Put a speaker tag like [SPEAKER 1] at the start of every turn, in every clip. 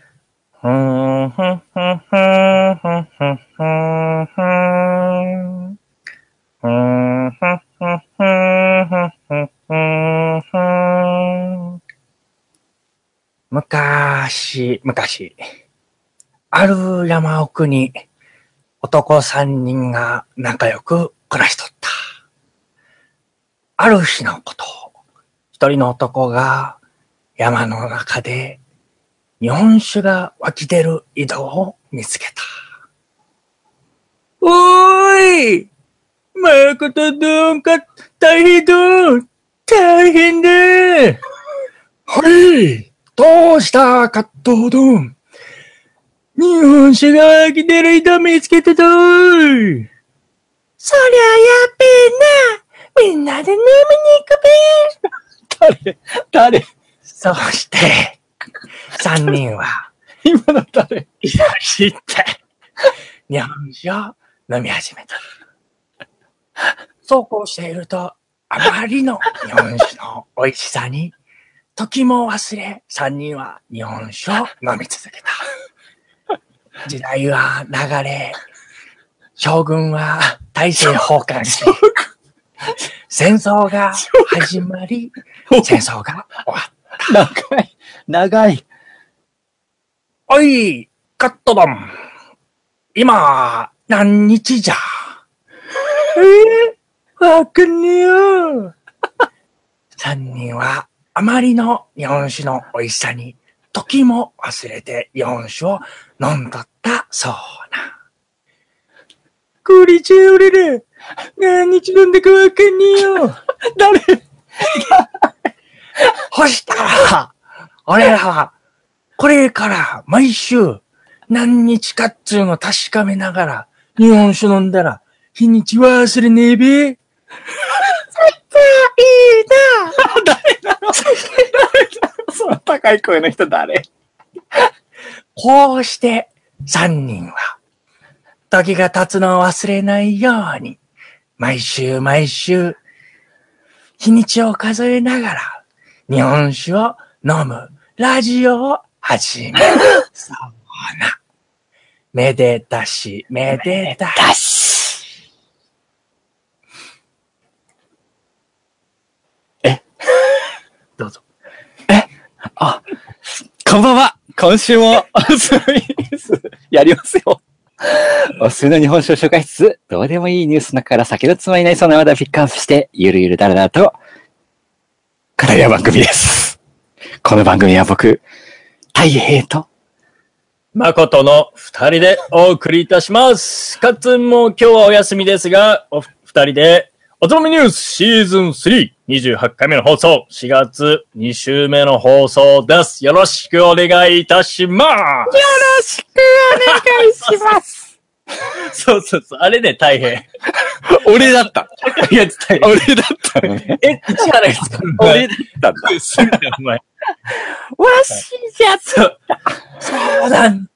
[SPEAKER 1] ふんふんふんふんふんふんふんふんふんふんふんふんふんふんふんふんむかし、むかし、ある山奥に男三人が仲良く暮らしとった。ある日のこと、一人の男が山の中で日本酒が湧き出る井戸を見つけた。
[SPEAKER 2] おーい
[SPEAKER 1] まことどんか、大変だ大変だはいどうしたカットうどん日本酒が湧き出る井戸見つけたぞー
[SPEAKER 2] そりゃやべえなみんなで飲みに行くべ
[SPEAKER 3] 誰誰
[SPEAKER 1] そして、三人は、
[SPEAKER 3] 今の誰
[SPEAKER 1] いや、知って、日本酒を飲み始めた。そうこうしていると、あまりの日本酒の美味しさに、時も忘れ、三人は日本酒を飲み続けた。時代は流れ、将軍は大政奉還し、戦争が始まり、戦争が終わった。
[SPEAKER 3] 長い長い
[SPEAKER 1] おい、カットマン。今、何日じゃえわかんねえよ。 三人は、あまりの日本酒の美味しさに、時も忘れて日本酒を飲んどったそうな。これじゃ俺ら、何日飲んだかわかんねえ よ。
[SPEAKER 3] 誰
[SPEAKER 1] ほしたら、俺らは、これから毎週、何日かっつうのを確かめながら、日本酒飲んだら、日にち忘れねえべ。
[SPEAKER 3] その高い声の人誰
[SPEAKER 1] こうして、三人は、時が経つのを忘れないように、毎週毎週、日にちを数えながら、日本酒を飲むラジオを始め る。そうな。めでたし、めでたし。どうぞ。
[SPEAKER 3] あ、こんばんは今週も、スイース、やりますよ。おすすめの日本酒を紹介しつつ、どうでもいいニュースの中から先のつまりないそうな話題をピックアップして、ゆるゆるだらだらと、語り合う番組です。この番組は僕、大平と、
[SPEAKER 4] 誠の二人でお送りいたします。かつも今日はお休みですが、お二人 で、おつまみニュースシーズン3、28回目の放送、4月2週目の放送です。よろしくお願いいたします。
[SPEAKER 2] ろしくお願いします。
[SPEAKER 4] そうそうそう、あれね、大変。
[SPEAKER 3] 俺だった。
[SPEAKER 4] いや、大変。
[SPEAKER 3] 俺だったのね。
[SPEAKER 4] え、市原ですかお
[SPEAKER 3] 俺
[SPEAKER 4] 前
[SPEAKER 3] だったんだ。
[SPEAKER 4] すんだよお前。
[SPEAKER 2] わしじゃつ
[SPEAKER 4] そう
[SPEAKER 1] そうなん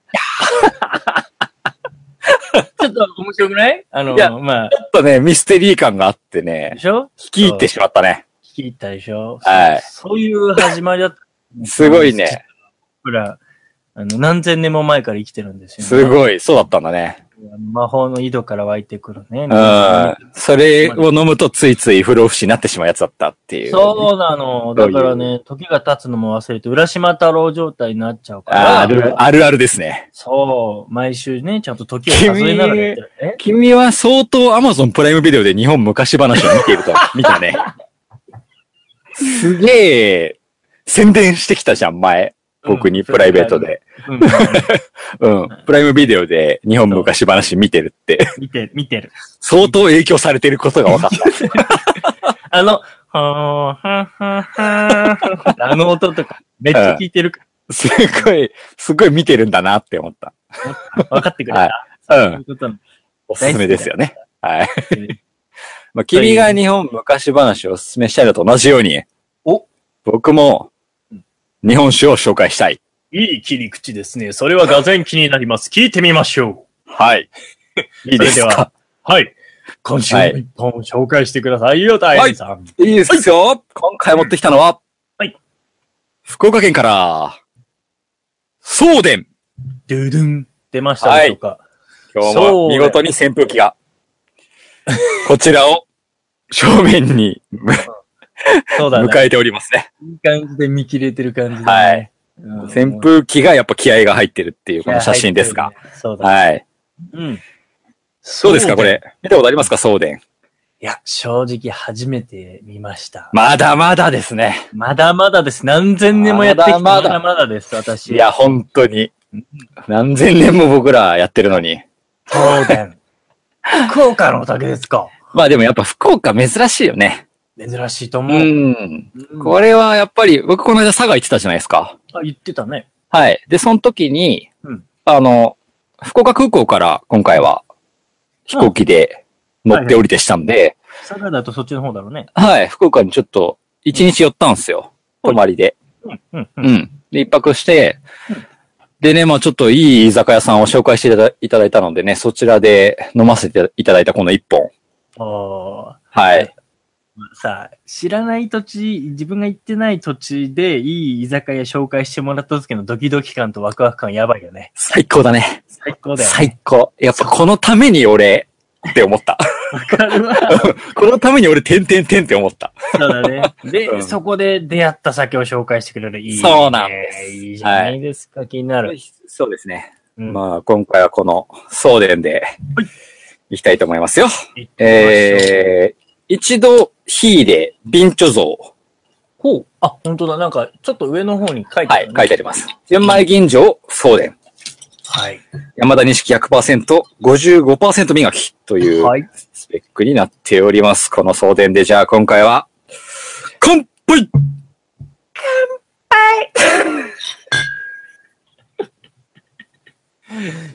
[SPEAKER 4] ちょっと面白くないあの、
[SPEAKER 3] いや
[SPEAKER 4] まあ、
[SPEAKER 3] ちょっとね、ミステリー感があってね
[SPEAKER 4] で、しょ
[SPEAKER 3] 聞き入ってしまったね。
[SPEAKER 4] 聞き入ったでしょ
[SPEAKER 3] はい
[SPEAKER 4] そうそういう始まりだった。
[SPEAKER 3] すごいね。
[SPEAKER 4] 僕ら、あの、何千年も前から生きてるんですよ、ね。
[SPEAKER 3] すごい、そうだったんだね。
[SPEAKER 4] 魔法の井戸から湧いてくるね。
[SPEAKER 3] うん。それを飲むとついつい不老不死になってしまうやつだったっていう。
[SPEAKER 4] そうなの。だからね、時が経つのも忘れて、浦島太郎状態になっちゃうか
[SPEAKER 3] あー
[SPEAKER 4] ら。
[SPEAKER 3] ある、あるあるですね。
[SPEAKER 4] そう。毎週ね、ちゃんと時を数えながらやってるね。
[SPEAKER 3] 君は相当 Amazon プライムビデオで日本昔話を見ている と、見たね。すげえ、宣伝してきたじゃん、前。僕に
[SPEAKER 4] うん
[SPEAKER 3] プライベートで。
[SPEAKER 4] うん
[SPEAKER 3] うん。プライムビデオで日本昔話見てるって、
[SPEAKER 4] 見て、見てる。
[SPEAKER 3] 相当影響されてることが分かった。
[SPEAKER 4] あの、はーはーはーはーあの音とか、めっちゃ聞いてるか
[SPEAKER 3] すごい、すごい見てるんだなって思った。
[SPEAKER 4] ら、分かってくれた。
[SPEAKER 3] はいう
[SPEAKER 4] そういうことなの
[SPEAKER 3] おすすめですよね。はい。まあ、
[SPEAKER 4] という
[SPEAKER 3] 君が日本昔話をおすすめしたいのと同じように、
[SPEAKER 4] お
[SPEAKER 3] 僕も日本酒を紹介したい。
[SPEAKER 4] いい切り口ですね。それはがぜん気になります。聞いてみましょ
[SPEAKER 3] はい。いいです
[SPEAKER 4] それで
[SPEAKER 3] か
[SPEAKER 4] う。はい。今週の一本を紹介してくださいよ、大変さん。
[SPEAKER 3] いいですよ今回持ってきたのは、
[SPEAKER 4] はい。
[SPEAKER 3] 福岡県から、送電
[SPEAKER 4] ドゥドゥン出ましたでしょうか、
[SPEAKER 3] 今日
[SPEAKER 4] そ
[SPEAKER 3] も
[SPEAKER 4] う
[SPEAKER 3] 見事に扇風機が、こちらを正面にむ
[SPEAKER 4] そうだね。
[SPEAKER 3] 迎えておりますね。
[SPEAKER 4] いい感じで見切れてる感じだ
[SPEAKER 3] は
[SPEAKER 4] ね
[SPEAKER 3] い。扇風機がやっぱ気合が入ってるっていうこの写真ですが。。
[SPEAKER 4] そうだね。
[SPEAKER 3] はい。
[SPEAKER 4] うん。
[SPEAKER 3] どうですかこ
[SPEAKER 4] れ
[SPEAKER 3] れ。見たことありますか送電。
[SPEAKER 4] いや、正直初めて見ました。
[SPEAKER 3] まだまだですね。
[SPEAKER 4] まだまだです。何千年もやってきて、ま
[SPEAKER 3] まだまだ
[SPEAKER 4] だまだです、私。
[SPEAKER 3] いや、、本当に。何千年も僕らやってるのに。
[SPEAKER 4] 東電。福岡のお宅ですか。
[SPEAKER 3] まあでもやっぱ福岡珍しいよね。
[SPEAKER 4] 珍しいと
[SPEAKER 3] う
[SPEAKER 4] 思う。
[SPEAKER 3] ん。
[SPEAKER 4] うん
[SPEAKER 3] これはやっぱり、僕この間佐賀行ってたじゃないですか。
[SPEAKER 4] あ、言ってたね。
[SPEAKER 3] はい。で、その時に、
[SPEAKER 4] うん
[SPEAKER 3] あの、福岡空港から今回は飛行機で乗って降りてしたんで、
[SPEAKER 4] 佐賀だとそっちの方だろうね。
[SPEAKER 3] はい、福岡にちょっと一日寄ったんですよ。泊まりで。
[SPEAKER 4] うん、う。
[SPEAKER 3] うんん。で、一泊して、でね、まあちょっといい居酒屋さんを紹介していただいただいたのでね、そちらで飲ませていただいたこの一本。
[SPEAKER 4] おー
[SPEAKER 3] はい。
[SPEAKER 4] さあ、知らない土地、自分が行ってない土地でいい居酒屋紹介してもらった時のドキドキ感とワクワク感やばいよね。
[SPEAKER 3] 最高だね。
[SPEAKER 4] 最高だよ、ね。
[SPEAKER 3] 最高。やっぱこのために俺、って思った。
[SPEAKER 4] 最高るわ。
[SPEAKER 3] このために俺、てんてんてんって思った。
[SPEAKER 4] そうだ ね。で、
[SPEAKER 3] うん
[SPEAKER 4] そこで出会った酒を紹介してくれる。いいね
[SPEAKER 3] そうなんです
[SPEAKER 4] いいじゃないですか、気になる。
[SPEAKER 3] そうですね。
[SPEAKER 4] うん
[SPEAKER 3] まあ、今回はこの、送電で、行きたいと思いますよ。
[SPEAKER 4] 行ってみましょう
[SPEAKER 3] えー、一度、火で、ビンチョ像。
[SPEAKER 4] ほう。あ、本当だ。なんか、ちょっと上の方に書いてあ
[SPEAKER 3] はい
[SPEAKER 4] る、、
[SPEAKER 3] 書いてあります。千枚銀城、送電。
[SPEAKER 4] はい。
[SPEAKER 3] 山田錦100%、55%磨きという
[SPEAKER 4] はい。
[SPEAKER 3] スペックになっております。この送電で、じゃあ今回は、乾杯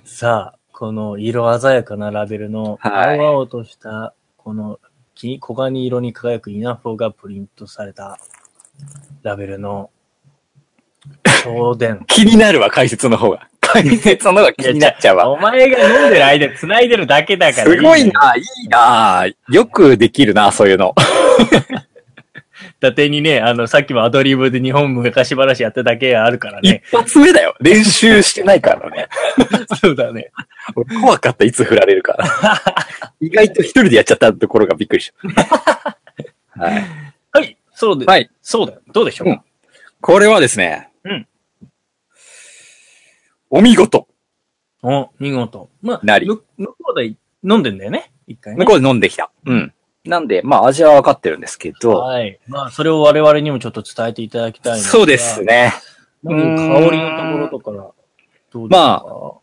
[SPEAKER 4] さあ、この色鮮やかなラベルの、
[SPEAKER 3] はい。
[SPEAKER 4] 青々とした、この、黄黄金色に輝くイナフォがプリントされた、ラベルの、送電
[SPEAKER 3] 気になるわ、解説の方が。解説の方が気になっちゃうわ。
[SPEAKER 4] お前が飲んでる間、繋いでるだけだから。
[SPEAKER 3] すごい
[SPEAKER 4] ね。
[SPEAKER 3] な、いいな。よくできるな、そういうの。
[SPEAKER 4] 伊達にね、あの、さっきもアドリブで日本昔話やっただけあるから
[SPEAKER 3] 一
[SPEAKER 4] ね。
[SPEAKER 3] 発目だよ。練習してないからね。
[SPEAKER 4] そうだね。
[SPEAKER 3] 俺怖かった、いつ振られる か。意外と一人でやっちゃったところがびっくりした。 はい。
[SPEAKER 4] はい、そうで、
[SPEAKER 3] はい。
[SPEAKER 4] そうだよ。どうでしょう、
[SPEAKER 3] うんこれはですね。
[SPEAKER 4] うん。
[SPEAKER 3] お見事。
[SPEAKER 4] お、見事。まあ、
[SPEAKER 3] なり
[SPEAKER 4] む向こうで飲んでんだよね。一回ね。
[SPEAKER 3] 向こうで飲んできた。うん。なんで、まあ味はわかってるんですけど。
[SPEAKER 4] はい。まあ、それを我々にもちょっと伝えていただきたいんが
[SPEAKER 3] そうです。ね。
[SPEAKER 4] まず香りのところとか、どうで
[SPEAKER 3] ま
[SPEAKER 4] すか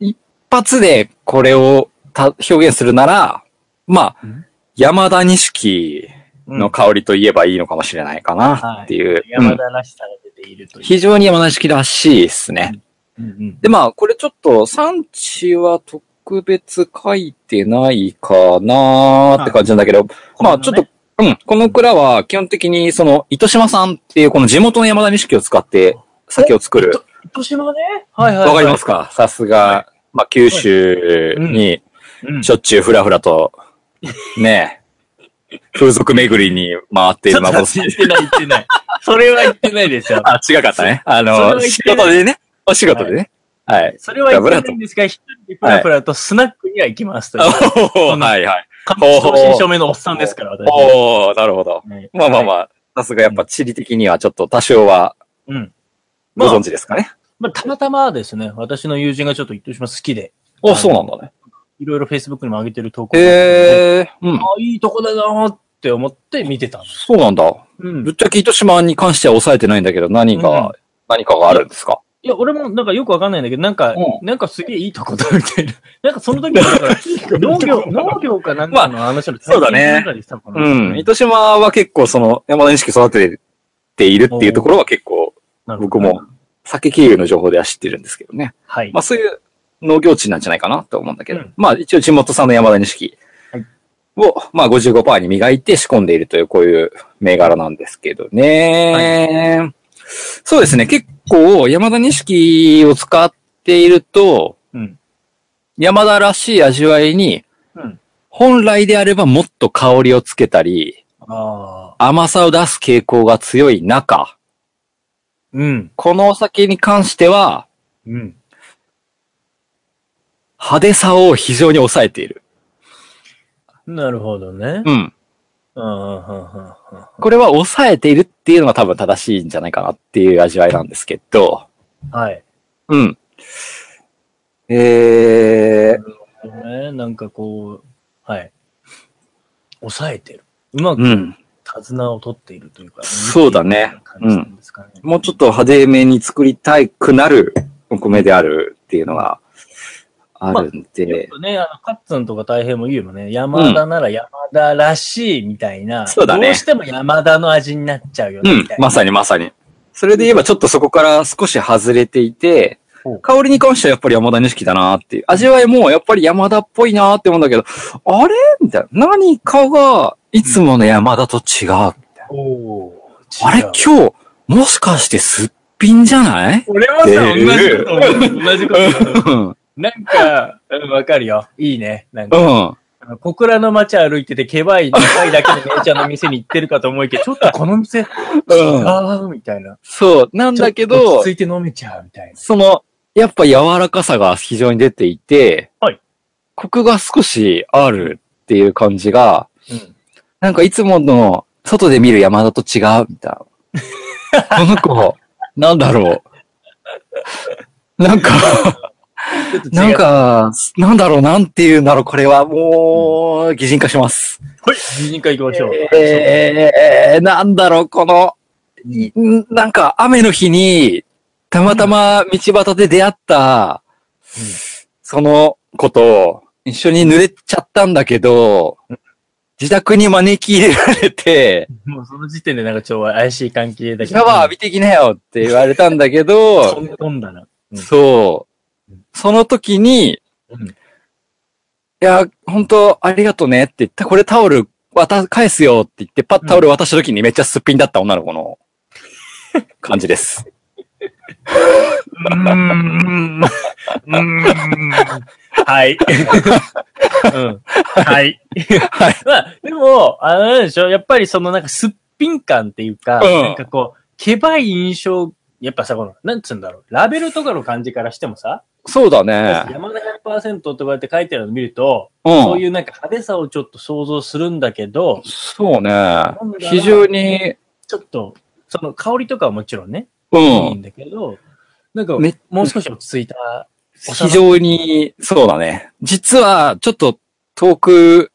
[SPEAKER 3] 一発でこれをた表現するなら、まあ
[SPEAKER 4] うん、
[SPEAKER 3] 山田錦
[SPEAKER 4] うん
[SPEAKER 3] の香りと言えばいいのかもしれないかなっていう。う
[SPEAKER 4] 山
[SPEAKER 3] ん
[SPEAKER 4] 田らしさが出ているという。
[SPEAKER 3] 非常に山梨らしいですね。
[SPEAKER 4] うんうん
[SPEAKER 3] で、まあ、これちょっと産地は特別書いてないかなーって感じなんだけど、まあ、ちょっと、うん、この蔵は基本的にその、糸島さんっていうこの地元の山田錦を使って酒を作る。
[SPEAKER 4] 糸島ね。はいはい。
[SPEAKER 3] わかりますかさすが、まあ、九州に
[SPEAKER 4] うん
[SPEAKER 3] しょっちゅうふらふら と、ねえ、風俗巡りに回ってい
[SPEAKER 4] ちょ
[SPEAKER 3] る
[SPEAKER 4] っと
[SPEAKER 3] 幻
[SPEAKER 4] 言ってない言ってない。それは言ってないですよ。
[SPEAKER 3] あ、違かったね。あ
[SPEAKER 4] それは
[SPEAKER 3] の、
[SPEAKER 4] 言っ
[SPEAKER 3] 仕
[SPEAKER 4] てない
[SPEAKER 3] 事でね。お仕事でね。はい。
[SPEAKER 4] それは言ってないんですが、一人でプラプラとスナックには行きますという。
[SPEAKER 3] お
[SPEAKER 4] そ
[SPEAKER 3] ー
[SPEAKER 4] の
[SPEAKER 3] はいはい。
[SPEAKER 4] 完全正真正銘のおっさんですから、私。
[SPEAKER 3] おおなるほど。
[SPEAKER 4] はい
[SPEAKER 3] まあまあまあ、さすがやっぱ地理的にはちょっと多少は
[SPEAKER 4] うん。
[SPEAKER 3] ご存知ですかね。
[SPEAKER 4] まあ、たまたまですね、私の友人がちょっと糸島好きで、
[SPEAKER 3] お
[SPEAKER 4] あそうなん
[SPEAKER 3] だね。
[SPEAKER 4] いろいろ Facebook にも上げてる投稿があったので
[SPEAKER 3] へえ、うん。
[SPEAKER 4] あ、いいとこだなーって思って見てたんです。
[SPEAKER 3] そうなんだ。
[SPEAKER 4] うん
[SPEAKER 3] ぶっちゃけ糸島に関しては抑えてないんだけど、何
[SPEAKER 4] うん
[SPEAKER 3] が、何かがあるんですか
[SPEAKER 4] いや、俺もなんかよくわかんないんだけど、なんか、
[SPEAKER 3] う
[SPEAKER 4] なんかすげえいいとこだみたいな。 なんかその時 だから、農業、農業かなんかの話の、
[SPEAKER 3] そうだね
[SPEAKER 4] 体験談でしたのかな
[SPEAKER 3] うん。糸島は結構その山田錦育てているっていうところは結構
[SPEAKER 4] なるほど
[SPEAKER 3] 僕も酒経由の情報では知ってるんですけどね。
[SPEAKER 4] はい
[SPEAKER 3] ま。あそういう農業地なんじゃないかなと思うんだけど、
[SPEAKER 4] うん
[SPEAKER 3] まあ一応地元産の山田錦
[SPEAKER 4] はい
[SPEAKER 3] を、まあ55%に磨いて仕込んでいるというこういう銘柄なんですけどね。そうですね。結構山田錦を使っていると、
[SPEAKER 4] うん
[SPEAKER 3] 山田らしい味わいに、
[SPEAKER 4] うん
[SPEAKER 3] 本来であればもっと香りをつけたり、
[SPEAKER 4] ああ。
[SPEAKER 3] 甘さを出す傾向が強い中、
[SPEAKER 4] うん。
[SPEAKER 3] このお酒に関しては、
[SPEAKER 4] うん。
[SPEAKER 3] 派手さを非常に抑えている。
[SPEAKER 4] なるほどね。
[SPEAKER 3] うん。
[SPEAKER 4] うんうんうんうんうん
[SPEAKER 3] これは抑えているっていうのが多分正しいんじゃないかなっていう味わいなんですけど、
[SPEAKER 4] はい。
[SPEAKER 3] うん。えー、
[SPEAKER 4] ね、なんかこう、はい。抑えてる。うま
[SPEAKER 3] う
[SPEAKER 4] く
[SPEAKER 3] ん。
[SPEAKER 4] 手綱を取っているというか。
[SPEAKER 3] そうだね
[SPEAKER 4] 感じなんですかね。
[SPEAKER 3] もうちょっと派手めに作りたくなるお米であるっていうのがあるん
[SPEAKER 4] よ
[SPEAKER 3] で、
[SPEAKER 4] くね、あの、カッツンとか大平も言うよね。山田なら山田らしいみたいな。
[SPEAKER 3] そうだね
[SPEAKER 4] どうしても山田の味になっちゃうよ
[SPEAKER 3] う
[SPEAKER 4] ね。
[SPEAKER 3] ん
[SPEAKER 4] みたい、な
[SPEAKER 3] まさにまさに。それで言えばちょっとそこから少し外れていて
[SPEAKER 4] ほう、
[SPEAKER 3] 香りに関してはやっぱり山田錦だなっていう。味わいもやっぱり山田っぽいなって思うんだけど、あれみたいな。何かがいつもの山田と違う。あ
[SPEAKER 4] おー
[SPEAKER 3] れ
[SPEAKER 4] 違う
[SPEAKER 3] 今日、もしかしてすっぴんじゃない
[SPEAKER 4] 俺もさ、同
[SPEAKER 3] 出
[SPEAKER 4] じ
[SPEAKER 3] る
[SPEAKER 4] こと思う。同じこと思
[SPEAKER 3] う
[SPEAKER 4] う。
[SPEAKER 3] ん。うん。
[SPEAKER 4] なんか、うんわかるよ。いいね。なんか、あの小倉の街歩いてて、ケバい2回だけの姉ちゃんの店に行ってるかと思いきや、ちょっとこの店、違うみたいな。
[SPEAKER 3] そう。なんだけ
[SPEAKER 4] ちょっと
[SPEAKER 3] ど
[SPEAKER 4] 落、ち着いて飲めちゃうみたいな。
[SPEAKER 3] その、やっぱ柔らかさが非常に出ていて、
[SPEAKER 4] はい
[SPEAKER 3] コクが少しあるっていう感じが、
[SPEAKER 4] うん
[SPEAKER 3] なんかいつもの外で見る山田と違うみたいな。この子、なんだろう。なんか、
[SPEAKER 4] ちょっと違う
[SPEAKER 3] なん、か、なんだろう、なんていうんだろう、これは、もう、擬人化します。
[SPEAKER 4] はい、擬人化行きましょう。
[SPEAKER 3] えー、なんだろう、この、いんなんか雨の日に、たまたま道端で出会った、
[SPEAKER 4] うん
[SPEAKER 3] その子と一緒に濡れちゃったんだけど、自宅に招き入れられて、
[SPEAKER 4] もうその時点でなんかちょっと怪しい関係だけ
[SPEAKER 3] シ
[SPEAKER 4] ど。
[SPEAKER 3] ャワー浴びてきなよって言われたんだけ
[SPEAKER 4] 飛
[SPEAKER 3] ど、
[SPEAKER 4] ん飛んだな。うん
[SPEAKER 3] そう。その時に、
[SPEAKER 4] うん
[SPEAKER 3] いや、本当ありがとうねって言って、これタオル渡、返すよって言って、パッタオル渡した時にめっちゃすっぴんだった女の子の感じ です。
[SPEAKER 4] はい。うん。はい。
[SPEAKER 3] はい。
[SPEAKER 4] まあ、でも、あれなんでしょやっぱりそのなんかすっぴん感っていうか、
[SPEAKER 3] うん
[SPEAKER 4] なんかこう、けばい印象、やっぱさ、この、なんつうんだろう、ラベルとかの感じからしてもさ、
[SPEAKER 3] そうだね。
[SPEAKER 4] 山田100%とかって書いてあるの見ると、
[SPEAKER 3] うん。
[SPEAKER 4] そういうなんか派手さをちょっと想像するんだけど、
[SPEAKER 3] そうね
[SPEAKER 4] だろう。
[SPEAKER 3] 非常に、
[SPEAKER 4] ちょっと、その香りとかはもちろんね、
[SPEAKER 3] う
[SPEAKER 4] いいん
[SPEAKER 3] ん。
[SPEAKER 4] だけど、なんか、
[SPEAKER 3] め
[SPEAKER 4] もう少し落ち着いた、
[SPEAKER 3] 非常に、そうだね。実は、ちょっと遠く、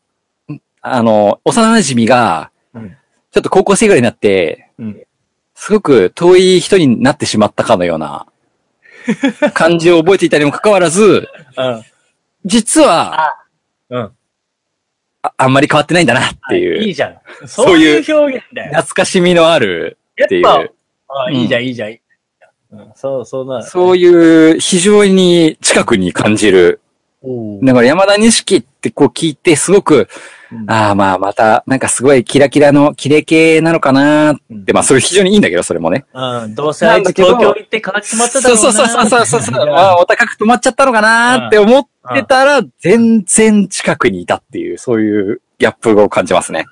[SPEAKER 3] んあの、幼馴染が
[SPEAKER 4] うん、
[SPEAKER 3] ちょっと高校生ぐらいになって、
[SPEAKER 4] うん
[SPEAKER 3] すごく遠い人になってしまったかのような 感じを覚えていたにもかかわらず、
[SPEAKER 4] うん
[SPEAKER 3] 実は、
[SPEAKER 4] うん
[SPEAKER 3] あ、あんまり変わってないんだなっていう、
[SPEAKER 4] いいじゃん。
[SPEAKER 3] そ
[SPEAKER 4] そうう
[SPEAKER 3] い
[SPEAKER 4] いうう表現だよ。
[SPEAKER 3] 懐かしみのある、
[SPEAKER 4] や
[SPEAKER 3] っていう
[SPEAKER 4] っぱ、あ
[SPEAKER 3] うん
[SPEAKER 4] いいじゃん、いいじゃん。いいじゃんうんそう、そうな。
[SPEAKER 3] そういう非常に近くに感じる。
[SPEAKER 4] おー
[SPEAKER 3] だから山田錦ってこう聞いてすごく、
[SPEAKER 4] うん
[SPEAKER 3] ああまあまた、なんかすごいキラキラのキレ系なのかなーって、まあそれ非常にいいんだけど、それもね。
[SPEAKER 4] うん、どうせあいつ東京行って変わっちまっただろうな。
[SPEAKER 3] そうそうそうそうそうそう。
[SPEAKER 4] いや
[SPEAKER 3] まあお高く止まっちゃったのかなーって思ってたら、全然近くにいたっていう、そういうギャップを感じますね。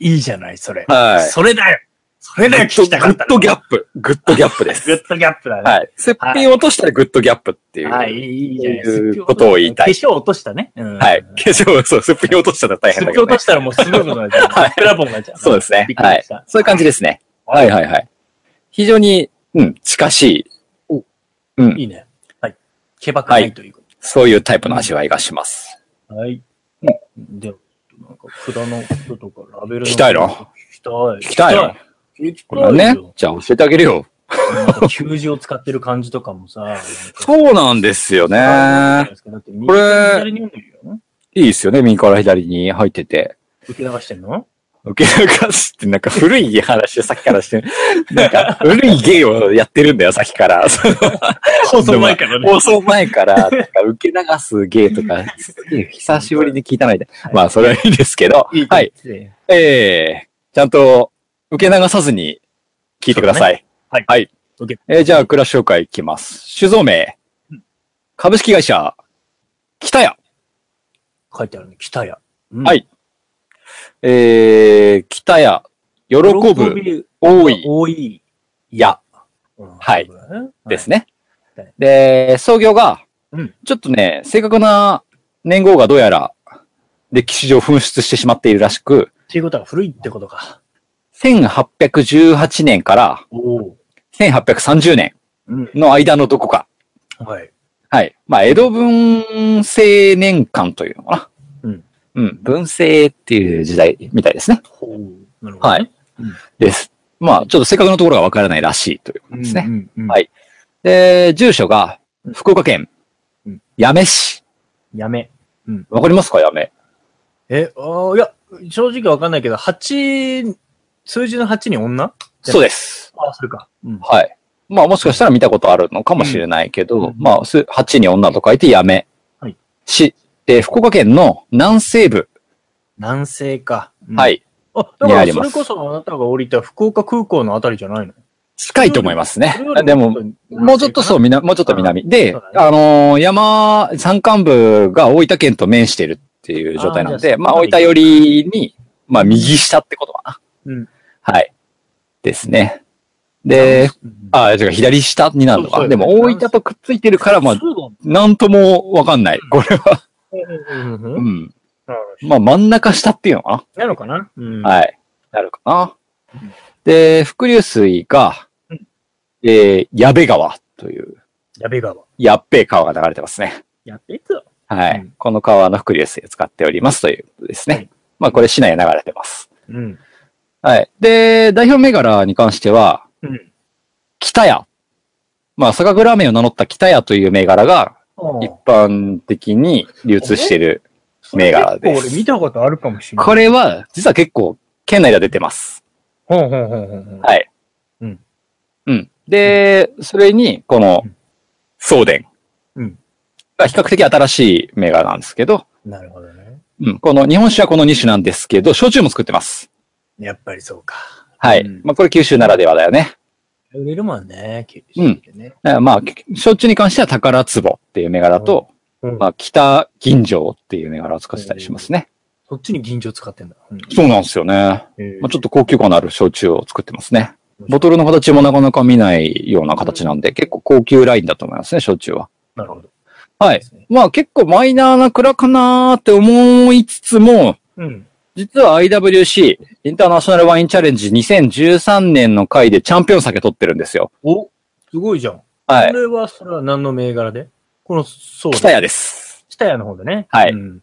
[SPEAKER 4] いいじゃない、それ。
[SPEAKER 3] はい。
[SPEAKER 4] それだよそれだよ、聞きたかったの。
[SPEAKER 3] グッドギャップ。グッドギャップで
[SPEAKER 4] グ
[SPEAKER 3] す。
[SPEAKER 4] ッドギャップだね。
[SPEAKER 3] はい。すっぴん落としたらグッドギャップっていう。
[SPEAKER 4] は、
[SPEAKER 3] はいい。
[SPEAKER 4] いいじゃない。
[SPEAKER 3] そういうことを言いたい
[SPEAKER 4] 化粧落としたね。うん
[SPEAKER 3] 化。粧、そう、すっぴん落としたら大
[SPEAKER 4] す
[SPEAKER 3] 変だ
[SPEAKER 4] っぴ
[SPEAKER 3] け
[SPEAKER 4] ん
[SPEAKER 3] ど、
[SPEAKER 4] 落
[SPEAKER 3] ね
[SPEAKER 4] と。したらもうすごいことになっちゃう。
[SPEAKER 3] はい
[SPEAKER 4] ペラボンになっちゃう。
[SPEAKER 3] そうですね
[SPEAKER 4] びっ。く
[SPEAKER 3] は
[SPEAKER 4] り
[SPEAKER 3] い
[SPEAKER 4] し。た。
[SPEAKER 3] そういう感じですね。はいはいはい。非常に、うん、近しい。うん
[SPEAKER 4] いいね。はい。けばくないというこ
[SPEAKER 3] そういうタイプの味わいがします。
[SPEAKER 4] と。はい。では、なんか、札の人とかラベルの。
[SPEAKER 3] 聞きたいの
[SPEAKER 4] 聞きたい。聞
[SPEAKER 3] 聞きたいの
[SPEAKER 4] 聞きた
[SPEAKER 3] こ
[SPEAKER 4] い
[SPEAKER 3] れ
[SPEAKER 4] よ。
[SPEAKER 3] ね。じゃあ教えてあげるよ。
[SPEAKER 4] なんか給仕を使ってる感じとかもさ。なんか
[SPEAKER 3] そうなんですよね。。
[SPEAKER 4] だって右
[SPEAKER 3] これ
[SPEAKER 4] から左に読んでるよね。
[SPEAKER 3] いいですよね。右から左に入ってて。
[SPEAKER 4] 受け流してんの
[SPEAKER 3] 受け流すってなんか古い話をさっきからしてる。なんか古い芸をやってるんだよ、さっきから。
[SPEAKER 4] 放送前からね。
[SPEAKER 3] 放送前から、なんか受け流す芸とか、すげえ久しぶりに聞いたので
[SPEAKER 4] は。い
[SPEAKER 3] まあ、それはいいですけど。
[SPEAKER 4] いい
[SPEAKER 3] は
[SPEAKER 4] 感
[SPEAKER 3] い。
[SPEAKER 4] じで。
[SPEAKER 3] ええちゃんと受け流さずに聞いてください。
[SPEAKER 4] そうね
[SPEAKER 3] はい。
[SPEAKER 4] OK
[SPEAKER 3] えーじゃあ、クラス紹介いきます。酒造名。株式会社、北谷。
[SPEAKER 4] 書いてあるね。北谷。うん
[SPEAKER 3] はいえー、北谷、喜ぶ、
[SPEAKER 4] ぶ。
[SPEAKER 3] 多い、
[SPEAKER 4] 多い。
[SPEAKER 3] 屋
[SPEAKER 4] うん
[SPEAKER 3] はい。
[SPEAKER 4] そうだね
[SPEAKER 3] ですね
[SPEAKER 4] はい。
[SPEAKER 3] で、創業が
[SPEAKER 4] うん
[SPEAKER 3] ちょっとね、正確な年号がどうやら歴史上紛失してしまっているらしく、
[SPEAKER 4] ていうことは古いってことか。
[SPEAKER 3] 1818年から
[SPEAKER 4] おお。
[SPEAKER 3] 1830年
[SPEAKER 4] うん。
[SPEAKER 3] の間のどこか。
[SPEAKER 4] はい。
[SPEAKER 3] はい。まあ、江戸文政年間というのかな。
[SPEAKER 4] うん。
[SPEAKER 3] うん。文政っていう時代みたいですね。
[SPEAKER 4] ほう。なるほど、ね。
[SPEAKER 3] はい。です。まあ、ちょっと正確なところがわからないらしいということですね。
[SPEAKER 4] うんうんうん
[SPEAKER 3] はいで、住所が福岡県
[SPEAKER 4] うん、
[SPEAKER 3] 八女市。
[SPEAKER 4] やめ。
[SPEAKER 3] わかりますか八女。
[SPEAKER 4] え、あーいや、正直わかんないけど、8、数字の8に女
[SPEAKER 3] そうです。
[SPEAKER 4] あ、それか。うん。
[SPEAKER 3] はい。まあ、もしかしたら見たことあるのかもしれないけど、
[SPEAKER 4] うん
[SPEAKER 3] まあ、す8に女と書いて八女
[SPEAKER 4] はい
[SPEAKER 3] 市。で、福岡県の南西部。
[SPEAKER 4] 南西か。うん
[SPEAKER 3] は。い。
[SPEAKER 4] あ、だ
[SPEAKER 3] に
[SPEAKER 4] か
[SPEAKER 3] あ
[SPEAKER 4] ら
[SPEAKER 3] り
[SPEAKER 4] そ
[SPEAKER 3] ま
[SPEAKER 4] れ
[SPEAKER 3] す
[SPEAKER 4] こそあなたが降りた福岡空港のあたりじゃないの
[SPEAKER 3] 近いと思いますね
[SPEAKER 4] それより。
[SPEAKER 3] でも、、もうちょっとそう、みな、もうちょっと南。で、あのー山、山間部が大分県と面してるっていう状態なん
[SPEAKER 4] あーじゃ
[SPEAKER 3] で、
[SPEAKER 4] あ
[SPEAKER 3] まあ、大分寄りに、まあ、右下ってことかな。
[SPEAKER 4] うん
[SPEAKER 3] はい。ですね。で、
[SPEAKER 4] うん
[SPEAKER 3] あー、違う、左下になるの
[SPEAKER 4] そ
[SPEAKER 3] か。
[SPEAKER 4] う
[SPEAKER 3] で
[SPEAKER 4] そうよね
[SPEAKER 3] も、大分とくっついてるから、まあ、
[SPEAKER 4] そう
[SPEAKER 3] なんともわかんない。これは。
[SPEAKER 4] だね。うんうん
[SPEAKER 3] う
[SPEAKER 4] うん
[SPEAKER 3] ん。
[SPEAKER 4] なるほ
[SPEAKER 3] まあ、真ん中下っていうのか
[SPEAKER 4] どなのかなうん
[SPEAKER 3] な。はい。なるかな
[SPEAKER 4] うん。
[SPEAKER 3] で、伏流水が
[SPEAKER 4] うん、
[SPEAKER 3] えー、矢部川という、
[SPEAKER 4] やべ川。
[SPEAKER 3] やっべえ川が流れてますね。
[SPEAKER 4] やべえぞ。
[SPEAKER 3] はい。
[SPEAKER 4] うん
[SPEAKER 3] この川の伏流水を使っておりますということですね。
[SPEAKER 4] はい
[SPEAKER 3] まあ、これ市内に流れてます。
[SPEAKER 4] うん。
[SPEAKER 3] はい。で、代表銘柄に関しては、
[SPEAKER 4] うん。
[SPEAKER 3] 北屋。まあ、酒蔵名を名乗った北屋という銘柄が一般的に流通している。銘柄です
[SPEAKER 4] それ結構俺見たことあるかもしれない。
[SPEAKER 3] これは、実は結構、県内では出てます。
[SPEAKER 4] ほんほんほんほんほん。
[SPEAKER 3] はい。
[SPEAKER 4] うん。
[SPEAKER 3] うん。で、それに、この
[SPEAKER 4] うん、
[SPEAKER 3] 送電。
[SPEAKER 4] うん
[SPEAKER 3] が比較的新しい銘柄なんですけど、
[SPEAKER 4] なるほどね。
[SPEAKER 3] うん。この、日本酒はこの2種なんですけど、焼酎も作ってます。
[SPEAKER 4] やっぱりそうか。
[SPEAKER 3] はい。
[SPEAKER 4] うん
[SPEAKER 3] まあ、これ九州ならではだよね。
[SPEAKER 4] 売れるもんね、九州ってね。
[SPEAKER 3] だからまあ、焼酎に関しては宝壺っていう銘柄と、
[SPEAKER 4] うん
[SPEAKER 3] まあ、北銀城っていう銘柄を使ってたりしますね。
[SPEAKER 4] そっちに銀醸使ってんだ。うん
[SPEAKER 3] そうなんですよね。ま
[SPEAKER 4] へえ
[SPEAKER 3] あ、ちょっと高級感のある焼酎を作ってますね。
[SPEAKER 4] 面白い
[SPEAKER 3] ボトルの形もなかなか見ないような形なんで、結構高級ラインだと思いますね、焼酎は。
[SPEAKER 4] なるほど。
[SPEAKER 3] はい。まあ結構マイナーな蔵かなーって思いつつも、
[SPEAKER 4] うん。
[SPEAKER 3] 実は IWC、インターナショナルワインチャレンジ2013年の回でチャンピオン酒取ってるんですよ。
[SPEAKER 4] お、すごいじゃん。
[SPEAKER 3] は
[SPEAKER 4] こ
[SPEAKER 3] い。
[SPEAKER 4] れは、それは何の銘柄でこの、そうだ。
[SPEAKER 3] 北屋です。
[SPEAKER 4] 北屋の方でね。
[SPEAKER 3] はい
[SPEAKER 4] うん、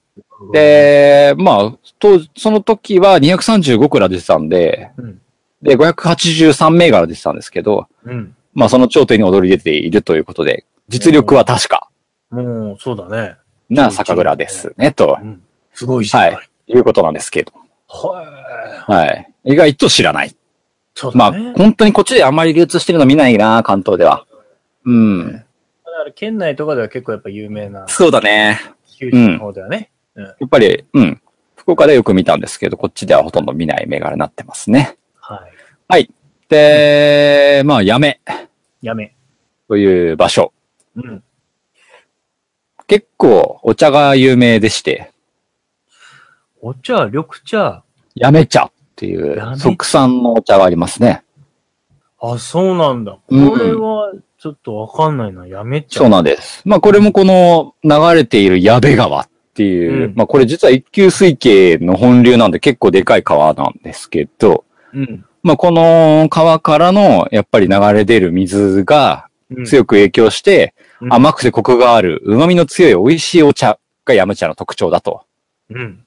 [SPEAKER 3] で、まあ、当時その時は235くらい出てたんで、
[SPEAKER 4] うん
[SPEAKER 3] で、583銘柄出てたんですけど、
[SPEAKER 4] うん。
[SPEAKER 3] まあその頂点に躍り出ているということで、実力は確か
[SPEAKER 4] もう、そうだね。
[SPEAKER 3] な酒蔵ですね、と
[SPEAKER 4] うん。すごいし。
[SPEAKER 3] はいいうことなんですけど。
[SPEAKER 4] はい。
[SPEAKER 3] はい。意外と知らない。
[SPEAKER 4] そう
[SPEAKER 3] ま
[SPEAKER 4] だ
[SPEAKER 3] あ
[SPEAKER 4] ね。、
[SPEAKER 3] 本当にこっちであんまり流通してるの見ないな、関東では。うん。
[SPEAKER 4] だから、県内とかでは結構やっぱ有名な、
[SPEAKER 3] そうだね。
[SPEAKER 4] 九州の方ではね。
[SPEAKER 3] やっぱり、うん。福岡ではよく見たんですけど、こっちではほとんど見ない銘柄になってますね。
[SPEAKER 4] はい。
[SPEAKER 3] で、まあ、やめ
[SPEAKER 4] やめ。
[SPEAKER 3] という場所。
[SPEAKER 4] うん。
[SPEAKER 3] 結構お茶が有名でして、
[SPEAKER 4] お茶、緑茶。
[SPEAKER 3] やめ茶ってい
[SPEAKER 4] やめ
[SPEAKER 3] う特産のお茶がありますね。
[SPEAKER 4] あ、そうなんだ。こ
[SPEAKER 3] うん
[SPEAKER 4] れは、ちょっとわかんないな。やめちゃ
[SPEAKER 3] そうなんです。まあこれもこの流れている矢部川っていう、
[SPEAKER 4] うん
[SPEAKER 3] まあこれ実は一級水系の本流なんで結構でかい川なんですけど、
[SPEAKER 4] うん。
[SPEAKER 3] まあこの川からのやっぱり流れ出る水が
[SPEAKER 4] うん。
[SPEAKER 3] 強く影響して、
[SPEAKER 4] うん
[SPEAKER 3] 甘くてコクがある旨味の強い美味しいお茶がやめ茶の特徴だと。
[SPEAKER 4] うん。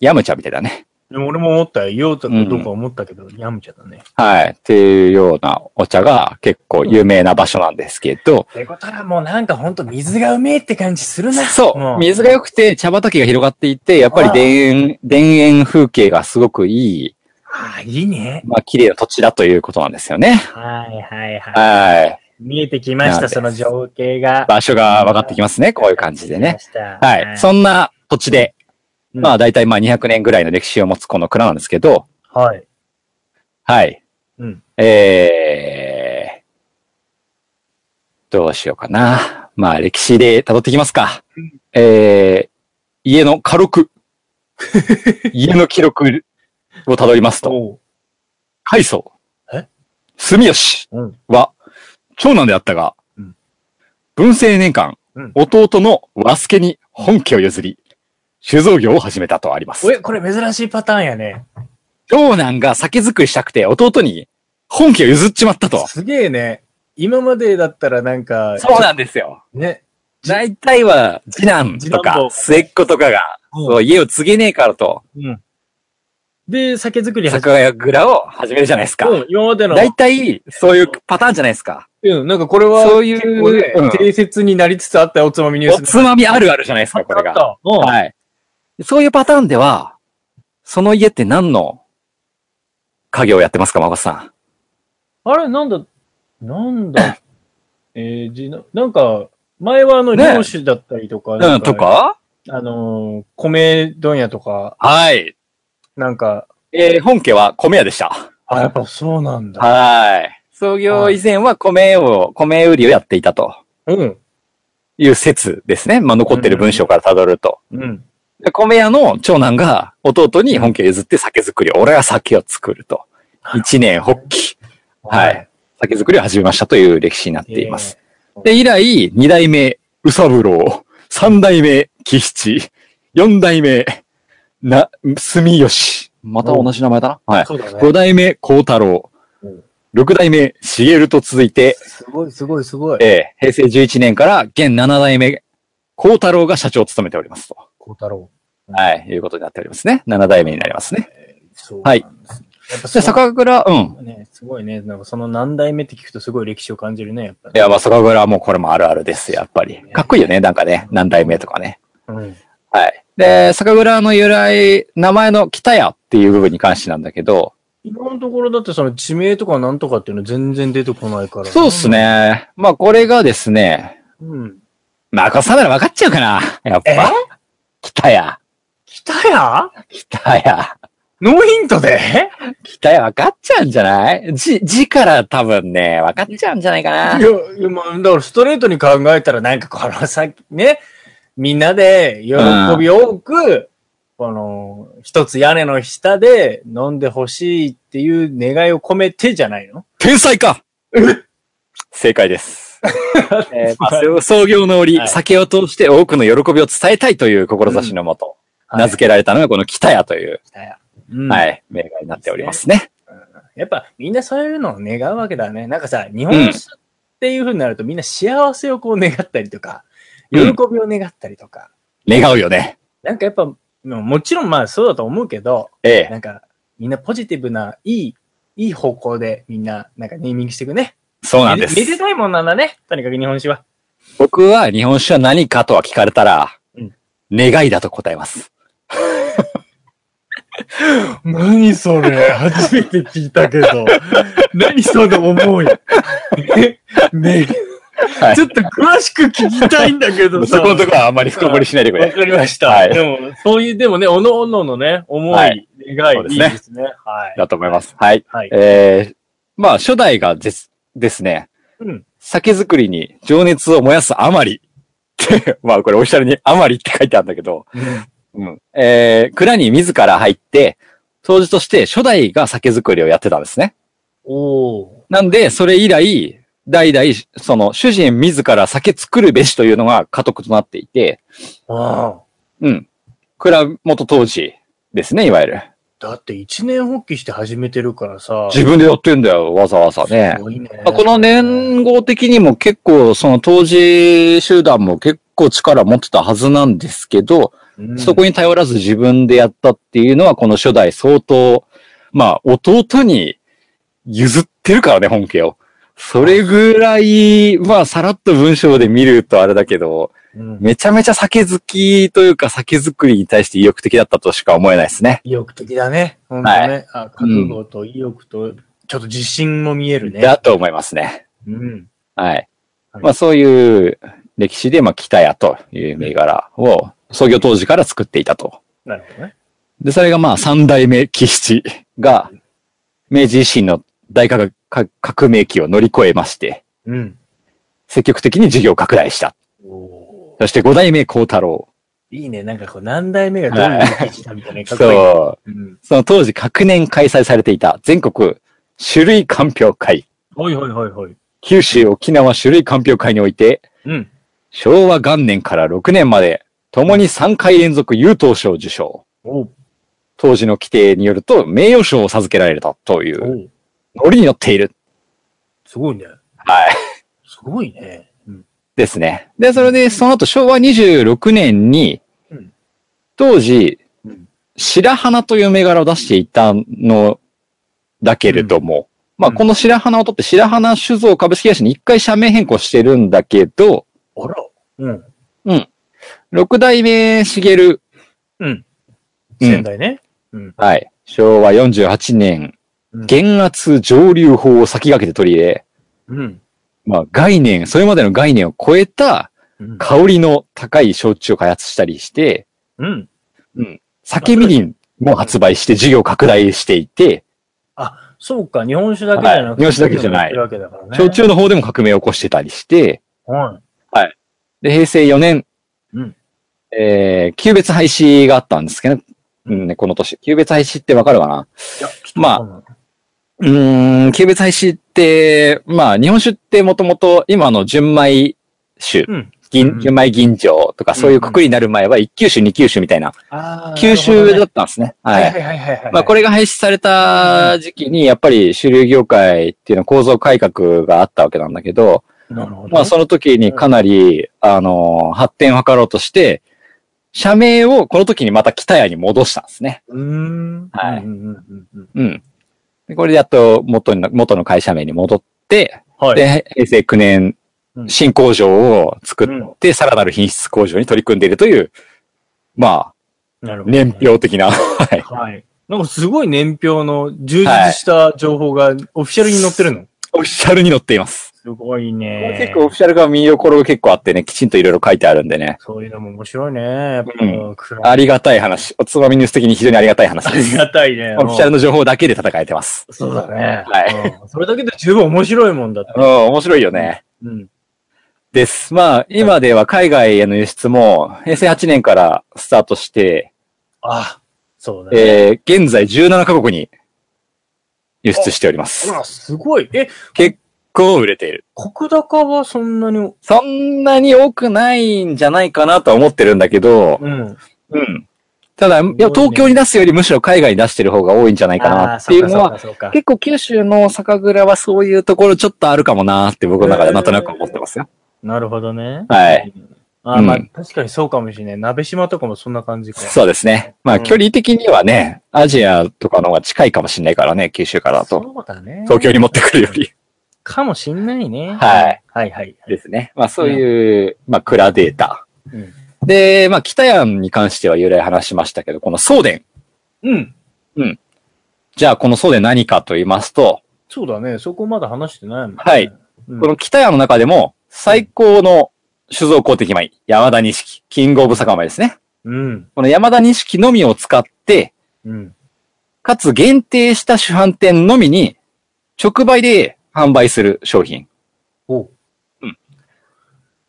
[SPEAKER 3] やめ茶みたいだね。
[SPEAKER 4] でも俺も思ったよ。言おうとかどうか思ったけど、やめちゃったね。
[SPEAKER 3] はい。っていうようなお茶が結構有名な場所なんですけど、
[SPEAKER 4] ってことはもうなんかほんと水がうめえって感じするな。
[SPEAKER 3] そう。
[SPEAKER 4] ん
[SPEAKER 3] 水が良くて茶畑が広がっていて、やっぱり田園、田園風景がすごくいい、
[SPEAKER 4] ああ、いいね。
[SPEAKER 3] まあ綺麗な土地だということなんですよね。
[SPEAKER 4] はいはいは
[SPEAKER 3] はい。
[SPEAKER 4] い。見えてきまし
[SPEAKER 3] なん
[SPEAKER 4] た、
[SPEAKER 3] で
[SPEAKER 4] その情景が。
[SPEAKER 3] 場所が分かってきますね。こういう感じでね。。はい。そ
[SPEAKER 4] そ
[SPEAKER 3] んな土地で、
[SPEAKER 4] うん
[SPEAKER 3] まあ大体まあ200年ぐらいの歴史を持つこの蔵なんですけど、
[SPEAKER 4] はい。
[SPEAKER 3] はい。
[SPEAKER 4] うん。
[SPEAKER 3] えー、どうしようかな。まあ歴史で辿ってきますか。えー、家の家 録。家の記録を辿りますと。
[SPEAKER 4] おう
[SPEAKER 3] 海藻。
[SPEAKER 4] え
[SPEAKER 3] 住吉
[SPEAKER 4] うん
[SPEAKER 3] は、長男であったが、
[SPEAKER 4] うん
[SPEAKER 3] 文政年間、
[SPEAKER 4] うん
[SPEAKER 3] 弟の和助に本家を譲り、酒造業を始めたとあります。
[SPEAKER 4] え、これ珍しいパターンやね。
[SPEAKER 3] 長男が酒造りしたくて弟に本家を譲っちまったと。
[SPEAKER 4] すげえね。今までだったらなんか、
[SPEAKER 3] そうなんですよ。
[SPEAKER 4] ね。
[SPEAKER 3] 大体は次男と
[SPEAKER 4] 次男
[SPEAKER 3] か
[SPEAKER 4] 坊
[SPEAKER 3] 末っ子とかが、
[SPEAKER 4] うん
[SPEAKER 3] そう家を継げねえからと、
[SPEAKER 4] うん。で、酒造り始
[SPEAKER 3] 酒屋蔵を始めるじゃないですか
[SPEAKER 4] め。うん、今までの、
[SPEAKER 3] 大体、そういうパターンじゃないですか。
[SPEAKER 4] うん、なんかこれは、
[SPEAKER 3] そういう
[SPEAKER 4] 結構
[SPEAKER 3] う
[SPEAKER 4] ね
[SPEAKER 3] ん
[SPEAKER 4] 定説になりつつあったおつまみニュー
[SPEAKER 3] お
[SPEAKER 4] ス
[SPEAKER 3] つまみあるあるじゃないですか、これ
[SPEAKER 4] あっ
[SPEAKER 3] が。
[SPEAKER 4] た。うん。
[SPEAKER 3] はい。そういうパターンでは、その家って何の家業をやってますか、孫さん。
[SPEAKER 4] あれ、なんだ、なん だ、えー、じな、なんか、前はあの、
[SPEAKER 3] ね
[SPEAKER 4] 漁師だったりとか、な
[SPEAKER 3] うんん、とか
[SPEAKER 4] あのー米問屋とか、
[SPEAKER 3] はい。
[SPEAKER 4] なんか、
[SPEAKER 3] えー本家は米屋でした。
[SPEAKER 4] あ、やっぱそうなんだ。
[SPEAKER 3] はい。創業以前は米を、米売りをやっていたと
[SPEAKER 4] うん。
[SPEAKER 3] いう説ですね。まあ、残ってる文章から辿ると。
[SPEAKER 4] うん。
[SPEAKER 3] で米屋の長男が弟に本家を譲って酒造りを、俺は酒を作ると。一年発起。は。い。酒造りを始めましたという歴史になっています。で、以来、二代目、宇三郎、三代目、喜七、四代目、な、住吉。また同じ名前だな。はい。
[SPEAKER 4] そうだね
[SPEAKER 3] 五。代目、幸太郎
[SPEAKER 4] うん。
[SPEAKER 3] 六代目、茂と続いて、
[SPEAKER 4] すごい、すごい、すごい。
[SPEAKER 3] えー平成11年から現七代目、幸太郎が社長を務めておりますと。
[SPEAKER 4] 孝太郎。
[SPEAKER 3] はい。いうことになっておりますね。七代目になりますね。
[SPEAKER 4] そう
[SPEAKER 3] はい
[SPEAKER 4] なんですね。やっぱ
[SPEAKER 3] で、
[SPEAKER 4] そ
[SPEAKER 3] 酒蔵、うん。
[SPEAKER 4] うね、すごいね。なんかその何代目って聞くとすごい歴史を感じるね、やっぱ
[SPEAKER 3] いや、まあ、酒蔵はもうこれもあるあるですよ、やっぱり。かっこいいよね、なんかね。何代目とかね。
[SPEAKER 4] うん。
[SPEAKER 3] はい。で、酒蔵の由来、名前の北屋っていう部分に関してなんだけど、
[SPEAKER 4] 今のところだってその地名とかなんとかっていうの全然出てこないから。
[SPEAKER 3] そうっす。ね。まあこれがですね、
[SPEAKER 4] うん。
[SPEAKER 3] まあこさんなら分かっちゃうかな。やっぱ。北屋。
[SPEAKER 4] 北や
[SPEAKER 3] 北屋。
[SPEAKER 4] ノーヒントで
[SPEAKER 3] 北屋分かっちゃうんじゃない字、字から多分ね、分かっちゃうんじゃないか
[SPEAKER 4] い
[SPEAKER 3] な。
[SPEAKER 4] や、いやまあ、だからストレートに考えたらなんかこの先ね、みんなで喜び多く、この、一つ屋根の下で飲んでほしいっていう願いを込めてじゃないの
[SPEAKER 3] 天才か正解 です。えーまあ、創業の折、
[SPEAKER 4] はい
[SPEAKER 3] 酒を通して多くの喜びを伝えたいという志のもと、名付けられたのがこの北屋という、
[SPEAKER 4] うん
[SPEAKER 3] はい、名画になっておりますね。
[SPEAKER 4] やっぱみんなそういうのを願うわけだね。なんかさ、日本酒っていう風になるとみんな幸せをこう願ったりとか、喜
[SPEAKER 3] う
[SPEAKER 4] び
[SPEAKER 3] ん
[SPEAKER 4] を願ったりとか。
[SPEAKER 3] 願うよね。
[SPEAKER 4] なんかやっぱ、ももちろんまあそうだと思うけど、
[SPEAKER 3] ええ。
[SPEAKER 4] なんかみんなポジティブな、いい、いい方向でみんな、なんかネーミングしていくね。
[SPEAKER 3] そうなんで。
[SPEAKER 4] めですたいもんなんだね。とにかく日本酒は。
[SPEAKER 3] 僕は日本酒は何かとは聞かれたら、
[SPEAKER 4] うん
[SPEAKER 3] 願いだと答えます。
[SPEAKER 4] 何それ初めて聞いた けど。何その思い。ね、
[SPEAKER 3] はい
[SPEAKER 4] ょっと詳しく聞きたいんだけど
[SPEAKER 3] そこのところはあんまり深掘りしないでく
[SPEAKER 4] わ
[SPEAKER 3] れ。
[SPEAKER 4] かりました。
[SPEAKER 3] はい
[SPEAKER 4] でも、そういう、でもね、おのおののね、思い、
[SPEAKER 3] はい
[SPEAKER 4] 願い、
[SPEAKER 3] そうで
[SPEAKER 4] い
[SPEAKER 3] す
[SPEAKER 4] い
[SPEAKER 3] ね
[SPEAKER 4] ですね。はい。
[SPEAKER 3] だと思います。はい。
[SPEAKER 4] はい。
[SPEAKER 3] えー、まあ、初代がです、ですね、
[SPEAKER 4] うん
[SPEAKER 3] 酒造りに情熱を燃やすあまり。 ってまあ、これオフィシャルにあまりって書いてあるんだけど、うん。えー、蔵に自ら入って、当時として初代が酒造りをやってたんですね。
[SPEAKER 4] おー。
[SPEAKER 3] なんで、それ以来、代々、その、主人自ら酒作るべしというのが家督となっていて、
[SPEAKER 4] ああ。
[SPEAKER 3] うん。蔵元当時ですね、いわゆる。
[SPEAKER 4] だって一年発起して始めてるからさ。
[SPEAKER 3] 自分でやってんだよ、わざわざね
[SPEAKER 4] す。ごいね。
[SPEAKER 3] まあこの年号的にも結構、その当時集団も結構力持ってたはずなんですけど、
[SPEAKER 4] うん、
[SPEAKER 3] そこに頼らず自分でやったっていうのは、この初代相当、まあ、弟に譲ってるからね、本家を。それぐらい、まあ、さらっと文章で見るとあれだけど、
[SPEAKER 4] うん
[SPEAKER 3] めちゃめちゃ酒好きというか、酒造りに対して意欲的だったとしか思えないですね。
[SPEAKER 4] 意欲的だね。本当ね。
[SPEAKER 3] は
[SPEAKER 4] あ、覚悟と意欲と、ちょっと自信も見えるね。
[SPEAKER 3] だと思いますね。
[SPEAKER 4] うん。
[SPEAKER 3] はい。
[SPEAKER 4] はい
[SPEAKER 3] まあそういう歴史で、まあ北屋という銘柄を創業当時から作っていたと。
[SPEAKER 4] なるほどね。
[SPEAKER 3] で、それがまあ三代目喜七が明治維新の大革革命期を乗り越えまして、
[SPEAKER 4] うん。
[SPEAKER 3] 積極的に事業拡大した。
[SPEAKER 4] おー
[SPEAKER 3] そして五代目幸太郎。
[SPEAKER 4] いいね。なんかこう、何代目がどういう生きしたみたいな。かっこい い
[SPEAKER 3] そう。
[SPEAKER 4] うん。
[SPEAKER 3] その当時、各年開催されていた全国種類鑑評会、
[SPEAKER 4] はいはいはいはい。
[SPEAKER 3] 九州沖縄種類鑑評会において、
[SPEAKER 4] うん。
[SPEAKER 3] 昭和元年から6年まで、共に3回連続優等賞受賞。
[SPEAKER 4] おう
[SPEAKER 3] 当時の規定によると、名誉賞を授けられたとい
[SPEAKER 4] お
[SPEAKER 3] う、
[SPEAKER 4] う
[SPEAKER 3] ノリに乗っている。
[SPEAKER 4] すごいね。
[SPEAKER 3] はい。
[SPEAKER 4] すごいね。うん。
[SPEAKER 3] ですね。で、それで、その後、昭和26年に
[SPEAKER 4] うん、
[SPEAKER 3] 当時
[SPEAKER 4] うん、
[SPEAKER 3] 白花という銘柄を出していたのだけれども、まあ、
[SPEAKER 4] うん
[SPEAKER 3] この白花を取って、白花酒造株式会社に一回社名変更してるんだけど、
[SPEAKER 4] あら。うん。
[SPEAKER 3] 六代目茂、
[SPEAKER 4] うん。
[SPEAKER 3] うん
[SPEAKER 4] 仙台ね。
[SPEAKER 3] はい、昭和48年、
[SPEAKER 4] うん
[SPEAKER 3] 減圧上流法を先駆けて取り入れ、
[SPEAKER 4] うん。
[SPEAKER 3] まあ、概念、それまでの概念を超えた
[SPEAKER 4] うん。
[SPEAKER 3] 香りの高い焼酎を開発したりして、
[SPEAKER 4] うん。
[SPEAKER 3] 酒みりんも発売して事業拡大していて、
[SPEAKER 4] あ、そうか。日本酒だけじゃなくて。
[SPEAKER 3] はい日本酒だけじゃない
[SPEAKER 4] 日本酒だけだからね。
[SPEAKER 3] 焼酎の方でも革命を起こしてたりして、
[SPEAKER 4] はい。
[SPEAKER 3] で、平成4年、
[SPEAKER 4] うん
[SPEAKER 3] えー、級別廃止があったんですけど、うんね、この年。級別廃止ってわかるかない
[SPEAKER 4] や、ちょっと
[SPEAKER 3] まあ
[SPEAKER 4] わかんないう
[SPEAKER 3] ーん、軽蔑廃止って、まあ、日本酒ってもともと今の純米酒、
[SPEAKER 4] うんう
[SPEAKER 3] 銀
[SPEAKER 4] ん
[SPEAKER 3] 純米銀醸とかそういうくくりになる前は一級酒、二級酒みたいな、
[SPEAKER 4] あー
[SPEAKER 3] 九州だ
[SPEAKER 4] なる
[SPEAKER 3] ったんですね。
[SPEAKER 4] ほどね
[SPEAKER 3] は。
[SPEAKER 4] はいいはいはいはいはい。
[SPEAKER 3] まあ、これが廃止された時期に、やっぱり主流業界っていうのは構造改革があったわけなんだけど、
[SPEAKER 4] れ、なるほど。
[SPEAKER 3] まあ、その時にかなり、あのー発展を図ろうとして、社名をこの時にまた北谷に戻したんですね。
[SPEAKER 4] うーん。
[SPEAKER 3] はい
[SPEAKER 4] うんうんうんうん
[SPEAKER 3] うん。でこれでやっと元にな元の会社名に戻って、
[SPEAKER 4] はい。
[SPEAKER 3] で、平成9年
[SPEAKER 4] う、ん
[SPEAKER 3] 新工場を作って、さらなる品質向上に取り組んでいるという、まあ、
[SPEAKER 4] なるほど。
[SPEAKER 3] 年表的な、はい。
[SPEAKER 4] はい。なんかすごい年表の充実した情報がオフィシャルに載ってるの。
[SPEAKER 3] オフィシャルに載っています。
[SPEAKER 4] すごいね。
[SPEAKER 3] 結構オフィシャルが見どころが結構あってね、きちんといろいろ書いてあるんでね。
[SPEAKER 4] そういうのも面白いね。やっぱ、
[SPEAKER 3] う
[SPEAKER 4] 暗い
[SPEAKER 3] ありがたい話。おつまみニュース的に非常に ありがたい話
[SPEAKER 4] あ
[SPEAKER 3] で
[SPEAKER 4] り
[SPEAKER 3] す。
[SPEAKER 4] がたいね。
[SPEAKER 3] オフィシャルの情報だけで戦えてます。
[SPEAKER 4] そうだね。
[SPEAKER 3] はい
[SPEAKER 4] うん。それだけで十分面白いもんだって。
[SPEAKER 3] うん、面白いよね。
[SPEAKER 4] うん。
[SPEAKER 3] です。まあ、今では海外への輸出も、平成8年からスタートして、
[SPEAKER 4] あ、そうだね。
[SPEAKER 3] えー、現在17カ国に輸出しております。
[SPEAKER 4] ほら、すごい。え、
[SPEAKER 3] 結構売れている。
[SPEAKER 4] 国高はそんなに、
[SPEAKER 3] そんなに多くないんじゃないかなとは思ってるんだけど、
[SPEAKER 4] うん。
[SPEAKER 3] うん。ただ、い
[SPEAKER 4] ごいね
[SPEAKER 3] や東京に出すよりむしろ海外に出してる方が多いんじゃないかなっていうのは、
[SPEAKER 4] あー、そうかそうかそうか。
[SPEAKER 3] 結構九州の酒蔵はそういうところちょっとあるかもなって僕の中でなんとなく思ってますよ。
[SPEAKER 4] なるほどね。
[SPEAKER 3] はい。
[SPEAKER 4] あーまあ、
[SPEAKER 3] うん
[SPEAKER 4] 確かにそうかもしれない。鍋島とかもそんな感じか。
[SPEAKER 3] そうですね。まあ、
[SPEAKER 4] うん
[SPEAKER 3] 距離的にはね、アジアとかの方が近いかもしれないからね、九州からだと。
[SPEAKER 4] そうだね。
[SPEAKER 3] 東京に持ってくるより。
[SPEAKER 4] かもしんないね。
[SPEAKER 3] はい。
[SPEAKER 4] はいはい。
[SPEAKER 3] ですね。 まあ、そういう、まあ、蔵データ。
[SPEAKER 4] うん
[SPEAKER 3] で、まあ、北谷に関しては由来話しましたけど、この送電。
[SPEAKER 4] うん。
[SPEAKER 3] じゃあ、この送電何かと言いますと、
[SPEAKER 4] そうだね。そこまだ話してないもん、ね。
[SPEAKER 3] はい。
[SPEAKER 4] うん
[SPEAKER 3] この北谷の中でも、最高の酒造公的米、山田錦、キングオブ酒米ですね。
[SPEAKER 4] うん。
[SPEAKER 3] この山田錦のみを使って、
[SPEAKER 4] うん。
[SPEAKER 3] かつ限定した主販店のみに、直売で販売する商品。
[SPEAKER 4] おう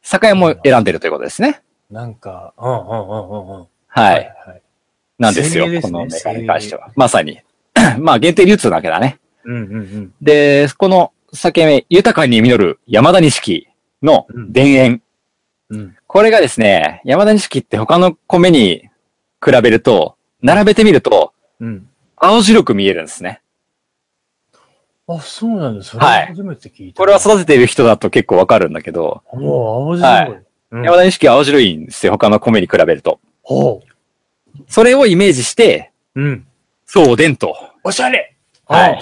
[SPEAKER 3] 酒屋も選んでるということですね。
[SPEAKER 4] なんか、うんうんうんうんうん。
[SPEAKER 3] は。。
[SPEAKER 4] はい
[SPEAKER 3] なんですよ。
[SPEAKER 4] 精鋭で
[SPEAKER 3] こ
[SPEAKER 4] すね
[SPEAKER 3] のメーカーに関しては。まさに。 まあ、限定流通なわけだね。
[SPEAKER 4] うんうんうん。
[SPEAKER 3] で、この酒目、豊かに実る山田錦の田園。
[SPEAKER 4] うん。
[SPEAKER 3] これがですね、山田錦って他の米に比べると、並べてみると、
[SPEAKER 4] うん。
[SPEAKER 3] 青白く見えるんですね。
[SPEAKER 4] あ、そうなんだ。それ
[SPEAKER 3] はい
[SPEAKER 4] 初めて聞いた。
[SPEAKER 3] これは育てている人だと結構わかるんだけど、
[SPEAKER 4] う。もう青白
[SPEAKER 3] は
[SPEAKER 4] い。うん
[SPEAKER 3] 山田錦は青白いんですよ、他の米に比べると。
[SPEAKER 4] ほ
[SPEAKER 3] それをイメージして、
[SPEAKER 4] う。うん。
[SPEAKER 3] 送電と、
[SPEAKER 4] おしゃれ
[SPEAKER 3] はい。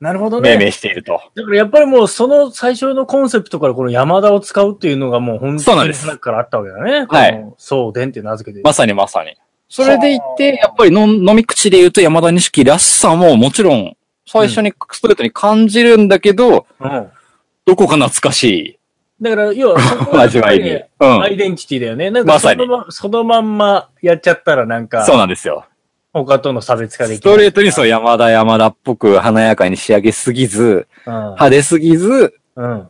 [SPEAKER 4] なるほどね。
[SPEAKER 3] 命名していると。
[SPEAKER 4] だからやっぱりもうその最初のコンセプトからこの山田を使うっていうのがもう本
[SPEAKER 3] そう
[SPEAKER 4] 当
[SPEAKER 3] なん
[SPEAKER 4] に
[SPEAKER 3] です
[SPEAKER 4] 古くからあったわけだね。
[SPEAKER 3] はい
[SPEAKER 4] この。送電って名付けて。
[SPEAKER 3] まさにまさに。それでいて、やっぱりの飲み口で言うと山田錦らしさももちろん、最初にストレートに感じるんだけど、
[SPEAKER 4] うん。
[SPEAKER 3] どこか懐かし
[SPEAKER 4] だから要はそこ
[SPEAKER 3] い
[SPEAKER 4] は
[SPEAKER 3] 味わいに。
[SPEAKER 4] やっ
[SPEAKER 3] う
[SPEAKER 4] ぱりねアイ
[SPEAKER 3] ん。
[SPEAKER 4] デンティティだよね。なんか
[SPEAKER 3] まさ
[SPEAKER 4] そ
[SPEAKER 3] に
[SPEAKER 4] のまそのまんまやっちゃったらなんか
[SPEAKER 3] そうなんですよ。
[SPEAKER 4] 他との差別化で
[SPEAKER 3] ス
[SPEAKER 4] きない。
[SPEAKER 3] トレートにそうう山田山田っぽく華やかに仕上げすぎず、
[SPEAKER 4] ん。
[SPEAKER 3] 派手すぎず、
[SPEAKER 4] うん。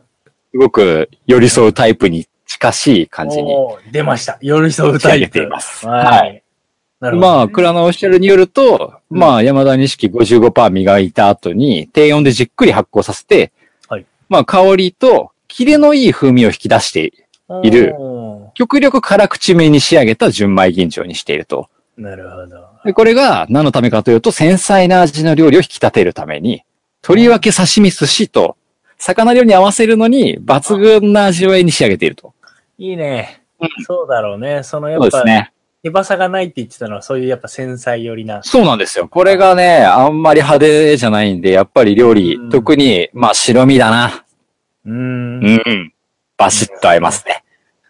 [SPEAKER 3] すごく寄り添うタイプに近しい感じに
[SPEAKER 4] おー出ました。寄り添う
[SPEAKER 3] 仕
[SPEAKER 4] タ
[SPEAKER 3] 上
[SPEAKER 4] イ
[SPEAKER 3] げて
[SPEAKER 4] プ
[SPEAKER 3] い。ます。
[SPEAKER 4] は
[SPEAKER 3] はい。
[SPEAKER 4] い。なるほど。
[SPEAKER 3] まあ、蔵のオフィシャルによると、
[SPEAKER 4] うん
[SPEAKER 3] まあ、山田錦55%磨いた後に、低温でじっくり発酵させて、
[SPEAKER 4] はい
[SPEAKER 3] まあ、香りと、キレのいい風味を引き出して、いる
[SPEAKER 4] うん。
[SPEAKER 3] 極力辛口めに仕上げた純米吟醸にしていると。
[SPEAKER 4] なるほど。
[SPEAKER 3] でこれが何のためかというと、繊細な味の料理を引き立てるために、とりわけ刺身寿司と、魚料理に合わせるのに、抜群な味わいに仕上げていると。
[SPEAKER 4] いいね。そうだろうね。そのや
[SPEAKER 3] そう
[SPEAKER 4] っ
[SPEAKER 3] です
[SPEAKER 4] ぱ、
[SPEAKER 3] ね。
[SPEAKER 4] 手羽さがないって言ってたのは、そういうやっぱ繊細寄りな。
[SPEAKER 3] そうなんですよ。これがね、あんまり派手じゃないんで、やっぱり料理、
[SPEAKER 4] うん
[SPEAKER 3] 特に、まあ白身だな。
[SPEAKER 4] うーん。
[SPEAKER 3] うんうん。バシッと合いますね。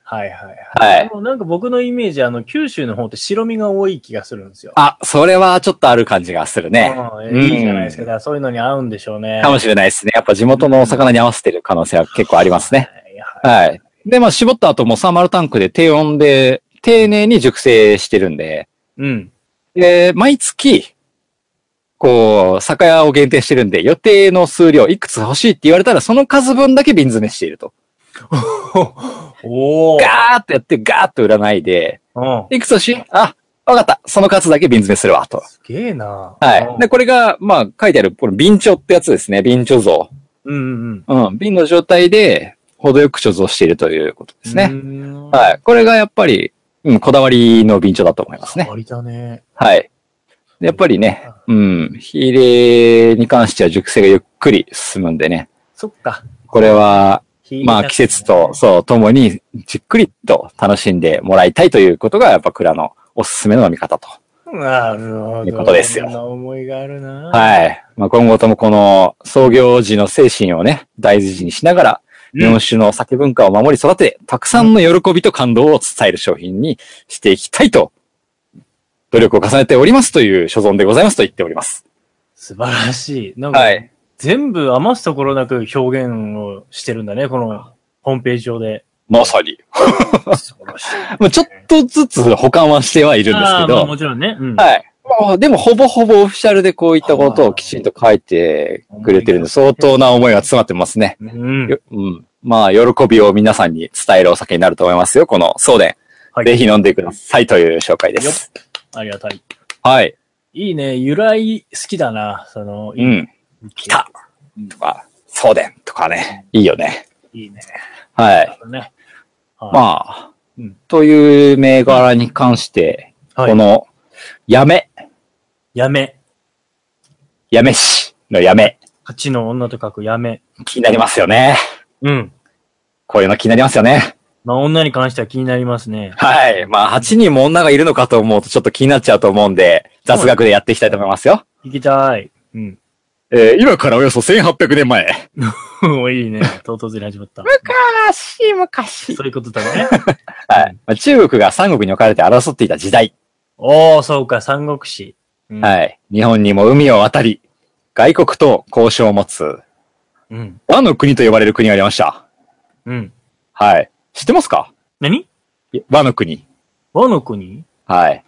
[SPEAKER 4] はいはいはい。
[SPEAKER 3] はい
[SPEAKER 4] で。もなんか僕のイメージ、あの、九州の方って白身が多い気がするんですよ。
[SPEAKER 3] あ、それはちょっとある感じがするね。
[SPEAKER 4] うんいいじゃないですか。だからそういうのに合うんでしょうね。
[SPEAKER 3] かもしれないですね。やっぱ地元のお魚に合わせてる可能性は結構ありますね。
[SPEAKER 4] はいはい
[SPEAKER 3] はい。で、まあ絞った後もサーマルタンクで低温で、丁寧に熟成してるんで、
[SPEAKER 4] うん。
[SPEAKER 3] で、毎月、こう、酒屋を限定してるんで、予定の数量、いくつ欲しいって言われたら、その数分だけ瓶詰めしていると。
[SPEAKER 4] おー。
[SPEAKER 3] ガーッとやって、ガーッと売らないで、
[SPEAKER 4] うん。
[SPEAKER 3] いくつ欲しいあ、わかった。その数だけ瓶詰めするわ、と。
[SPEAKER 4] すげえな。
[SPEAKER 3] はい。で、これが、まあ、書いてある、この瓶貯ってやつですね。瓶貯像。
[SPEAKER 4] うんうんうん。
[SPEAKER 3] うん、瓶の状態で、程よく貯蔵しているということですね。
[SPEAKER 4] ねい。
[SPEAKER 3] はい。これがやっぱり、うん、こだわりの瓶貯だと思いますね。
[SPEAKER 4] ありだね。
[SPEAKER 3] はい。でやっぱりね、うん、火入れに関しては熟成がゆっくり進むんでね、
[SPEAKER 4] そっか。
[SPEAKER 3] これは、
[SPEAKER 4] 火
[SPEAKER 3] まあ季節と、そう、ともにじっくりと楽しんでもらいたいということが、やっぱ蔵のおすすめの飲み方と。
[SPEAKER 4] なるほど。
[SPEAKER 3] いうことですよ
[SPEAKER 4] そんな思いがあるな。い。
[SPEAKER 3] はい。まあ今後ともこの創業時の精神をね、大事にしながら、日本酒の酒文化を守り育て、たくさんの喜びと感動を伝える商品にしていきたいと、努力を重ねておりますという所存でございますと言っております。
[SPEAKER 4] 素晴らしい。なんか、
[SPEAKER 3] はい。
[SPEAKER 4] 全部余すところなく表現をしてるんだね、このホームページ 上で。
[SPEAKER 3] まさに。
[SPEAKER 4] 素晴らしい。
[SPEAKER 3] まあちょっとずつ保管はしてはいるんです
[SPEAKER 4] あ
[SPEAKER 3] け
[SPEAKER 4] ーまあ
[SPEAKER 3] ど、
[SPEAKER 4] もちろんね。うん。
[SPEAKER 3] はい。まあでもほぼほぼオフィシャルでこういったことをきちんと書いてくれてるんで、相当な思いが詰まってますね。
[SPEAKER 4] う ん。
[SPEAKER 3] ようん。まあ、喜びを皆さんに伝えるお酒になると思いますよ。この、そうで、
[SPEAKER 4] はい
[SPEAKER 3] ぜひ飲んでくださいという紹介です。
[SPEAKER 4] ありがたい。
[SPEAKER 3] はい。
[SPEAKER 4] いいね。由来好きだな。その、
[SPEAKER 3] う
[SPEAKER 4] い
[SPEAKER 3] ん。来たとか、そうでとかね。いいよね。
[SPEAKER 4] いいね。
[SPEAKER 3] はい。
[SPEAKER 4] ね。ま
[SPEAKER 3] まあ
[SPEAKER 4] うん、
[SPEAKER 3] という銘柄に関して、
[SPEAKER 4] あ
[SPEAKER 3] こ、の、やめ、
[SPEAKER 4] やめ。
[SPEAKER 3] やめしのやめ、
[SPEAKER 4] 八の女と書くやめ。
[SPEAKER 3] 気になりますよね。
[SPEAKER 4] うん。
[SPEAKER 3] こういうの気になりますよね。
[SPEAKER 4] まあ、女に関しては気になりますね。
[SPEAKER 3] はい。まあ、8人も女がいるのかと思うとちょっと気になっちゃうと思うんで、雑学でやっていきたいと思いますよ。
[SPEAKER 4] 行きたい。うん。
[SPEAKER 3] えー今からおよそ1800年前。
[SPEAKER 4] もういいね。唐突に始まった。
[SPEAKER 3] 昔、昔。
[SPEAKER 4] そういうことだね。
[SPEAKER 3] はい。まあ中国が三国に置かれて争っていた時代。
[SPEAKER 4] おー、そうか、三国志。うん
[SPEAKER 3] はい。日本にも海を渡り、外国と交渉を持つ、
[SPEAKER 4] うん。
[SPEAKER 3] 和の国と呼ばれる国がありました。
[SPEAKER 4] うん。
[SPEAKER 3] はい。知ってますか
[SPEAKER 4] 何
[SPEAKER 3] い和の国。
[SPEAKER 4] 和の国
[SPEAKER 3] はい。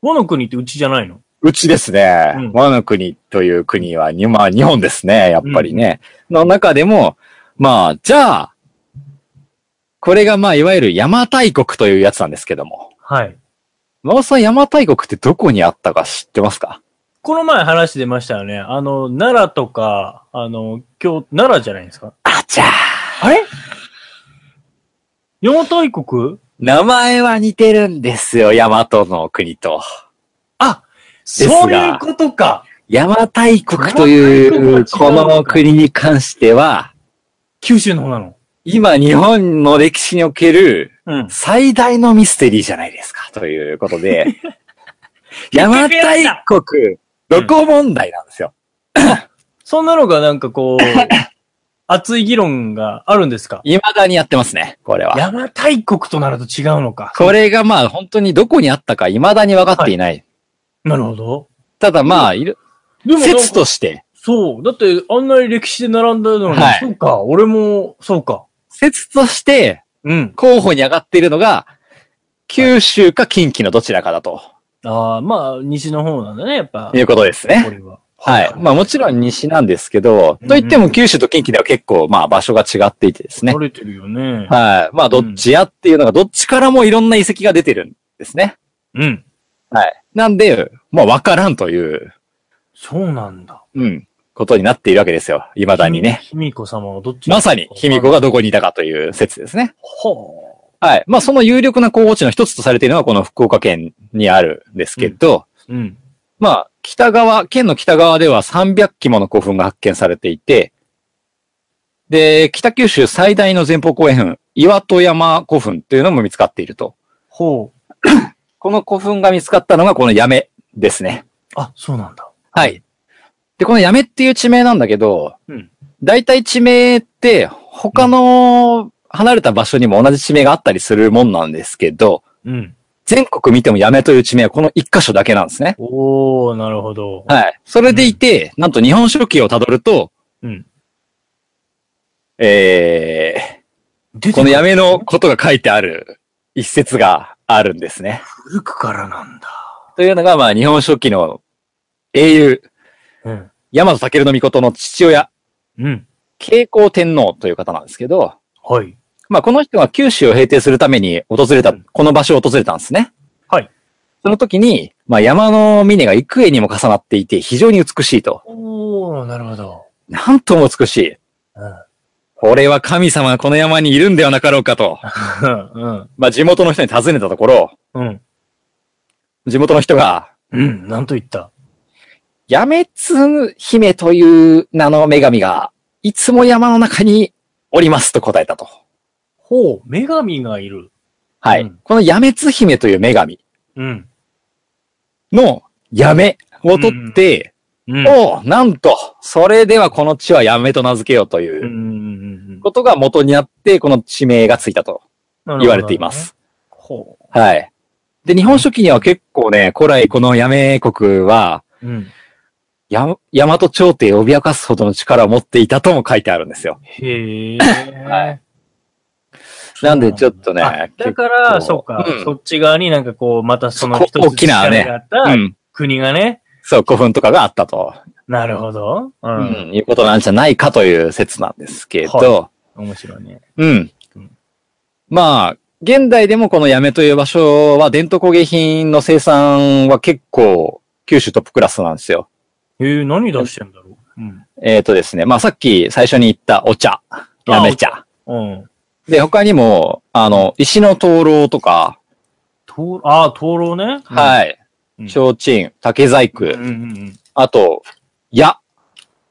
[SPEAKER 4] 和の国ってうちじゃないの
[SPEAKER 3] うちですね。
[SPEAKER 4] うん
[SPEAKER 3] 和の国という国は、にまあ、日本ですね。やっぱりね。の中でも、まあ、じゃあ、これがまあ、いわゆる邪馬台国というやつなんですけども。
[SPEAKER 4] はい。
[SPEAKER 3] 馬場さん、邪馬台国ってどこにあったか知ってますか
[SPEAKER 4] この前話出ましたよね。あの、奈良とか、あの、今日、奈良じゃないですか。
[SPEAKER 3] あちゃー。
[SPEAKER 4] あれ四大国
[SPEAKER 3] 名前は似てるんですよ、大和の国と。
[SPEAKER 4] あ
[SPEAKER 3] すが
[SPEAKER 4] そういうことか
[SPEAKER 3] 邪馬台国と
[SPEAKER 4] 邪馬
[SPEAKER 3] いう、
[SPEAKER 4] 台国
[SPEAKER 3] こ
[SPEAKER 4] は違うのか
[SPEAKER 3] の国に関しては、
[SPEAKER 4] 九州の方なの。
[SPEAKER 3] 今日本の歴史における
[SPEAKER 4] うん。
[SPEAKER 3] 最大のミステリーじゃないですか、ということ で、邪馬台国、どこ問題なんですよ。
[SPEAKER 4] そんなのがなんかこう、 熱い議論があるんですか
[SPEAKER 3] 未だにやってますね、これは。
[SPEAKER 4] 邪馬台国となると違うのか。
[SPEAKER 3] これがまあ本当にどこにあったか未だに分かっていない。
[SPEAKER 4] なるほど。
[SPEAKER 3] ただまあ、いる、
[SPEAKER 4] でもなんか
[SPEAKER 3] 説として、
[SPEAKER 4] そう。だって、あんなに歴史で並んだのに、
[SPEAKER 3] はい
[SPEAKER 4] そうか、俺も、そうか。
[SPEAKER 3] 説として、
[SPEAKER 4] うん。
[SPEAKER 3] 候補に上がっているのが、九州か近畿のどちらかだと
[SPEAKER 4] ああ、まあ、西の方なんだね、やっぱ。
[SPEAKER 3] いうことですね
[SPEAKER 4] こ。れは。
[SPEAKER 3] はい。まあもちろん西なんですけど、といっても九州と近畿では結構まあ場所が違っていてですね
[SPEAKER 4] 取。れてるよね。
[SPEAKER 3] はい。まあどっちやっていうのがどっちからもいろんな遺跡が出てるんですね。
[SPEAKER 4] うん。
[SPEAKER 3] はい。なんで、まあわからんという、
[SPEAKER 4] そうなんだ。
[SPEAKER 3] うん、ことになっているわけですよ。未だにね。
[SPEAKER 4] 卑弥呼様はどっち
[SPEAKER 3] まさに、卑弥呼。がどこにいたかという説ですね。
[SPEAKER 4] ほ
[SPEAKER 3] はい。まあ、その有力な候補地の一つとされているのは、この福岡県にあるんですけど、
[SPEAKER 4] うん。
[SPEAKER 3] まあ、北側、県の北側では300基もの古墳が発見されていて、で、北九州最大の前方後円墳、岩戸山古墳というのも見つかっていると。
[SPEAKER 4] ほう。
[SPEAKER 3] この古墳が見つかったのがこのやめですね。
[SPEAKER 4] あ、そうなんだ。
[SPEAKER 3] はい。で、このやめっていう地名なんだけど、
[SPEAKER 4] うん
[SPEAKER 3] 大体地名って他の離れた場所にも同じ地名があったりするもんなんですけど、
[SPEAKER 4] うん。
[SPEAKER 3] 全国見てもやめという地名はこの一箇所だけなんですね。
[SPEAKER 4] おー、なるほど。
[SPEAKER 3] はい。それでいて、なんと日本書紀をたどると、
[SPEAKER 4] うん。
[SPEAKER 3] え
[SPEAKER 4] 出
[SPEAKER 3] ー、このやめのことが書いてある一節があるんですね。
[SPEAKER 4] 古くからなんだ。
[SPEAKER 3] というのが、まあ、日本書紀の英雄、
[SPEAKER 4] うん。
[SPEAKER 3] 山田武の御の父親、
[SPEAKER 4] うん。
[SPEAKER 3] 慶光天皇という方なんですけど、
[SPEAKER 4] はい。
[SPEAKER 3] まあ、この人が九州を平定するために訪れた、
[SPEAKER 4] うん
[SPEAKER 3] この場所を訪れたんですね。
[SPEAKER 4] はい。
[SPEAKER 3] その時に、まあ、山の峰が幾重にも重なっていて、非常に美しいと。
[SPEAKER 4] おー、なるほど。
[SPEAKER 3] なんとも美しい。
[SPEAKER 4] う
[SPEAKER 3] これは神様がこの山にいるんではなかろうかと。
[SPEAKER 4] ん。 うん。
[SPEAKER 3] まあ、地元の人に尋ねたところ、
[SPEAKER 4] うん。
[SPEAKER 3] 地元の人が、
[SPEAKER 4] うん。なんと言った
[SPEAKER 3] やめつ姫という名の女神が、いつも山の中におりますと答えたと。
[SPEAKER 4] ほう、女神がいる。
[SPEAKER 3] はい。
[SPEAKER 4] うん
[SPEAKER 3] このやめつ姫という女神
[SPEAKER 4] うん。
[SPEAKER 3] のやめを取って、
[SPEAKER 4] うん。
[SPEAKER 3] おうなんと、それではこの地はやめと名付けようと
[SPEAKER 4] う
[SPEAKER 3] い
[SPEAKER 4] ん
[SPEAKER 3] う
[SPEAKER 4] うん
[SPEAKER 3] ことが元になって、この地名がついたと
[SPEAKER 4] うん
[SPEAKER 3] 言われています。。
[SPEAKER 4] ほ
[SPEAKER 3] はい。で、日本書紀には結構ね、古来このやめ国は、
[SPEAKER 4] う。うん。
[SPEAKER 3] や、大和朝廷を脅かすほどの力を持っていたとも書いてあるんですよ。
[SPEAKER 4] へえ。
[SPEAKER 3] はいなんでちょっと
[SPEAKER 4] あ
[SPEAKER 3] ね、
[SPEAKER 4] だ
[SPEAKER 3] 結構
[SPEAKER 4] から、そうか、
[SPEAKER 3] うん
[SPEAKER 4] そっち側になんかこう、またその一つ
[SPEAKER 3] こ大きなね
[SPEAKER 4] 力があった
[SPEAKER 3] うん。
[SPEAKER 4] 国がね、
[SPEAKER 3] そう、古墳とかがあったと、
[SPEAKER 4] なるほど。う。
[SPEAKER 3] うんん、いうことなんじゃないかという説なんですけ
[SPEAKER 4] は
[SPEAKER 3] ど、
[SPEAKER 4] 面白いね。
[SPEAKER 3] うん
[SPEAKER 4] うん。
[SPEAKER 3] まあ、現代でもこのやめという場所は伝統工芸品の生産は結構九州トップクラスなんですよ。
[SPEAKER 4] えー、何出してんだろううん。
[SPEAKER 3] えっ、とですね、まあさっき最初に言ったお茶、やめ茶。
[SPEAKER 4] うん。
[SPEAKER 3] で、他にも、あの、石の灯籠とか、
[SPEAKER 4] 灯籠、あー、灯籠ね。い。
[SPEAKER 3] はい。
[SPEAKER 4] うん
[SPEAKER 3] 提灯、竹細工、
[SPEAKER 4] うんうん
[SPEAKER 3] あと、矢。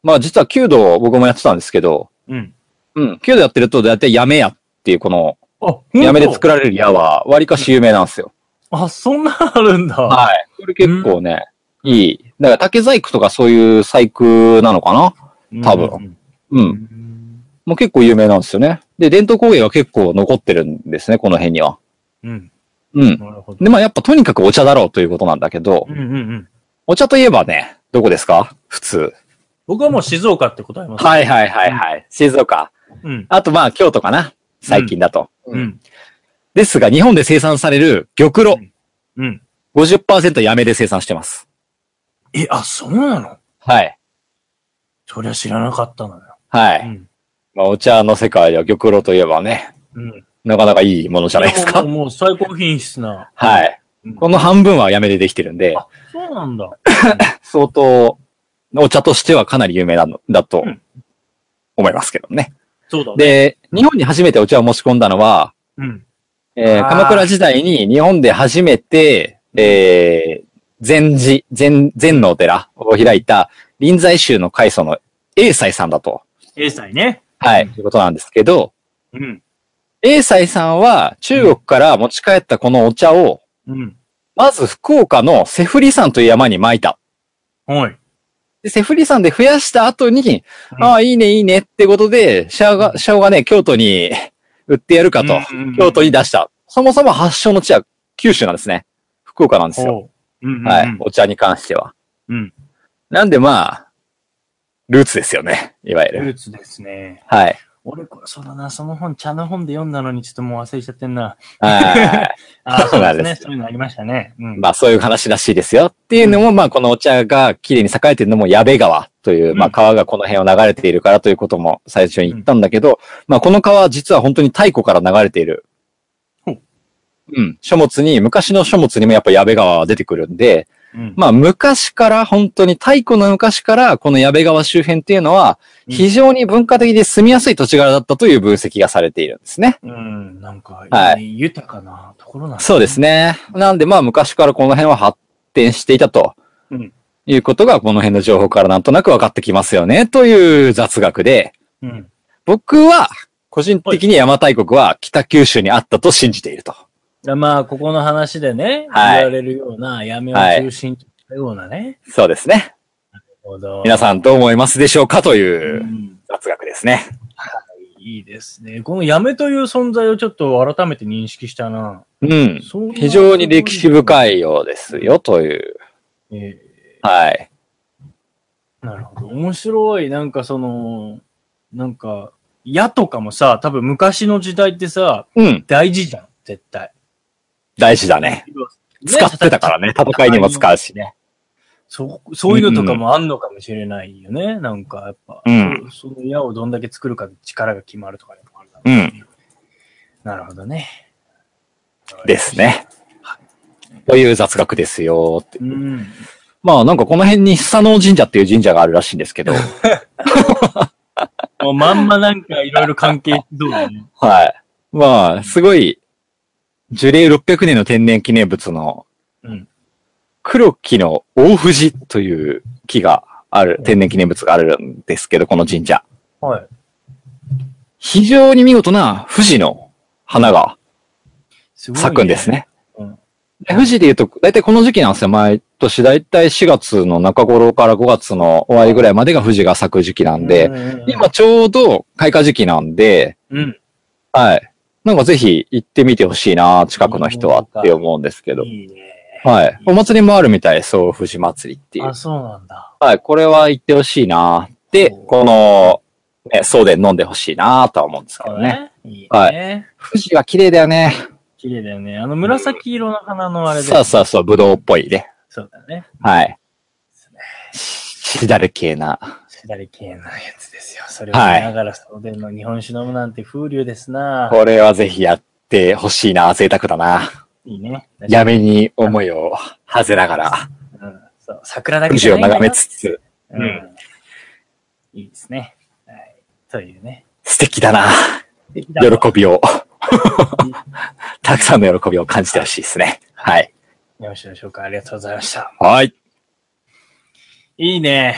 [SPEAKER 3] まあ実は弓道を僕もやってたんですけど、
[SPEAKER 4] うん。うん。
[SPEAKER 3] うん。弓道やってると大体やめ矢っていうこの、
[SPEAKER 4] あ、ほんと
[SPEAKER 3] やめで作られる矢は割かし有名なんですよ。
[SPEAKER 4] あ、そんなあるんだ。
[SPEAKER 3] はい。これ結構ね、いい。だから竹細工とかそういう細工なのかな多分う。
[SPEAKER 4] うんん。
[SPEAKER 3] もう結構有名なんですよね。で、伝統工芸が結構残ってるんですね、この辺には。
[SPEAKER 4] うん。
[SPEAKER 3] うん。
[SPEAKER 4] なるほど。
[SPEAKER 3] で、まあやっぱとにかくお茶だろうということなんだけど
[SPEAKER 4] う、んうんうん。
[SPEAKER 3] お茶といえばね、どこですか普通。
[SPEAKER 4] 僕はもう静岡って答えます。
[SPEAKER 3] はいはいはいはい。静岡。
[SPEAKER 4] うん。
[SPEAKER 3] あとまあ京都かな最近だと。
[SPEAKER 4] うん。
[SPEAKER 3] ですが、日本で生産される玉露、
[SPEAKER 4] うん。
[SPEAKER 3] 50%やめで生産してます。
[SPEAKER 4] え、あ、そうなの
[SPEAKER 3] はい。
[SPEAKER 4] そりゃ知らなかったのよ。
[SPEAKER 3] はい。
[SPEAKER 4] ん。
[SPEAKER 3] まあお茶の世界では玉露といえばね、
[SPEAKER 4] うん。
[SPEAKER 3] なかなかいいものじゃないです
[SPEAKER 4] も
[SPEAKER 3] か
[SPEAKER 4] う。もう最高品質な。
[SPEAKER 3] はい
[SPEAKER 4] うん。
[SPEAKER 3] この半分はやめでできてるんで
[SPEAKER 4] あ、そうなんだ。
[SPEAKER 3] 相当、お茶としてはかなり有名なのだと
[SPEAKER 4] うん
[SPEAKER 3] 思いますけどね。
[SPEAKER 4] そうだね。
[SPEAKER 3] で、日本に初めてお茶を持ち込んだのは、
[SPEAKER 4] うん。
[SPEAKER 3] えー
[SPEAKER 4] あー
[SPEAKER 3] 鎌倉時代に日本で初めて、えー、禅寺、禅、禅のお寺を開いた臨済宗の開祖の英才さんだと、
[SPEAKER 4] A 歳ね。
[SPEAKER 3] は
[SPEAKER 4] う
[SPEAKER 3] い、
[SPEAKER 4] ん
[SPEAKER 3] ということなんですけど、
[SPEAKER 4] うん。
[SPEAKER 3] 英才さんは中国から持ち帰ったこのお茶を、
[SPEAKER 4] うん。
[SPEAKER 3] まず福岡のセフリ山という山に撒いた。
[SPEAKER 4] はい。
[SPEAKER 3] で、セフリ山で増やした後に、
[SPEAKER 4] うん
[SPEAKER 3] ああ、いいね、いいねってことで、シャオが、シャオがね、京都に 売ってやるかと、
[SPEAKER 4] うんうんうん
[SPEAKER 3] 京都に出した。そもそも発祥の地は九州なんですね。福岡なんですよ。
[SPEAKER 4] ほう。うん。
[SPEAKER 3] はい、お茶に関しては。
[SPEAKER 4] うん。
[SPEAKER 3] なんでまあ、ルーツですよね。いわゆ
[SPEAKER 4] ル
[SPEAKER 3] る。
[SPEAKER 4] ーツですね。
[SPEAKER 3] はい。
[SPEAKER 4] 俺、これ、そうだな。その本、茶の本で読んだのに、ちょっともう忘れちゃってんな。
[SPEAKER 3] はい
[SPEAKER 4] あ、
[SPEAKER 3] そ
[SPEAKER 4] そうう
[SPEAKER 3] な
[SPEAKER 4] で
[SPEAKER 3] んで
[SPEAKER 4] すね。
[SPEAKER 3] す
[SPEAKER 4] そういうのありましたね。うん。
[SPEAKER 3] まあそういう話らしいですよ。っていうのも、まあこのお茶が綺麗に栄えてるのも矢部川という、
[SPEAKER 4] うん
[SPEAKER 3] まあ川がこの辺を流れているからということも最初に言ったんだけど、まあこの川は実は本当に太古から流れている
[SPEAKER 4] ほう。
[SPEAKER 3] うん。書物に、昔の書物にもやっぱ矢部川は出てくるんで、
[SPEAKER 4] うん。
[SPEAKER 3] まあ昔から本当に太古の昔からこの矢部川周辺っていうのは
[SPEAKER 4] うん
[SPEAKER 3] 非常に文化的で住みやすい土地柄だったという分析がされているんですね。
[SPEAKER 4] うん、なんか、
[SPEAKER 3] は
[SPEAKER 4] 豊かなところなん
[SPEAKER 3] そうです
[SPEAKER 4] ね。
[SPEAKER 3] ね。なんでまあ昔からこの辺は発展していたと
[SPEAKER 4] うん。
[SPEAKER 3] いうことがこの辺の情報からなんとなく分かってきますよねという雑学で、
[SPEAKER 4] うん。
[SPEAKER 3] 僕は個人的に邪馬台国は北九州にあったと信じていると。
[SPEAKER 4] まあ、ここの話でね、
[SPEAKER 3] はい
[SPEAKER 4] 言われるような、闇を中心としたようなね。
[SPEAKER 3] そうですね。
[SPEAKER 4] ほど
[SPEAKER 3] 皆さんどう思いますでしょうかといううん雑学ですね。
[SPEAKER 4] いいですね。この闇という存在をちょっと改めて認識したな。
[SPEAKER 3] うん。
[SPEAKER 4] そんな
[SPEAKER 3] 非常に歴史深
[SPEAKER 4] い。
[SPEAKER 3] いようですよという。
[SPEAKER 4] え
[SPEAKER 3] はい。
[SPEAKER 4] ーなるほど。面白い。なんかその、なんか、矢とかもさ、多分昔の時代ってさ、
[SPEAKER 3] うん。
[SPEAKER 4] 大事じゃん、絶対。
[SPEAKER 3] 大事だね。使ってたからね。戦いにも使うしね。
[SPEAKER 4] そ、そういうのとかもあんのかもしれないよね。なんか、やっぱ、
[SPEAKER 3] うん
[SPEAKER 4] その矢をどんだけ作るかで力が決まるとかでもあるだろ
[SPEAKER 3] う
[SPEAKER 4] う。
[SPEAKER 3] ん。
[SPEAKER 4] なるほどね。
[SPEAKER 3] ですね。という雑学ですよって。
[SPEAKER 4] うん。
[SPEAKER 3] まあなんかこの辺に久能神社っていう神社があるらしいんですけ ど。
[SPEAKER 4] もうまんまなんかいろいろ関係しそうだね。
[SPEAKER 3] はい。まあ、すごい、樹齢600年の天然記念物の
[SPEAKER 4] うん。
[SPEAKER 3] 黒木の大藤という木がある、天然記念物があるんですけど、この神社。
[SPEAKER 4] はい。
[SPEAKER 3] 非常に見事な富士の花が
[SPEAKER 4] すごい、
[SPEAKER 3] 咲くんです。ね。
[SPEAKER 4] うん
[SPEAKER 3] で富士で言うと、だいたいこの時期なんですよ。毎年、だいたい4月の中頃から5月の終わりぐらいまでが富士が咲く時期なんで、
[SPEAKER 4] うんうんうん、
[SPEAKER 3] 今ちょうど開花時期なんで、
[SPEAKER 4] うん。
[SPEAKER 3] はい。なんかぜひ行ってみてほしいな、近くの人はって思うんですけど。
[SPEAKER 4] いいね。
[SPEAKER 3] はい。お祭りもあるみたい、そう、富士祭りっていう
[SPEAKER 4] あ、。そうなんだ。
[SPEAKER 3] はい、これは行ってほしいな。で、この、ね、送電飲んでほしいなとは思うんですけどね。。
[SPEAKER 4] いいね。
[SPEAKER 3] は富士は綺麗だよね。
[SPEAKER 4] 綺麗だよね。あの紫色の花のあれで。
[SPEAKER 3] そうそうそう、ぶどうっぽいね。
[SPEAKER 4] そうだね。
[SPEAKER 3] はい。ししだれ系な。
[SPEAKER 4] しだれ系なやつですよ。それを見ながら、おでんの日本酒飲むなんて風流ですな。
[SPEAKER 3] これはぜひやってほしいな。贅沢だな。
[SPEAKER 4] いいね。
[SPEAKER 3] やめに思いを馳せながら、
[SPEAKER 4] うん。そう。桜だけ
[SPEAKER 3] 富
[SPEAKER 4] じ
[SPEAKER 3] 士
[SPEAKER 4] ゃ
[SPEAKER 3] を
[SPEAKER 4] ないんだよ
[SPEAKER 3] 眺めつつ、
[SPEAKER 4] うん
[SPEAKER 3] うん。
[SPEAKER 4] いいですね。はい。というね。
[SPEAKER 3] 素敵だな。
[SPEAKER 4] 喜
[SPEAKER 3] 喜びを。たくさんの喜びを感じてほしいですね。はい。
[SPEAKER 4] よろしいでしょうか。ありがとうございました。
[SPEAKER 3] はい。
[SPEAKER 4] いいね。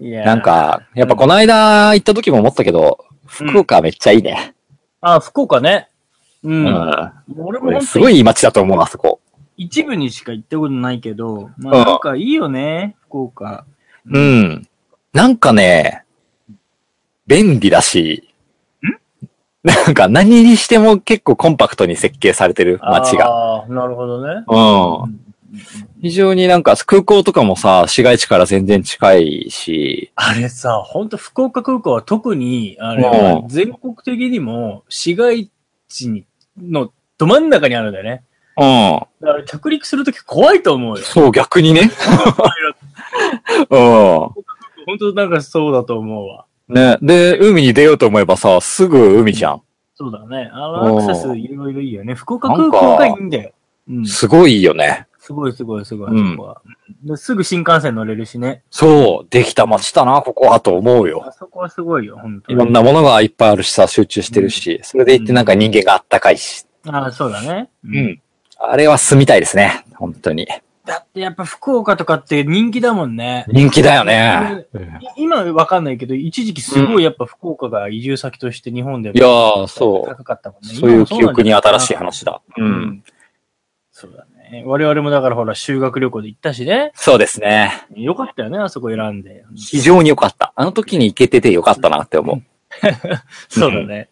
[SPEAKER 4] いやー
[SPEAKER 3] なん、か、やっぱこの間行った時も思ったけど、
[SPEAKER 4] うん
[SPEAKER 3] 福岡めっちゃいいね。
[SPEAKER 4] あ、福岡ね。う。
[SPEAKER 3] うんん。
[SPEAKER 4] 俺も
[SPEAKER 3] 俺
[SPEAKER 4] 本
[SPEAKER 3] す
[SPEAKER 4] 当
[SPEAKER 3] ごいいい街だと思う、あそこ。
[SPEAKER 4] 一部にしか行ったことないけど、まあなんかいいよね、福岡。
[SPEAKER 3] う。ん。なんかね、便利だし、なんか何にしても結構コンパクトに設計されてる街が。
[SPEAKER 4] が。なるほどね。
[SPEAKER 3] うん。非常になんか空港とかもさ、市街地から全然近いし、
[SPEAKER 4] あれさ、ほんと福岡空港は特に、あ
[SPEAKER 3] う
[SPEAKER 4] れ
[SPEAKER 3] ん、
[SPEAKER 4] 全国的にも市街地にのど真ん中にあるんだよね。
[SPEAKER 3] うん。
[SPEAKER 4] だから着陸するとき怖いと思うよ。
[SPEAKER 3] そう、逆にね。うん。
[SPEAKER 4] 本当なんかそうだと思うわ。
[SPEAKER 3] ね。で、海に出ようと思えばさ、すぐ海じゃん。
[SPEAKER 4] そうだね。あ
[SPEAKER 3] う
[SPEAKER 4] の、
[SPEAKER 3] ん
[SPEAKER 4] アクセスいろいろいいよね。福岡空港がいいんだよ。うん。す
[SPEAKER 3] すごいよね。
[SPEAKER 4] ごいすごいすごい、
[SPEAKER 3] うん
[SPEAKER 4] そこは。ですぐ新幹線乗れるしね。
[SPEAKER 3] そう、できた街だな、ここはと思うよ。
[SPEAKER 4] あそこはすごいよ、本当
[SPEAKER 3] いろんなものがいっぱいあるしさ、集中してるし、それでいてなんか人間があったかいし。
[SPEAKER 4] ああ、そうだね。う
[SPEAKER 3] う。ん。あれは住みたいですね、本当に。
[SPEAKER 4] だってやっぱ福岡とかって人気だもんね。
[SPEAKER 3] 人気だよね。
[SPEAKER 4] い今わかんないけど、一時期すごいやっぱ福岡が移住先として日本でも
[SPEAKER 3] いやー、そう。
[SPEAKER 4] 高かったもんね。
[SPEAKER 3] そういう記憶に新しい
[SPEAKER 4] 話。
[SPEAKER 3] 話だ。う。
[SPEAKER 4] うんん。そうだね。我々もだからほら修学旅行で行ったしね。
[SPEAKER 3] そうですね。
[SPEAKER 4] よかったよね、あそこ選んで。
[SPEAKER 3] 非常に良かった。あの時に行けてて良かったなって思う。
[SPEAKER 4] そうだね。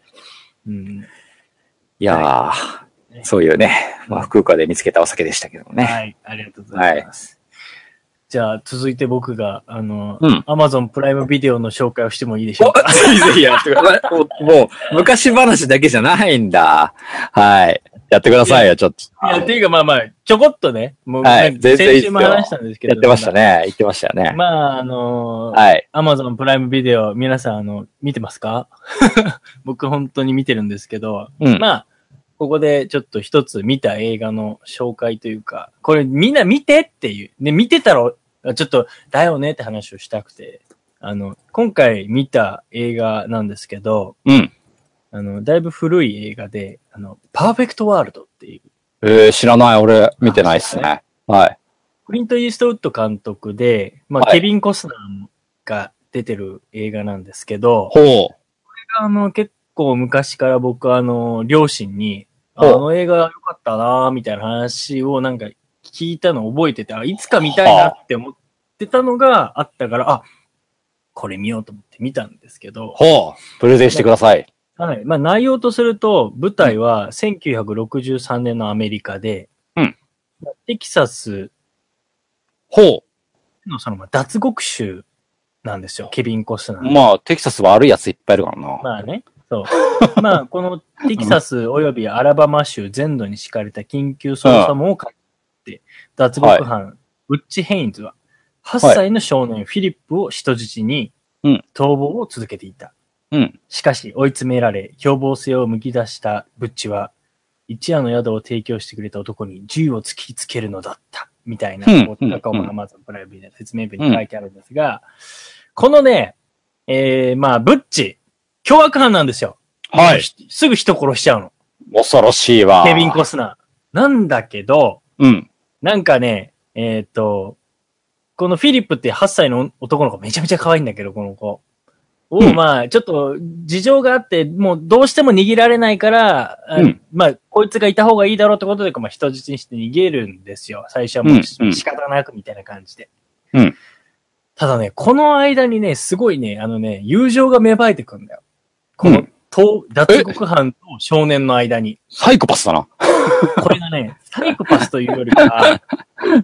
[SPEAKER 4] うん。
[SPEAKER 3] いやー、そういうね、まあ、福岡で見つけたお酒でしたけども ね。
[SPEAKER 4] はい、ありがとうございます。じゃあ、続いて僕が、あの
[SPEAKER 3] うん、
[SPEAKER 4] アマゾンプライムビデオの紹介をしてもいいでしょうか。
[SPEAKER 3] おぜひぜひやってください。もう、もう昔話だけじゃないんだ。はい。やってくださいよ、ちょっと。
[SPEAKER 4] いや、っていうかまあまあ、ちょこっとね、もう、
[SPEAKER 3] はい
[SPEAKER 4] なんか
[SPEAKER 3] 全然いいっ
[SPEAKER 4] 先
[SPEAKER 3] す
[SPEAKER 4] 週
[SPEAKER 3] よ
[SPEAKER 4] も話したんですけど。
[SPEAKER 3] やってましたね。言ってましたよね。
[SPEAKER 4] まあ、あのー、
[SPEAKER 3] はい。
[SPEAKER 4] Amazon プライムビデオ、 皆さん、あの、見てますか僕本当に見てるんですけど、
[SPEAKER 3] うん。
[SPEAKER 4] まあ、ここでちょっと一つ見た映画の紹介というか、これみんな見てっていう。で、見てたら、ちょっと、だよねって話をしたくて、あの、今回見た映画なんですけど、
[SPEAKER 3] うん。
[SPEAKER 4] あの、だいぶ古い映画で、あの、パーフェクトワールドっていう、
[SPEAKER 3] えー、知らない。俺、見てないっすね。はい。
[SPEAKER 4] クリント・イーストウッド監督で、まあ、
[SPEAKER 3] はい
[SPEAKER 4] ケビン・コスナーが出てる映画なんですけど、
[SPEAKER 3] ほう。
[SPEAKER 4] あの、結構昔から僕はあの、両親に、あ
[SPEAKER 3] ほう
[SPEAKER 4] の映画良かったなぁ、みたいな話をなんか聞いたのを覚えてて、あいつか見たいなって思ってたのがあったから、あ、これ見ようと思って見たんですけど、
[SPEAKER 3] ほう。プレゼンしてください。
[SPEAKER 4] はい。まあ内容とすると、舞台は1963年のアメリカで、
[SPEAKER 3] うん
[SPEAKER 4] テキサス
[SPEAKER 3] ほ
[SPEAKER 4] のそのまあ脱獄州なんですよ、ケビン・コスナー
[SPEAKER 3] う。。まあ、テキサス悪いやついっぱいいるからな。
[SPEAKER 4] まあね。そう。 まあ、このテキサスおよびアラバマ州全土に敷かれた緊急捜査網をかって、脱獄犯、ウッチ・ヘインズは、8歳の少年フィリップを人質に
[SPEAKER 3] うん
[SPEAKER 4] 逃亡を続けていた。
[SPEAKER 3] うん
[SPEAKER 4] しかし、追い詰められ、凶暴性をむき出したブッチは、一夜の宿を提供してくれた男に銃を突きつけるのだった。みたいな、
[SPEAKER 3] うん
[SPEAKER 4] こう
[SPEAKER 3] うん
[SPEAKER 4] 高岡アマゾンプライムで説明文に書いてあるんですが、このね、えー、まあ、ブッチ、凶悪犯なんですよ。
[SPEAKER 3] はい。
[SPEAKER 4] ひすぐ人殺しちゃうの。
[SPEAKER 3] 恐ろしいわ。
[SPEAKER 4] ケビン・コスナー。なんだけど、
[SPEAKER 3] うん。
[SPEAKER 4] なんかね、えーっ、と、このフィリップって8歳の男の子めちゃめちゃ可愛いんだけど、この子。を、
[SPEAKER 3] うん
[SPEAKER 4] まあ、ちょっと、事情があって、もうどうしても逃げられないから、あ
[SPEAKER 3] うん
[SPEAKER 4] まあ、こいつがいた方がいいだろうってことで、まあ、人質にして逃げるんですよ。最初はもうし
[SPEAKER 3] うんうん
[SPEAKER 4] 仕方なくみたいな感じで。
[SPEAKER 3] うん
[SPEAKER 4] ただね、この間にね、すごいね、あのね、友情が芽生えてくんだよ。こ
[SPEAKER 3] う
[SPEAKER 4] の、と脱獄犯と少年の間に。
[SPEAKER 3] サイコパスだな。
[SPEAKER 4] これがね、 サイコパスというよりかは、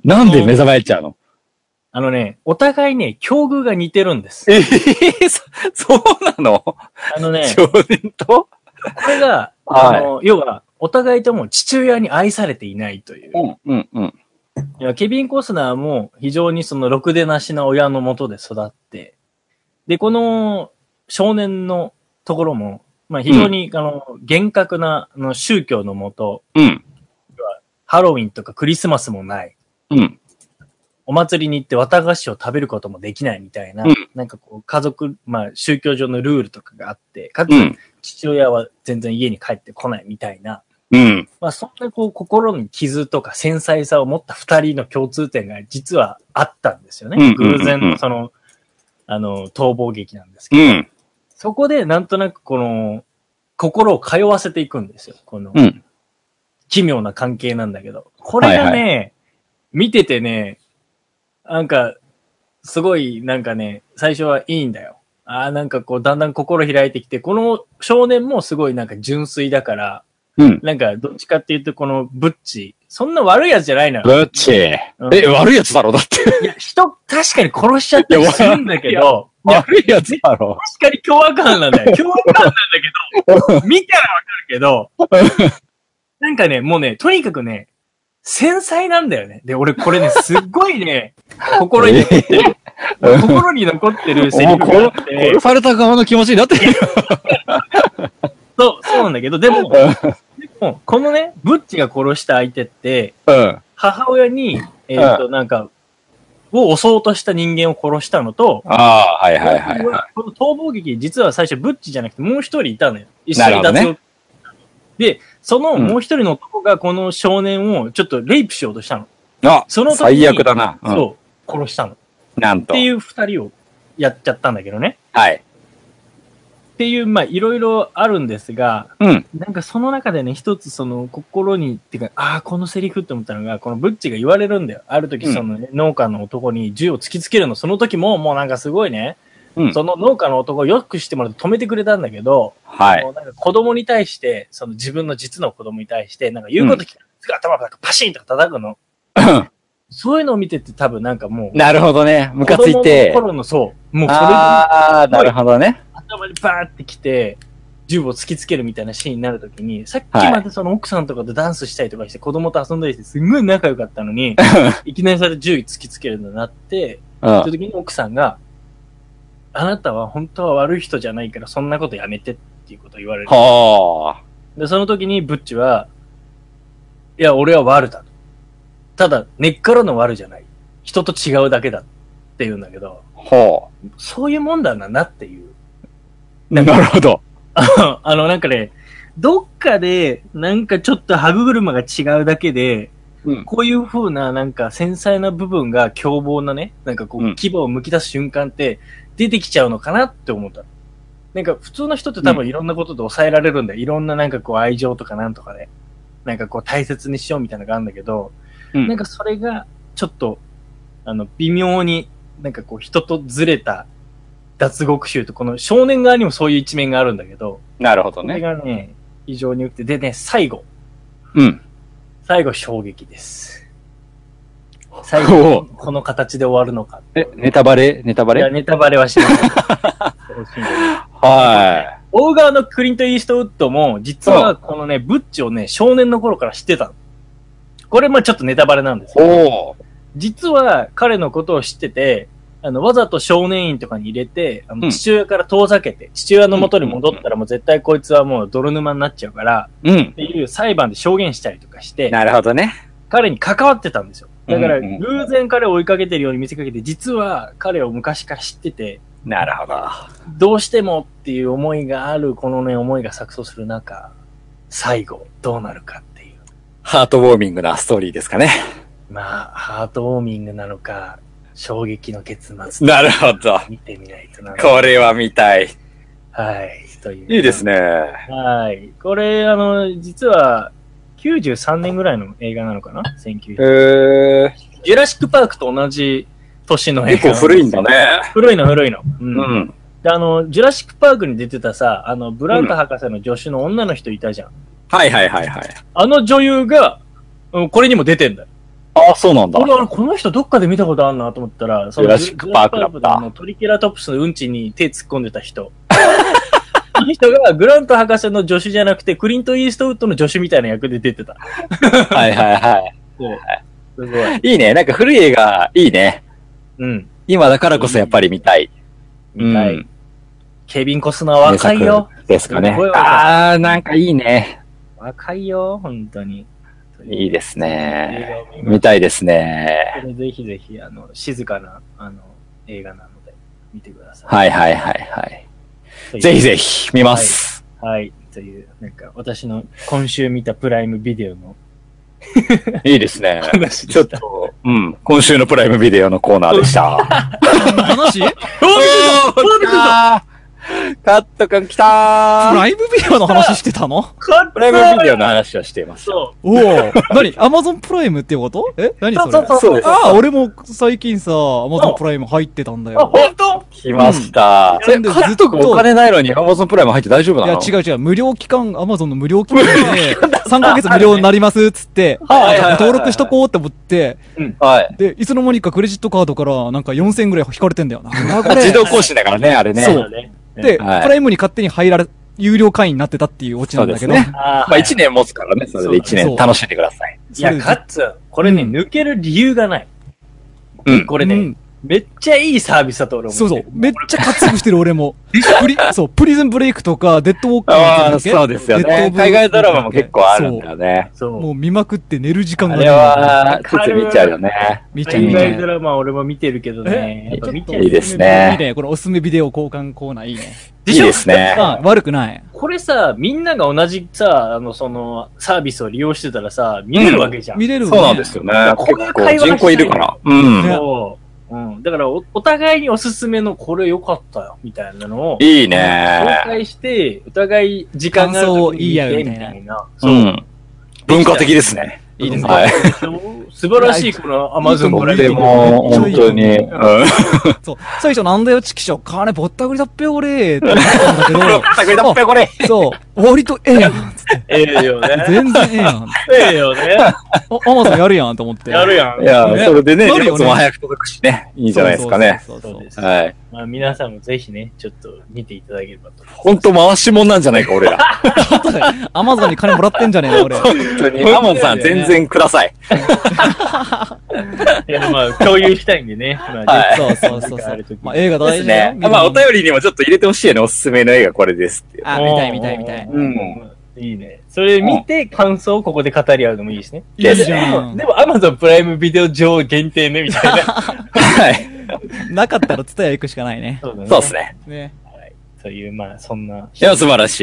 [SPEAKER 3] なんで目覚めちゃうの
[SPEAKER 4] あのね、お互いね、境遇が似てるんです。
[SPEAKER 3] えー、そ、そうなの、
[SPEAKER 4] あのね、
[SPEAKER 3] 少年と
[SPEAKER 4] これが、
[SPEAKER 3] はい
[SPEAKER 4] あの、要は、お互いとも父親に愛されていないという。
[SPEAKER 3] ん、うん、うん。
[SPEAKER 4] いやケビン・コスナーも非常にその、ろくでなしな親のもとで育って、で、この少年のところも、まあ、非常に、あの、厳格な、あの、宗教のもと、
[SPEAKER 3] うん、
[SPEAKER 4] ハロウィンとかクリスマスもない。
[SPEAKER 3] うん。
[SPEAKER 4] お祭りに行って綿菓子を食べることもできないみたいな、
[SPEAKER 3] うん
[SPEAKER 4] なんかこう、家族、まあ、宗教上のルールとかがあって、かつ、
[SPEAKER 3] うん、
[SPEAKER 4] 父親は全然家に帰ってこないみたいな、
[SPEAKER 3] うん。
[SPEAKER 4] まあ、そんなこう、心に傷とか繊細さを持った二人の共通点が実はあったんですよ
[SPEAKER 3] うん
[SPEAKER 4] ね。
[SPEAKER 3] うんうんうん
[SPEAKER 4] 偶然のその、あの、逃亡劇なんですけど、
[SPEAKER 3] うん。
[SPEAKER 4] そこでなんとなくこの、心を通わせていくんですよ。この、
[SPEAKER 3] うん
[SPEAKER 4] 奇妙な関係なんだけど。これがね、見ててね、なんか、すごい、なんかね、最初はいいんだよ。ああ、なんかこう、だんだん心開いてきて、この少年もすごいなんか純粋だから、
[SPEAKER 3] うん。
[SPEAKER 4] なんかどっちかっていうとこのブッチ、そんな悪いやつじゃないの
[SPEAKER 3] ブ
[SPEAKER 4] よ。
[SPEAKER 3] ッチ。え、
[SPEAKER 4] うん
[SPEAKER 3] 悪いやつだろだって。
[SPEAKER 4] いや、人確かに殺しちゃったりするんだけど、いや
[SPEAKER 3] 悪いやつだろ。
[SPEAKER 4] 確かに凶悪犯なんだよ。 凶悪犯なんだけど、見たらわかるけど、なんかね、もうね、とにかくね、繊細なんだよね。で、俺これね、すっごい ね、心に残ってる、
[SPEAKER 3] うん
[SPEAKER 4] 心に残ってるセリフがあって、
[SPEAKER 3] 殺された側の気持ちになってる。
[SPEAKER 4] そう、そうなんだけど、でも、
[SPEAKER 3] う
[SPEAKER 4] でもこのね、ブッチが殺した相手って、
[SPEAKER 3] ん。
[SPEAKER 4] 母親に、えっ、と、なんか、を襲おうとした人間を殺したのと、
[SPEAKER 3] ああ、はいはいはいは
[SPEAKER 4] この逃亡劇、実は最初、ブッチじゃなくて、もう一人いたのよ。一
[SPEAKER 3] な
[SPEAKER 4] 緒
[SPEAKER 3] る
[SPEAKER 4] に
[SPEAKER 3] ほど
[SPEAKER 4] 脱
[SPEAKER 3] ね
[SPEAKER 4] 獄。で、その
[SPEAKER 3] うん
[SPEAKER 4] もう一人の男が、この少年をちょっとレイプしようとしたの。
[SPEAKER 3] い。あ、
[SPEAKER 4] その時に
[SPEAKER 3] 最悪だな。うん
[SPEAKER 4] そう、殺したの。っ
[SPEAKER 3] なんと
[SPEAKER 4] て。いう二人をやっちゃったんだけどね。
[SPEAKER 3] はい。
[SPEAKER 4] っていう、まあ、いろいろあるんですが、
[SPEAKER 3] うん。
[SPEAKER 4] なんかその中でね、一つその心に、っていうか、ああ、このセリフって思ったのが、このブッチが言われるんだよ。ある時
[SPEAKER 3] うん
[SPEAKER 4] その、ね農家の男に銃を突きつけるの、その時ももうなんかすごいね、
[SPEAKER 3] うん
[SPEAKER 4] その農家の男をよくしてもらって止めてくれたんだけど、
[SPEAKER 3] はい。
[SPEAKER 4] もうなんか子供に対して、その自分の実の子供に対して、なんか言うこと聞かない、すぐ頭がパシンとか叩くの。 そういうのを見てて多分なんかもう、
[SPEAKER 3] なるほどね。ムカついて
[SPEAKER 4] 子。供の頃のそう、もうそれで
[SPEAKER 3] ああ、なるほどね。
[SPEAKER 4] 頭にバーってきて、銃を突きつけるみたいなシーンになるときに、さっきまでその奥さんとかとダンスしたりとかして、子供と遊んだりして、すんごい仲良かったのに、いきなりそれで銃突きつけるのになって、
[SPEAKER 3] う
[SPEAKER 4] そ
[SPEAKER 3] ん。
[SPEAKER 4] の時に奥さんが、あなたは本当は悪い人じゃないから、そんなことやめてっていうことを言われる。
[SPEAKER 3] はあ。
[SPEAKER 4] で、その時にブッチは、いや、俺は悪だと。ただ、根っからの悪じゃない。人と違うだけだって言うんだけど、
[SPEAKER 3] は
[SPEAKER 4] そういうもんだななっていう。
[SPEAKER 3] あ。なるほど。
[SPEAKER 4] あの、なんかね、どっかで、なんかちょっと歯車が違うだけで、
[SPEAKER 3] うん
[SPEAKER 4] こういう風な、なんか繊細な部分が凶暴なね、なんかこ
[SPEAKER 3] うん
[SPEAKER 4] う、牙を剥き出す瞬間って出てきちゃうのかなって思った。なんか普通の人って多分いろんなことで抑えられるんだよ。いろんななんかこう愛情とかなんとかで、なんかこう大切にしようみたいなのがあるんだけど、
[SPEAKER 3] うん
[SPEAKER 4] なんかそれがちょっと、あの、微妙になんかこう人とずれた脱獄集とこの少年側にもそういう一面があるんだけど、
[SPEAKER 3] なるほど
[SPEAKER 4] これ
[SPEAKER 3] ね。
[SPEAKER 4] がね、非常に良くて。でね、最後。
[SPEAKER 3] うん。
[SPEAKER 4] 最後、衝撃です。最
[SPEAKER 3] お
[SPEAKER 4] 後
[SPEAKER 3] う、
[SPEAKER 4] この形で終わるのか。
[SPEAKER 3] え、ネタバレネタバ
[SPEAKER 4] いや、
[SPEAKER 3] レ
[SPEAKER 4] ネタバレは しない。恐ろしいね
[SPEAKER 3] は
[SPEAKER 4] 大川のクリント・イーストウッドも、実はこのね、ブッチをね、少年の頃から知ってたの。これ、まあちょっとネタバレなんです
[SPEAKER 3] い。
[SPEAKER 4] けど、
[SPEAKER 3] おお。
[SPEAKER 4] 実は彼のことを知ってて、あの、わざと少年院とかに入れて、あ
[SPEAKER 3] うん
[SPEAKER 4] の父親から遠ざけて、父親の元に戻ったらもう絶対こいつはもう泥沼になっちゃうから、
[SPEAKER 3] うん
[SPEAKER 4] っ。ていう裁判で証言したりとかして、
[SPEAKER 3] なるほどね。
[SPEAKER 4] 彼に関わってたんですよ。だから、
[SPEAKER 3] うんうん
[SPEAKER 4] 偶然彼を追いかけてるように見せかけて、実は彼を昔から知ってて、
[SPEAKER 3] なるほど。
[SPEAKER 4] どうしてもっていう思いがある、このね、思いが錯綜する中、最後、どうなるかっていう。
[SPEAKER 3] ハートウォーミングなストーリーですか ね。
[SPEAKER 4] まあ、ハートウォーミングなのか、衝撃の結末
[SPEAKER 3] なるほど。
[SPEAKER 4] 見てみないとな。
[SPEAKER 3] これは見たい。
[SPEAKER 4] はい、という。
[SPEAKER 3] いいです
[SPEAKER 4] ね。
[SPEAKER 3] ね。
[SPEAKER 4] はい。これ、あの、実は、93年ぐらいの映画なのかな
[SPEAKER 3] え
[SPEAKER 4] ?1900。
[SPEAKER 3] ー、
[SPEAKER 4] ジュラシックパークと同じ年の映画。
[SPEAKER 3] 結構古いんだ。ね。
[SPEAKER 4] 古いの古いの。う
[SPEAKER 3] う。ん。
[SPEAKER 4] で、あの、ジュラシックパークに出てたさ、あの、ブランカ博士の助手の女の人いたじゃん。
[SPEAKER 3] はいはいはいはい。
[SPEAKER 4] あの女優が、うんこれにも出てんだよ。
[SPEAKER 3] ああ、そうなんだ
[SPEAKER 4] こ。のこの人どっかで見たことあるなと思ったら、その
[SPEAKER 3] ジュラシックパークだった
[SPEAKER 4] ジュラシックパのあのトリケラトプスのうんちに手突っ込んでた人。あの人がグラント博士の助手じゃなくて、クリント・イーストウッドの助手みたいな役で出てた。
[SPEAKER 3] はいはいは
[SPEAKER 4] こう。すごい。
[SPEAKER 3] い。いいね。なんか古い映画、いいね。
[SPEAKER 4] うん。
[SPEAKER 3] 今だからこそやっぱり見たい。
[SPEAKER 4] みたい。
[SPEAKER 3] うん
[SPEAKER 4] ケビン・コスナー若いよ。。
[SPEAKER 3] 名作ですかね
[SPEAKER 4] すごい。若い
[SPEAKER 3] ああ、なんかいいね。
[SPEAKER 4] 若いよ、本当に。
[SPEAKER 3] いいです
[SPEAKER 4] 映
[SPEAKER 3] ね。
[SPEAKER 4] 画を見ましょう
[SPEAKER 3] 見たいですね。
[SPEAKER 4] これぜひぜひ、あの、静かな、あの、映画なので、見てください。
[SPEAKER 3] はいはいはいはい。
[SPEAKER 4] い
[SPEAKER 3] ぜひぜひ、見ます。
[SPEAKER 4] ひ。はい。という、なんか、私の今週見たプライムビデオの
[SPEAKER 3] いいですね。
[SPEAKER 4] 話で
[SPEAKER 3] ちょっ
[SPEAKER 4] した。
[SPEAKER 3] と、うん。今週のプライムビデオのコーナーでした。
[SPEAKER 5] 話
[SPEAKER 3] おー
[SPEAKER 4] びっくりした
[SPEAKER 3] カット君来た
[SPEAKER 5] プ
[SPEAKER 3] ー
[SPEAKER 5] ライムビデオの話して たの
[SPEAKER 3] プライムビデオの話をしています。
[SPEAKER 4] そ
[SPEAKER 5] おお。何アマゾンプライムってことえ何それ
[SPEAKER 4] そうそう
[SPEAKER 3] そうです。
[SPEAKER 5] ああ、俺も最近さ、アマゾンプライム入ってたんだ
[SPEAKER 4] う。あ、
[SPEAKER 5] よ。
[SPEAKER 4] 本当
[SPEAKER 3] 来ました。
[SPEAKER 5] うん
[SPEAKER 3] えカット君お金ないのに Amazon プライム入って大丈夫
[SPEAKER 5] い
[SPEAKER 3] な
[SPEAKER 5] や
[SPEAKER 3] の、
[SPEAKER 5] 違う違う、無料期間、アマゾンの無料期間 で、3ヶ月無料になりますっつって、
[SPEAKER 3] はいはいはいはい
[SPEAKER 5] 登録しとこうって思って、
[SPEAKER 3] はい。
[SPEAKER 5] で、いつの間にかクレジットカードからなんか4000円ぐらい引かれてんだよな。
[SPEAKER 3] 自動更新だからね、あれね。
[SPEAKER 5] そう
[SPEAKER 4] ね。
[SPEAKER 5] で、
[SPEAKER 3] はい
[SPEAKER 5] プライムに勝手に入られ、有料会員になってたっていうオチなんだけど。
[SPEAKER 3] そうです
[SPEAKER 4] あ
[SPEAKER 3] まあ1年持つからね、それで1
[SPEAKER 5] そう
[SPEAKER 3] 年楽しんでください。
[SPEAKER 4] いや、カッツン、これね、抜ける理由がない。
[SPEAKER 3] うん
[SPEAKER 4] これね、
[SPEAKER 5] うん
[SPEAKER 4] めっちゃいいサービスだと俺思って
[SPEAKER 5] そう
[SPEAKER 4] る
[SPEAKER 5] そう。めっちゃ活躍してる俺も。 プリ、そう、プリズンブレイクとか、デッドウォーカー
[SPEAKER 3] あ
[SPEAKER 5] なんだ
[SPEAKER 3] あ、
[SPEAKER 5] っけ
[SPEAKER 3] そうですよ
[SPEAKER 5] デッドウォ
[SPEAKER 3] ね
[SPEAKER 5] ー。カー
[SPEAKER 3] 海外ドラマも結構あるんだよね。
[SPEAKER 4] そう。
[SPEAKER 5] もう見まくって寝る時間
[SPEAKER 3] あ
[SPEAKER 5] が
[SPEAKER 3] れ
[SPEAKER 5] ない。
[SPEAKER 3] は、ついつい見ちゃうよね。
[SPEAKER 5] 見ちゃう
[SPEAKER 4] 海
[SPEAKER 5] 見ち
[SPEAKER 4] 外ド
[SPEAKER 5] ゃう。
[SPEAKER 4] ラマ俺も見てるけどね。やっぱ見ちゃう
[SPEAKER 3] いいですね
[SPEAKER 5] いいね。このおすすめビデオ交換コーナーいいね。
[SPEAKER 3] いいですね。
[SPEAKER 5] あ悪くない。
[SPEAKER 4] これさ、みんなが同じさ、あの、その、サービスを利用してたらさ、見れるわけじゃん。
[SPEAKER 5] 見れる
[SPEAKER 3] そ
[SPEAKER 5] わ
[SPEAKER 3] う
[SPEAKER 5] ね
[SPEAKER 3] なんですよね。
[SPEAKER 4] こ
[SPEAKER 3] 結
[SPEAKER 4] ういう
[SPEAKER 3] 構
[SPEAKER 4] 会話がしたい
[SPEAKER 3] 人口いるから。うん。
[SPEAKER 4] そう。うん。だからお、お互いにおすすめのこれ良かったよ、みたいなのを、
[SPEAKER 3] いい
[SPEAKER 4] 紹
[SPEAKER 3] ね。
[SPEAKER 4] 介して、お互い時間がある時に見てみたいな。
[SPEAKER 3] う
[SPEAKER 4] そう。
[SPEAKER 3] ん。文化的ですね。
[SPEAKER 5] いいですね。
[SPEAKER 3] はい。
[SPEAKER 4] 素晴らしい、このアマゾンプライム
[SPEAKER 3] でも、本当に。うん。
[SPEAKER 5] そう。最初なんだよ、チキショ。金ぼったくりだっぺよ、俺。って思ったんだけど。
[SPEAKER 3] よ、 これ。
[SPEAKER 5] あそう。割とええやん。
[SPEAKER 4] ええ よね。
[SPEAKER 5] 全然ええやん。
[SPEAKER 4] ええよね。
[SPEAKER 5] おアマゾンやるやんと思って。
[SPEAKER 4] やるやん。
[SPEAKER 3] いや、
[SPEAKER 5] ね
[SPEAKER 3] それでね、
[SPEAKER 5] な
[SPEAKER 3] 荷
[SPEAKER 5] るよね
[SPEAKER 3] 物も早く届くしね。いいんじゃないですかね。
[SPEAKER 5] そうそう
[SPEAKER 4] そう
[SPEAKER 5] そう
[SPEAKER 4] で
[SPEAKER 5] そ
[SPEAKER 4] す。
[SPEAKER 5] う。
[SPEAKER 3] はい。
[SPEAKER 4] まあ皆さんもぜひね、ちょっと見ていただければと思います。
[SPEAKER 3] 本当回しもんなんじゃないか、俺ら。
[SPEAKER 5] 本当だよアマゾンに金もらってんじゃねえの、俺。
[SPEAKER 3] 本当に。アマンさん、全然ください。
[SPEAKER 4] いや、まあ共有したいんでね。まあ
[SPEAKER 3] はい
[SPEAKER 5] そうそうそうそう。まあ、映画
[SPEAKER 3] で
[SPEAKER 5] 大
[SPEAKER 3] す
[SPEAKER 5] 事だよ
[SPEAKER 3] ね。まあ、お便りにもちょっと入れてほしいよね。おすすめの映画これですっていう。
[SPEAKER 5] あ、見たい見たい見たい。
[SPEAKER 3] うん。
[SPEAKER 4] いいね。それ見て感想をここで語り合うのもいいしね。
[SPEAKER 5] いい じゃん
[SPEAKER 4] でも Amazon プライムビデオ上限定ね、みたいな。
[SPEAKER 3] はい。
[SPEAKER 5] なかったらツタヤ行くしかないね。
[SPEAKER 4] そう だ
[SPEAKER 3] そうです。ね。
[SPEAKER 5] ね。
[SPEAKER 4] という、まあ、そんな。
[SPEAKER 3] いや、素晴らし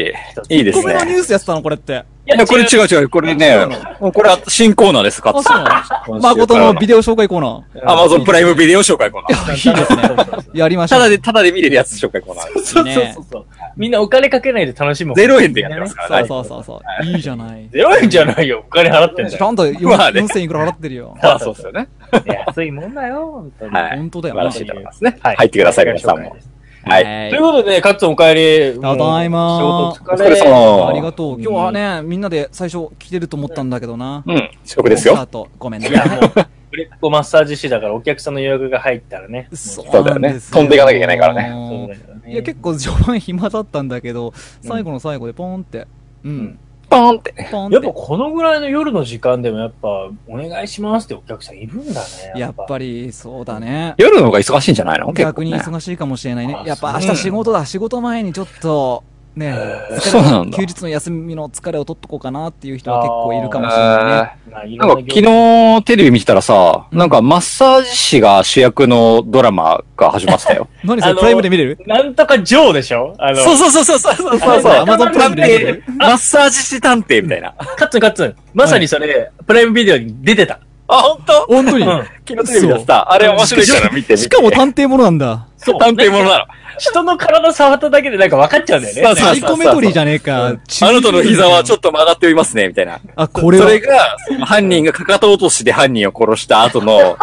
[SPEAKER 3] い。いいで
[SPEAKER 5] 1個
[SPEAKER 3] す
[SPEAKER 5] 目のニ
[SPEAKER 3] ね。
[SPEAKER 5] ュースやってたの、これって。
[SPEAKER 3] いや、これ違う違う。これね、もうこれは新コーナーです、か
[SPEAKER 5] あ、
[SPEAKER 3] つ
[SPEAKER 5] そうなの誠のビデオ紹介コーナ
[SPEAKER 3] アマゾンプライムビデオ紹介コーナー。
[SPEAKER 5] ー。いいですね。やりましょ
[SPEAKER 3] た
[SPEAKER 5] う。
[SPEAKER 3] だで、ただで見れるやつ紹介コーナーです。
[SPEAKER 4] そうそうそうそう。みんなお金かけないで楽しむ。
[SPEAKER 3] 0円でやってますからね。
[SPEAKER 5] そうそうそうそう。いいじゃない。
[SPEAKER 4] ゼロ円じゃないよ。お金払ってんじ
[SPEAKER 5] ち
[SPEAKER 4] ゃん。
[SPEAKER 5] ゃんと
[SPEAKER 3] まあね
[SPEAKER 5] 4000いくら払ってるよ。
[SPEAKER 3] まあ、そうですよね。
[SPEAKER 4] 安いもんだよ、本当に。
[SPEAKER 3] はい。
[SPEAKER 5] 本当だよ
[SPEAKER 3] 素晴ら。しい
[SPEAKER 5] な
[SPEAKER 3] と思いますね。入ってください、皆さんも。。はい。
[SPEAKER 4] ということでね、カッツンお帰り。
[SPEAKER 5] ただいま
[SPEAKER 4] もう仕事
[SPEAKER 3] お
[SPEAKER 4] 疲
[SPEAKER 3] 疲れ
[SPEAKER 4] れ。
[SPEAKER 5] あり
[SPEAKER 3] 様
[SPEAKER 5] が。とう。今日はね、みんなで最初来てると思ったんだけどな。
[SPEAKER 3] うん、遅刻ですよ
[SPEAKER 5] コンサ。ート。ごめんね
[SPEAKER 4] い。や、もう、売れっ子マッサージ師だからお客さんの予約が入ったらね。
[SPEAKER 5] そ
[SPEAKER 3] そうだよね飛んでいかなきゃいけないからね
[SPEAKER 4] そうだ
[SPEAKER 5] ね。
[SPEAKER 4] よね。
[SPEAKER 5] いや、結構序盤暇だったんだけど、最後の最後でポンって。うん。
[SPEAKER 3] ポーンって。
[SPEAKER 5] ポン
[SPEAKER 4] やっ
[SPEAKER 5] っ
[SPEAKER 4] ぱ
[SPEAKER 5] て。
[SPEAKER 4] このぐらいの夜の時間でもやっぱ、お願いしますってお客さんいるんだね。
[SPEAKER 5] やっぱり、そうだね。
[SPEAKER 3] 夜の方が忙しいんじゃないの結構
[SPEAKER 5] 逆に
[SPEAKER 3] ね。
[SPEAKER 5] 忙しいかもしれないね
[SPEAKER 4] あ。
[SPEAKER 5] やっぱ
[SPEAKER 4] そ
[SPEAKER 5] 明
[SPEAKER 4] う
[SPEAKER 5] 日仕事だ。仕事前にちょっと、ね、
[SPEAKER 3] そうなんだ
[SPEAKER 5] 休日の休みの疲れを取っとこうかなっていう人
[SPEAKER 4] あ
[SPEAKER 5] は
[SPEAKER 4] ー
[SPEAKER 5] 結構いるか
[SPEAKER 3] え
[SPEAKER 5] もしれないね。
[SPEAKER 3] ー
[SPEAKER 4] まあい
[SPEAKER 3] な
[SPEAKER 4] ろ
[SPEAKER 3] ん
[SPEAKER 4] な
[SPEAKER 3] か
[SPEAKER 4] 業
[SPEAKER 3] 昨日テレビ見てたらさ、なんかマッサージ師が主役のドラマが始まってた よ。
[SPEAKER 5] 何それ
[SPEAKER 4] あの
[SPEAKER 5] プライムで見れる
[SPEAKER 4] なんとかジョーでしょあの、
[SPEAKER 3] そうそうそうそうそうそうそう。
[SPEAKER 5] あの Amazon プライムで見れる
[SPEAKER 3] 探偵マッサージ師探偵みたいな。
[SPEAKER 4] カッツンカッツン。まさにそれ、プライムビデオに出てた。
[SPEAKER 3] あ、本当？
[SPEAKER 5] 本当に。
[SPEAKER 4] うん
[SPEAKER 3] 昨日テレビでやってた。あれ面白いから見て見て。
[SPEAKER 5] しかも探偵ものなんだ。
[SPEAKER 4] そう。
[SPEAKER 3] 探偵ものなの。
[SPEAKER 4] 人の体触っただけでなんか分かっちゃうんだよね。
[SPEAKER 3] そうそうそう
[SPEAKER 5] サイコメトリーじゃねえか。
[SPEAKER 3] あなたの膝はちょ
[SPEAKER 5] っ
[SPEAKER 3] っと曲がっておりますね、みたいな。
[SPEAKER 5] と。あ、こ
[SPEAKER 3] そ
[SPEAKER 5] れは。
[SPEAKER 3] れが、その犯人がかかと落としで犯人を殺した後 の、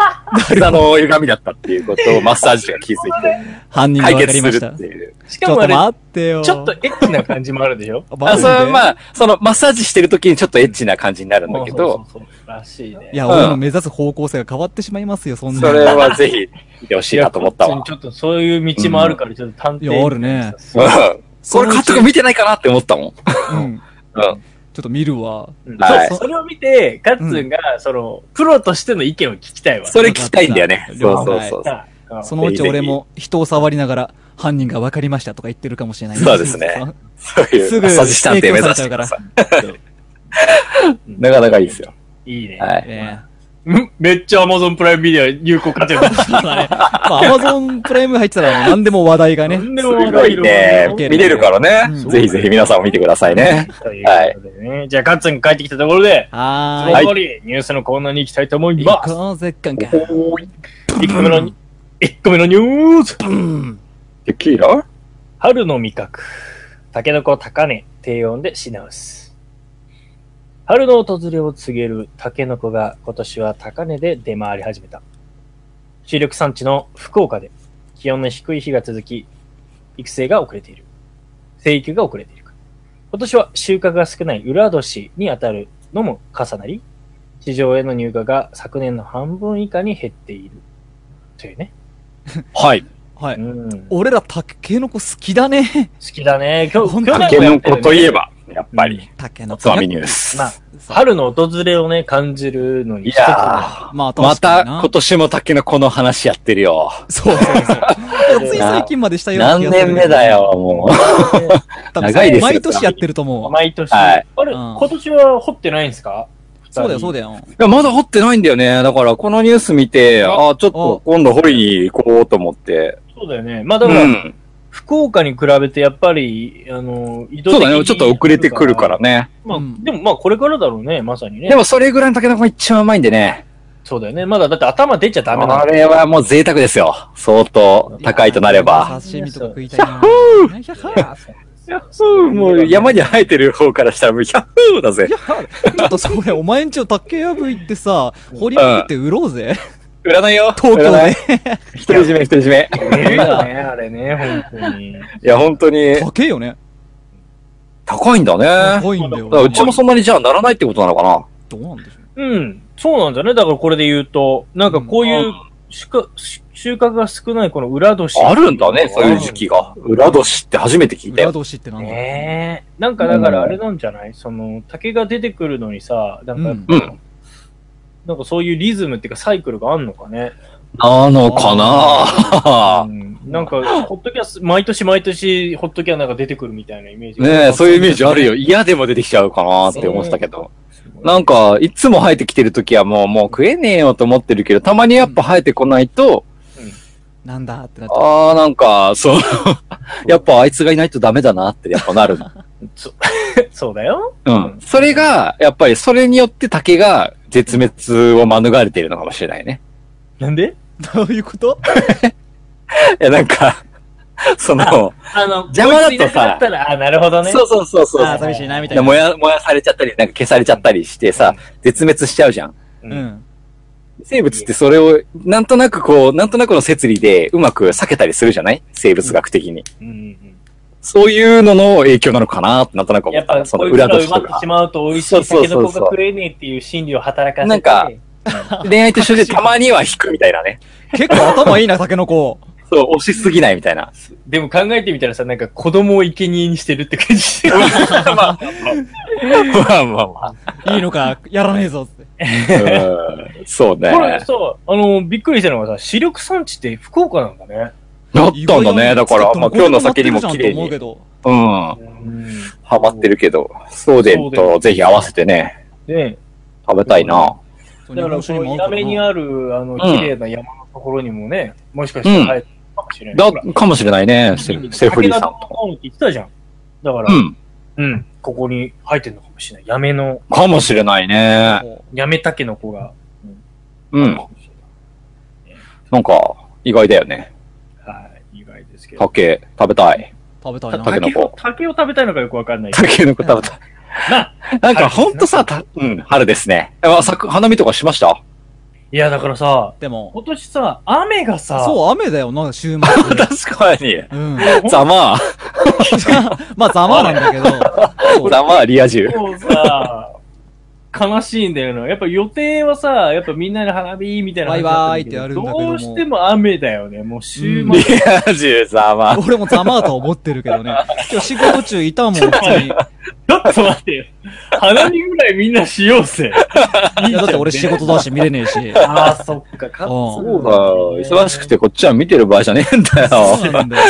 [SPEAKER 3] 膝の歪みだったっていうことをマッサージ師が気づいて、
[SPEAKER 5] 犯人が
[SPEAKER 3] 解
[SPEAKER 5] 分か
[SPEAKER 3] 決
[SPEAKER 5] りますし
[SPEAKER 3] る
[SPEAKER 5] た。
[SPEAKER 3] っていう。
[SPEAKER 4] し
[SPEAKER 5] ち
[SPEAKER 4] か
[SPEAKER 5] ょっ
[SPEAKER 4] もあ
[SPEAKER 5] と
[SPEAKER 4] れ、
[SPEAKER 5] 待ってよ。
[SPEAKER 4] ちょっとエッチな感じもあるでし ょ
[SPEAKER 3] あ、それはま
[SPEAKER 5] あ。
[SPEAKER 3] あ、その、マッサージしてる時にちょっとエッチな感じになるん だけど、
[SPEAKER 4] そうそうそうらしいね。
[SPEAKER 5] いや、
[SPEAKER 3] うん
[SPEAKER 5] 俺の目指す方向性が変わってしまいますよ、そんな
[SPEAKER 3] そ
[SPEAKER 5] の。
[SPEAKER 3] れはぜひ見てほしいなと思った
[SPEAKER 4] いや
[SPEAKER 3] わ
[SPEAKER 4] カッツン。ちょっとそういう道もあるから、ちょっと探偵。
[SPEAKER 5] いやあるね
[SPEAKER 4] そう
[SPEAKER 3] うん。それカットが見てないかなって思ったもん。
[SPEAKER 5] うん。
[SPEAKER 3] うん。
[SPEAKER 5] ちょっと見るわ。
[SPEAKER 4] うん
[SPEAKER 3] はい
[SPEAKER 4] そうそれを見て、カッツンが、その、プロとしての意見を聞きたいわ。
[SPEAKER 3] それ聞きたいんだよ ね。そ
[SPEAKER 5] 了
[SPEAKER 3] うそ
[SPEAKER 5] 解
[SPEAKER 3] うそう。
[SPEAKER 4] さあうん
[SPEAKER 5] そのうち俺も人を触りながら、犯人が分かりましたとか言ってるかもしれない。
[SPEAKER 3] そうですね。そうい
[SPEAKER 5] す
[SPEAKER 3] う
[SPEAKER 5] ぐ
[SPEAKER 3] マッサージ師探偵目指
[SPEAKER 5] 影響されちゃ
[SPEAKER 3] し
[SPEAKER 5] うから
[SPEAKER 3] て。なかなかいいですよ。
[SPEAKER 4] いいね。
[SPEAKER 3] はい。
[SPEAKER 5] ねえ
[SPEAKER 4] うんめっちゃ Amazon プライムビデオ有効活用。
[SPEAKER 5] そうだね。まあ、アマゾンプライム入ってたらもう何でも話題がね。
[SPEAKER 4] んです
[SPEAKER 3] ごいね。
[SPEAKER 5] 見
[SPEAKER 3] 見
[SPEAKER 5] れ
[SPEAKER 3] れ
[SPEAKER 5] る
[SPEAKER 3] る
[SPEAKER 5] か
[SPEAKER 3] から
[SPEAKER 5] う
[SPEAKER 3] ね。
[SPEAKER 5] ん
[SPEAKER 3] ぜひぜひ皆さんも見てくださいね。
[SPEAKER 4] ということでね。じゃあ、カッツンが帰ってきたところで、いつ
[SPEAKER 5] は
[SPEAKER 4] も
[SPEAKER 5] ーい。
[SPEAKER 4] 通り、ニュースのコーナーに行きたいと思い
[SPEAKER 5] 行
[SPEAKER 4] ます。
[SPEAKER 5] こうぜ、ガンガン。
[SPEAKER 4] 1個目の、一個目のニュース
[SPEAKER 3] テキーラ
[SPEAKER 4] 春の味覚。タケノコ高値、低温で品薄。春の訪れを告げるタケノコが今年は高値で出回り始めた。主力産地の福岡で気温の低い日が続き、育成が遅れている。生育が遅れている。今年は収穫が少ない裏年に当たるのも重なり、市場への入荷が昨年の半分以下に減っている。というね。
[SPEAKER 3] はい。
[SPEAKER 5] は
[SPEAKER 4] う
[SPEAKER 5] い。
[SPEAKER 4] ん。好
[SPEAKER 5] 俺らタケノコ好きだね。
[SPEAKER 4] きだね。今日、
[SPEAKER 5] 本
[SPEAKER 4] 今
[SPEAKER 5] 当
[SPEAKER 4] 日
[SPEAKER 3] タケノコといえば、やっぱり、
[SPEAKER 5] タケノコ。
[SPEAKER 3] つまみニュース。
[SPEAKER 4] まあ、春の訪れをね、感じるのに
[SPEAKER 3] い
[SPEAKER 4] 一つの
[SPEAKER 3] や
[SPEAKER 5] まあ、
[SPEAKER 3] ー、ま
[SPEAKER 5] 確か
[SPEAKER 3] た
[SPEAKER 5] にな
[SPEAKER 3] 今年もタケノコの話やってるよ。
[SPEAKER 5] そうそう そう。つい最近までしたような気
[SPEAKER 3] 何
[SPEAKER 5] がする
[SPEAKER 3] 年目だ。よ、も
[SPEAKER 5] 多分
[SPEAKER 3] 長いですよ
[SPEAKER 5] 毎年やってると思 う。
[SPEAKER 4] 毎年。
[SPEAKER 3] はい
[SPEAKER 4] あれ、
[SPEAKER 5] うん
[SPEAKER 4] 今年は掘ってないんですか
[SPEAKER 5] そうだよ、そうだ
[SPEAKER 4] よ。
[SPEAKER 5] よ。
[SPEAKER 3] う。いや、まだ掘ってないんだよね。だから、このニュース見て、
[SPEAKER 4] あ
[SPEAKER 3] ああ、ちょっと今度掘りに行こうと思って。
[SPEAKER 4] そうだよね。まあ
[SPEAKER 3] う
[SPEAKER 4] だから、
[SPEAKER 3] ん。
[SPEAKER 4] 福岡に比べてやっぱり、あの、移動
[SPEAKER 3] そうだね。ちょっと遅れてくるから。ね。
[SPEAKER 4] まあ、
[SPEAKER 5] うん
[SPEAKER 4] でもまあこれからだろうね、まさにね。
[SPEAKER 3] でも、それぐらいのタケノコが一番うまいんでね。
[SPEAKER 4] そうだよね。まだだって頭出ちゃダメな
[SPEAKER 3] あ
[SPEAKER 4] の。
[SPEAKER 3] れはもう贅沢ですよ。相当高いとなれば。
[SPEAKER 5] 刺身とか食いたいな。ヒャッハー
[SPEAKER 3] ヤッホーもう山に生えてる方からしたらもう、ヤッホーだぜ
[SPEAKER 5] い。や、ちょっとそれ、お前んちの竹やぶ行ってさ、掘りまくって売ろうぜ。
[SPEAKER 3] 売らないよ。
[SPEAKER 5] 東京
[SPEAKER 3] 売らない
[SPEAKER 5] で。
[SPEAKER 3] 独り占め、独り占め。
[SPEAKER 4] 出るよね、あれね、本当に。
[SPEAKER 3] いや、本当に。
[SPEAKER 5] 高いよね。
[SPEAKER 3] 高いんだね。だか
[SPEAKER 5] 高いんだよ。
[SPEAKER 3] らうちもそんなにじゃあならないってことなのかな
[SPEAKER 5] どうなんでしょう。
[SPEAKER 4] うん。そうなんだね。だからこれで言うと、なんかこういう収穫、収穫が少ないこの裏年。
[SPEAKER 3] あるんだね、そういう時期が。裏年って初めて聞いた
[SPEAKER 5] 裏
[SPEAKER 3] よ。
[SPEAKER 5] 年ってなんだ
[SPEAKER 4] ねえ。なんかだからあれなんじゃない、その、竹が出てくるのにさ、なんか、
[SPEAKER 5] うん
[SPEAKER 3] うん。
[SPEAKER 4] なんかそういうリズムっていうかサイクルがあんのかね。
[SPEAKER 3] なのか
[SPEAKER 4] うんなんか、ホットキャス、毎年毎年、ホットキャなんか出てくるみたいなイメージが。
[SPEAKER 3] ねえ、そういうイメージあるよ。嫌でも出てきちゃうかなって思ってたけど。なんか、いつも生えてきてる時はもう、もう食えねえよと思ってるけど、たまにやっぱ生えてこないと、
[SPEAKER 5] なんだってなって。
[SPEAKER 3] ああ、なんか、そう、 やっぱあいつがいないとダメだなってやっぱなるな。
[SPEAKER 4] そうだよ。
[SPEAKER 3] うん。それが、やっぱりそれによって竹が絶滅を免れているのかもしれないね。
[SPEAKER 4] なんで
[SPEAKER 5] どういうこと
[SPEAKER 3] いや、なん か、その、
[SPEAKER 4] あの、
[SPEAKER 3] 邪魔だとさ
[SPEAKER 4] こいついなくなったら、あ、なるほどね。
[SPEAKER 3] そうそうそうそう。
[SPEAKER 5] ああ、寂しいな、みたい
[SPEAKER 3] で
[SPEAKER 5] な。
[SPEAKER 3] 燃や、燃やされちゃったり、なんか消されちゃったりしてさ、絶滅しちゃうじゃん。
[SPEAKER 5] う
[SPEAKER 4] うん
[SPEAKER 5] ん。
[SPEAKER 3] 生物ってそれを、なんとなくこう、なんとなくの摂理でうまく避けたりするじゃない生物学的に。
[SPEAKER 4] うん
[SPEAKER 3] そういうのの影響なのかなってなんとなく
[SPEAKER 4] うん。
[SPEAKER 3] 思
[SPEAKER 4] やっ
[SPEAKER 3] った。
[SPEAKER 4] ぱ、
[SPEAKER 3] そ
[SPEAKER 4] こ
[SPEAKER 3] の
[SPEAKER 4] いつら
[SPEAKER 3] 裏
[SPEAKER 4] を
[SPEAKER 3] とし
[SPEAKER 4] 奪
[SPEAKER 3] と
[SPEAKER 4] って
[SPEAKER 3] か
[SPEAKER 4] し。まうと、美味し
[SPEAKER 3] そう
[SPEAKER 4] い
[SPEAKER 3] そう
[SPEAKER 4] 酒
[SPEAKER 3] そ
[SPEAKER 4] の
[SPEAKER 3] う
[SPEAKER 4] 子が食えねえっていう心理を働かせて。
[SPEAKER 3] なんか、恋愛と一緒でたまには引くみたいなね。
[SPEAKER 5] 結構頭いいな、タケノコ。
[SPEAKER 3] そう、押しすぎないみたいな。
[SPEAKER 4] でも考えてみたらさ、なんか子供を生贄にしてるって感じして る。
[SPEAKER 3] まあまあまあ。
[SPEAKER 5] いいのか、やらねえぞって。
[SPEAKER 3] うんそうね。
[SPEAKER 4] こ
[SPEAKER 3] あ
[SPEAKER 4] れ
[SPEAKER 3] っ
[SPEAKER 4] さ、あの、びっくりしたのがさ、視力産地って福岡なんだね。
[SPEAKER 3] たんだね。だから、まあ今日の酒にも綺
[SPEAKER 5] 綺麗
[SPEAKER 3] 麗
[SPEAKER 5] に。
[SPEAKER 3] に、うん、
[SPEAKER 5] けど
[SPEAKER 3] ハマってるけど、ソーデン
[SPEAKER 4] そうで
[SPEAKER 3] とぜひ合わせてね、
[SPEAKER 4] ね
[SPEAKER 3] 食べたいな。
[SPEAKER 5] そう
[SPEAKER 4] だから、
[SPEAKER 5] 日
[SPEAKER 4] こ
[SPEAKER 5] 本酒
[SPEAKER 4] の
[SPEAKER 5] も合う
[SPEAKER 4] 稲
[SPEAKER 5] からな
[SPEAKER 4] 目にある、あの、綺麗な山のところにもね、もしかし
[SPEAKER 3] う
[SPEAKER 4] て
[SPEAKER 3] ん
[SPEAKER 4] 生えてるかもしれない。
[SPEAKER 3] だ、かもしれないね、セルセルフリーさん
[SPEAKER 4] 武田と
[SPEAKER 3] と。
[SPEAKER 4] かって言ってたじゃん。だか
[SPEAKER 3] う
[SPEAKER 4] ら、
[SPEAKER 3] ん。
[SPEAKER 4] うん、ここに生えてるのかもしれない。やめの、
[SPEAKER 3] かもしれないね。
[SPEAKER 5] も
[SPEAKER 4] やめたけの子が。
[SPEAKER 3] うん。なんか、意外だよね。
[SPEAKER 4] はい、意外ですけど。
[SPEAKER 3] 竹、食べたい。
[SPEAKER 5] う食べたいな。
[SPEAKER 3] 竹の
[SPEAKER 4] 竹を
[SPEAKER 3] 子、
[SPEAKER 4] 竹を食べたいのかよくわかんないけど。
[SPEAKER 3] 竹の子食べたい。
[SPEAKER 4] な、
[SPEAKER 3] なんか、ほんとさ、たうん、春ですね。あ、さく、花見とかしました
[SPEAKER 4] いや、だからさ、
[SPEAKER 5] でも、
[SPEAKER 4] 今年さ、雨がさ、
[SPEAKER 5] そう、雨だよな、週末。
[SPEAKER 3] 確かに。
[SPEAKER 5] うん。
[SPEAKER 3] ざまあ、
[SPEAKER 5] まあ、ざまなんだけど。そう
[SPEAKER 3] ざまあ、リア充。
[SPEAKER 4] そうさ、悲しいんだよな。やっぱ予定はさ、やっぱみんなで花火みたいな話だた
[SPEAKER 5] ワイワイってやるんだけども
[SPEAKER 4] どうしても雨だよね。もう週
[SPEAKER 5] うん
[SPEAKER 4] 末、
[SPEAKER 3] リア充ざまあ。
[SPEAKER 5] 俺もざまだとは思ってるけどね。今日仕事中いたもん、普通に。
[SPEAKER 4] ちょっと待ってよ。花火ぐらいみんなしようぜ。い
[SPEAKER 5] いや、だって俺仕事だし見れねえし。
[SPEAKER 4] ああ、そっか、か
[SPEAKER 5] うん
[SPEAKER 3] そうだよ。忙しく。てこっちは見てる場合じゃねえんだ
[SPEAKER 5] そう
[SPEAKER 3] よ。
[SPEAKER 5] なんだよ。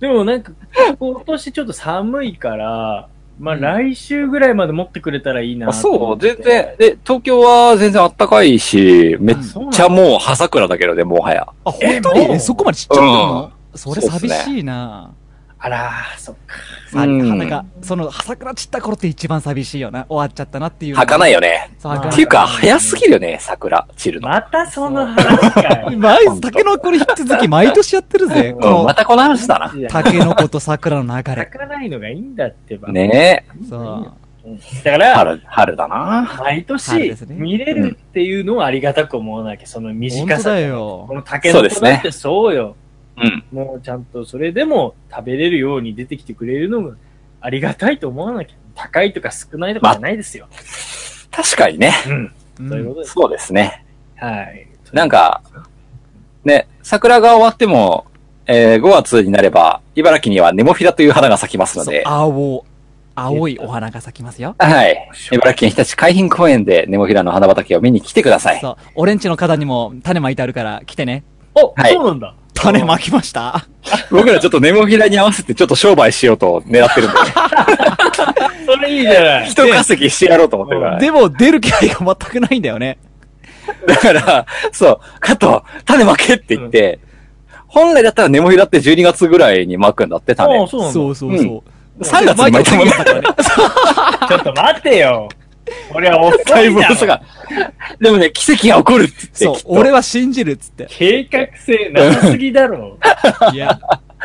[SPEAKER 4] でもなんか、今年ちょっと寒いから、まあ来週ぐらいまで持ってくれたらいいな
[SPEAKER 3] あ
[SPEAKER 4] と思
[SPEAKER 3] そ
[SPEAKER 4] っ
[SPEAKER 3] う、
[SPEAKER 4] て。
[SPEAKER 3] 全然。で、東京は全然あったかいし、めっ
[SPEAKER 4] そうなん
[SPEAKER 3] ち
[SPEAKER 4] だ
[SPEAKER 3] ゃもう葉桜だけどね、もはや。
[SPEAKER 5] あ、本当に
[SPEAKER 4] えもう
[SPEAKER 5] え、そこまでちっちゃくなるのそれ寂しいな
[SPEAKER 4] あらー、そっか。
[SPEAKER 5] さ
[SPEAKER 3] うん
[SPEAKER 5] 花が、その、桜散った頃って一番寂しいよな。終わっちゃったなっていう。
[SPEAKER 3] 儚かない
[SPEAKER 5] よ。
[SPEAKER 3] よね。
[SPEAKER 5] そう
[SPEAKER 4] うん
[SPEAKER 3] っていうか、早すぎるよね、桜、散るの。
[SPEAKER 4] またその話 かい。
[SPEAKER 5] 毎日、竹の子に引き続き毎年やってるぜ。こ
[SPEAKER 3] うん、
[SPEAKER 5] の
[SPEAKER 3] ま、たこの話だな。
[SPEAKER 5] 竹の子と桜の流れ
[SPEAKER 4] 咲。かないのがいいんだってば。
[SPEAKER 3] ねえ。
[SPEAKER 5] そう。
[SPEAKER 4] だから、
[SPEAKER 3] 春、春だな。
[SPEAKER 4] 毎
[SPEAKER 5] 春
[SPEAKER 4] 年
[SPEAKER 5] ですね
[SPEAKER 4] 見れるっていうのをありがたく思わなきゃ、その
[SPEAKER 5] 本
[SPEAKER 4] 短
[SPEAKER 5] 当
[SPEAKER 4] さ
[SPEAKER 5] だ
[SPEAKER 4] で。
[SPEAKER 5] よ
[SPEAKER 4] こ。の竹の子だってそうよ。
[SPEAKER 3] うん。
[SPEAKER 4] もうちゃんとそれでも食べれるように出てきてくれるのがありがたいと思わなきゃ。高いとか少ないとかじゃないですよ。
[SPEAKER 3] 確かにね。
[SPEAKER 4] うん。
[SPEAKER 5] うん
[SPEAKER 4] そういうことです。
[SPEAKER 3] そうですね。
[SPEAKER 4] はい。
[SPEAKER 3] なんか、ね、桜が終わっても、えー、5月になれば、茨城にはネモフィラという花が咲きますの
[SPEAKER 5] そう
[SPEAKER 3] で、
[SPEAKER 5] 青、青いお花が咲きますよ。
[SPEAKER 3] はい。茨城県日立海浜公園でネモフィラの花畑を見に来てください。
[SPEAKER 5] そう。俺んちの花壇にも種まいてあるから来てね。
[SPEAKER 4] お、
[SPEAKER 3] はい
[SPEAKER 4] そうなんだ。
[SPEAKER 5] 種まきました。
[SPEAKER 3] 僕らちょっとネモフィラに合わせてちょっと商売しようと狙ってるん で、
[SPEAKER 4] それいいじゃない。
[SPEAKER 3] 人稼ぎしてやろうと思ってるから、ね。
[SPEAKER 5] でも出る気配が全くないんだよね。
[SPEAKER 3] だから、そう、加藤、種まけって言って、本来だったらネモフィラって12月ぐらいにまくんだって、
[SPEAKER 4] ああ、
[SPEAKER 3] 種。
[SPEAKER 4] そうなんだ。ち
[SPEAKER 5] そ
[SPEAKER 4] ょ
[SPEAKER 5] うそうそう。
[SPEAKER 3] 3月にまいたもんね。
[SPEAKER 4] っと待ってよ。俺は遅
[SPEAKER 3] だい
[SPEAKER 4] い
[SPEAKER 3] ぶ
[SPEAKER 4] だ
[SPEAKER 3] 遅
[SPEAKER 4] ろ。
[SPEAKER 3] が。でもね、奇跡が起こるって言
[SPEAKER 5] そ
[SPEAKER 3] っ
[SPEAKER 5] う
[SPEAKER 3] て、きっ、と。
[SPEAKER 5] 俺は信じるっつって。
[SPEAKER 4] 計画性なさすぎ だろ。
[SPEAKER 5] いや、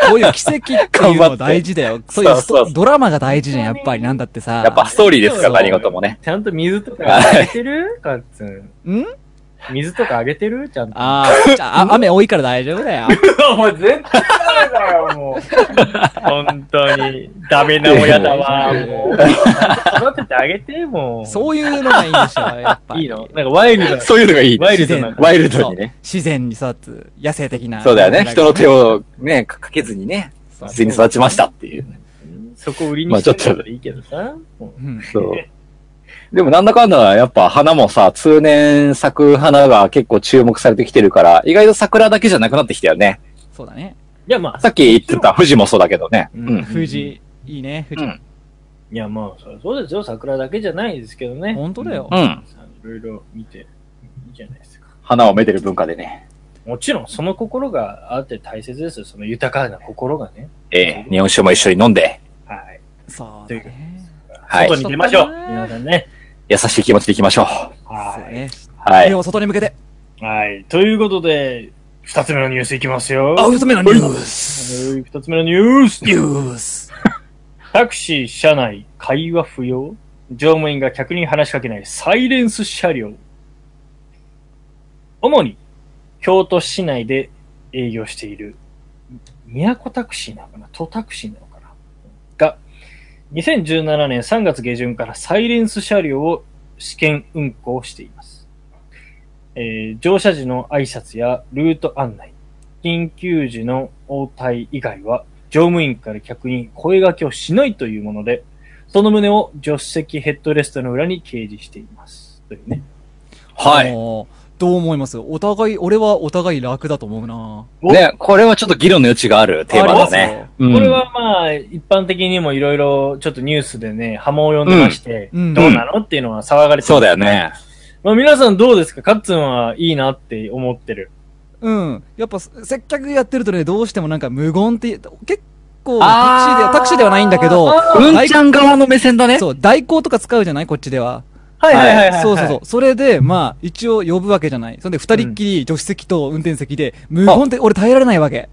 [SPEAKER 5] こういう奇跡っていうのは大事だよ。そういうスト
[SPEAKER 3] そうそう
[SPEAKER 5] ドラマが大事じゃん、やっぱり。なんだってさ。
[SPEAKER 3] やっぱストーリーですか
[SPEAKER 5] そう
[SPEAKER 3] ら、何事もね。
[SPEAKER 4] ちゃんと水とかあげてるかっつん。
[SPEAKER 5] ん
[SPEAKER 4] 水とかあげてるちゃんと。
[SPEAKER 5] あーじゃあ、あ雨多いから大丈夫 だよ。
[SPEAKER 4] もう絶対ダメだよ、もう。本当に。ダメな親だわ、もう。育ててあげて、もう。
[SPEAKER 5] そういうのがいいんでしょ、やっぱり。
[SPEAKER 4] いいのなんかワイルドな。
[SPEAKER 3] そういうのがいい。
[SPEAKER 4] ワイル
[SPEAKER 5] 自
[SPEAKER 4] ド
[SPEAKER 5] 然
[SPEAKER 4] な。
[SPEAKER 3] ワイルドにね。
[SPEAKER 5] 自然に育つ、野生的な。
[SPEAKER 3] そうだよね。人の手をね、かかけずにね、普通に育ちましたっていう。
[SPEAKER 4] そこ売りにしてるからいいけどさ。もう
[SPEAKER 5] うん。
[SPEAKER 3] そう。でもなんだかんだ、やっぱ花もさ、通年咲く花が結構注目されてきてるから、意外と桜だけじゃなくなってきたよね。
[SPEAKER 5] そうだね。
[SPEAKER 4] いや、まあ、
[SPEAKER 3] さっき言ってた富士もそうだけどね。
[SPEAKER 4] う
[SPEAKER 3] うんん。
[SPEAKER 5] 富士、いいね、富士。
[SPEAKER 4] いや、まあ、そりゃそうですよ。桜だけじゃないですけどね。
[SPEAKER 5] 本当だよ
[SPEAKER 3] う。ん。
[SPEAKER 4] さいろいろ見て、いいじゃないですか。
[SPEAKER 3] 花をめでる文化でね。
[SPEAKER 4] もちろん、その心があって大切ですよ。その豊かな心がね。
[SPEAKER 3] ええ、日本酒も一緒に飲んで、
[SPEAKER 4] はい。
[SPEAKER 5] そうだね。
[SPEAKER 3] はい
[SPEAKER 4] 外。に出ましょう。
[SPEAKER 5] そうだね
[SPEAKER 4] 皆さんね。
[SPEAKER 3] 優しい気持ちでいきましょう。
[SPEAKER 5] そう
[SPEAKER 4] は
[SPEAKER 5] ね。
[SPEAKER 3] は
[SPEAKER 5] 目
[SPEAKER 3] い。
[SPEAKER 5] を外に向けて。
[SPEAKER 4] い。はい。ということで、二つ目のニュースいきますよ。
[SPEAKER 5] あ、
[SPEAKER 4] は
[SPEAKER 5] 二つ目のニュース。
[SPEAKER 4] い二つ目のニュース。
[SPEAKER 5] ニュース。
[SPEAKER 4] タクシー車内会話不要乗務員が客に話しかけないサイレンス車両。主に京都市内で営業している、み宮古タクシーなのかな都タクシーなのかなが、2017年3月下旬からサイレンス車両を試験運行しています。えー乗車時の挨拶やルート案内、緊急時の応対以外は、乗務員から客に声掛けをしないというもので、その旨を助手席ヘッドレストの裏に掲示しています。というね。
[SPEAKER 3] は
[SPEAKER 5] あ
[SPEAKER 3] い。
[SPEAKER 5] のー。どう思いますお互い、俺はお互い楽だと思うな。
[SPEAKER 4] お
[SPEAKER 3] ね、これはちょっと議論の余地があるテーマだね。うん
[SPEAKER 4] これはまあ、一般的にもいろいろちょっとニュースでね、波紋を呼んでまして、
[SPEAKER 5] うんうん
[SPEAKER 4] どうなのっていうのは騒がれて
[SPEAKER 3] そうだよ。ね。
[SPEAKER 4] まあ皆さんどうですかカッツンはいいなって思ってる。
[SPEAKER 5] うん。やっぱ、接客やってるとね、どうしてもなんか無言って、結構、タクシーで
[SPEAKER 3] あー、
[SPEAKER 5] タクシーではないんだけど、
[SPEAKER 3] うんちゃん側の目線だね。
[SPEAKER 5] そう、代行とか使うじゃないこっちでは。
[SPEAKER 4] はい
[SPEAKER 3] はいはい
[SPEAKER 5] そうそうそう。それで、まあ、一応呼ぶわけじゃない。それで、二人っきり、助手席と運転席で、無言って俺耐えられないわけ。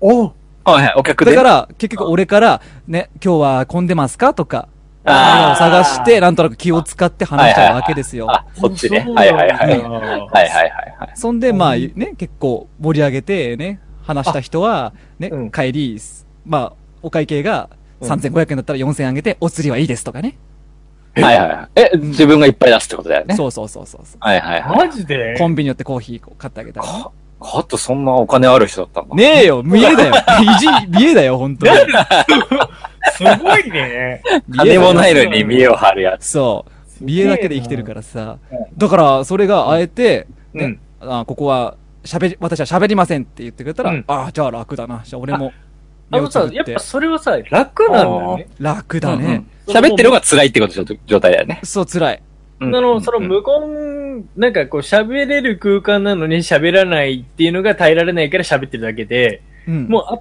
[SPEAKER 3] おはいはい、お客で。
[SPEAKER 5] だから、結局俺から、ね、今日は混んでますかとか、
[SPEAKER 3] あー
[SPEAKER 5] 探して、なんとなく気を使って話しちゃうわけですよ。
[SPEAKER 3] あ、そっちね。
[SPEAKER 4] そう
[SPEAKER 3] はいはいはい。はい
[SPEAKER 4] い。
[SPEAKER 3] はいはいはい。
[SPEAKER 5] そんで、まあ、ね、結構盛り上げて、ね、話した人は、ね
[SPEAKER 4] うん、
[SPEAKER 5] 帰り、まあ、お会計が
[SPEAKER 4] うん
[SPEAKER 5] 3500円だったら4000円あげて、お釣りはいいですとかね。
[SPEAKER 3] はいはいはい。え、自分がいっぱい出すってことだよね。
[SPEAKER 5] そうそうそうそうそう。
[SPEAKER 3] はいはいはい。
[SPEAKER 4] マジで
[SPEAKER 5] コンビニ寄ってコーヒー買ってあげたり。
[SPEAKER 3] か、かっとそんなお金ある人だったんだ。
[SPEAKER 5] ねえよ、見えだよ。 意地、見えだよ、本当に。
[SPEAKER 4] すご いね。
[SPEAKER 5] 見えだ
[SPEAKER 3] 金
[SPEAKER 5] よ
[SPEAKER 3] もないのに見栄を張るやつ。
[SPEAKER 5] そう。見えだけで生きてるからさ
[SPEAKER 4] げえな。
[SPEAKER 5] だから、それがあえて、
[SPEAKER 4] う
[SPEAKER 5] ね
[SPEAKER 4] ん、
[SPEAKER 5] あここは、喋り、私は喋りませんって言ってくれた
[SPEAKER 4] う
[SPEAKER 5] ら
[SPEAKER 4] ん、
[SPEAKER 5] ああ、じゃあ楽だな。じゃあ俺も、
[SPEAKER 4] あ
[SPEAKER 5] 目を
[SPEAKER 4] の
[SPEAKER 5] つぶ
[SPEAKER 4] さ
[SPEAKER 5] っ、
[SPEAKER 4] やってぱそれはさ、楽なんだよね。
[SPEAKER 5] 楽だ
[SPEAKER 3] うんう
[SPEAKER 5] ね
[SPEAKER 3] ん。喋ってるのが辛いってことで状態だよね。
[SPEAKER 5] そう、辛い。
[SPEAKER 3] あ
[SPEAKER 4] その、その無言、なんかこう喋れる空間なのに喋らないっていうのが耐えられないから喋ってるだけで、
[SPEAKER 5] うん。
[SPEAKER 4] もうあ、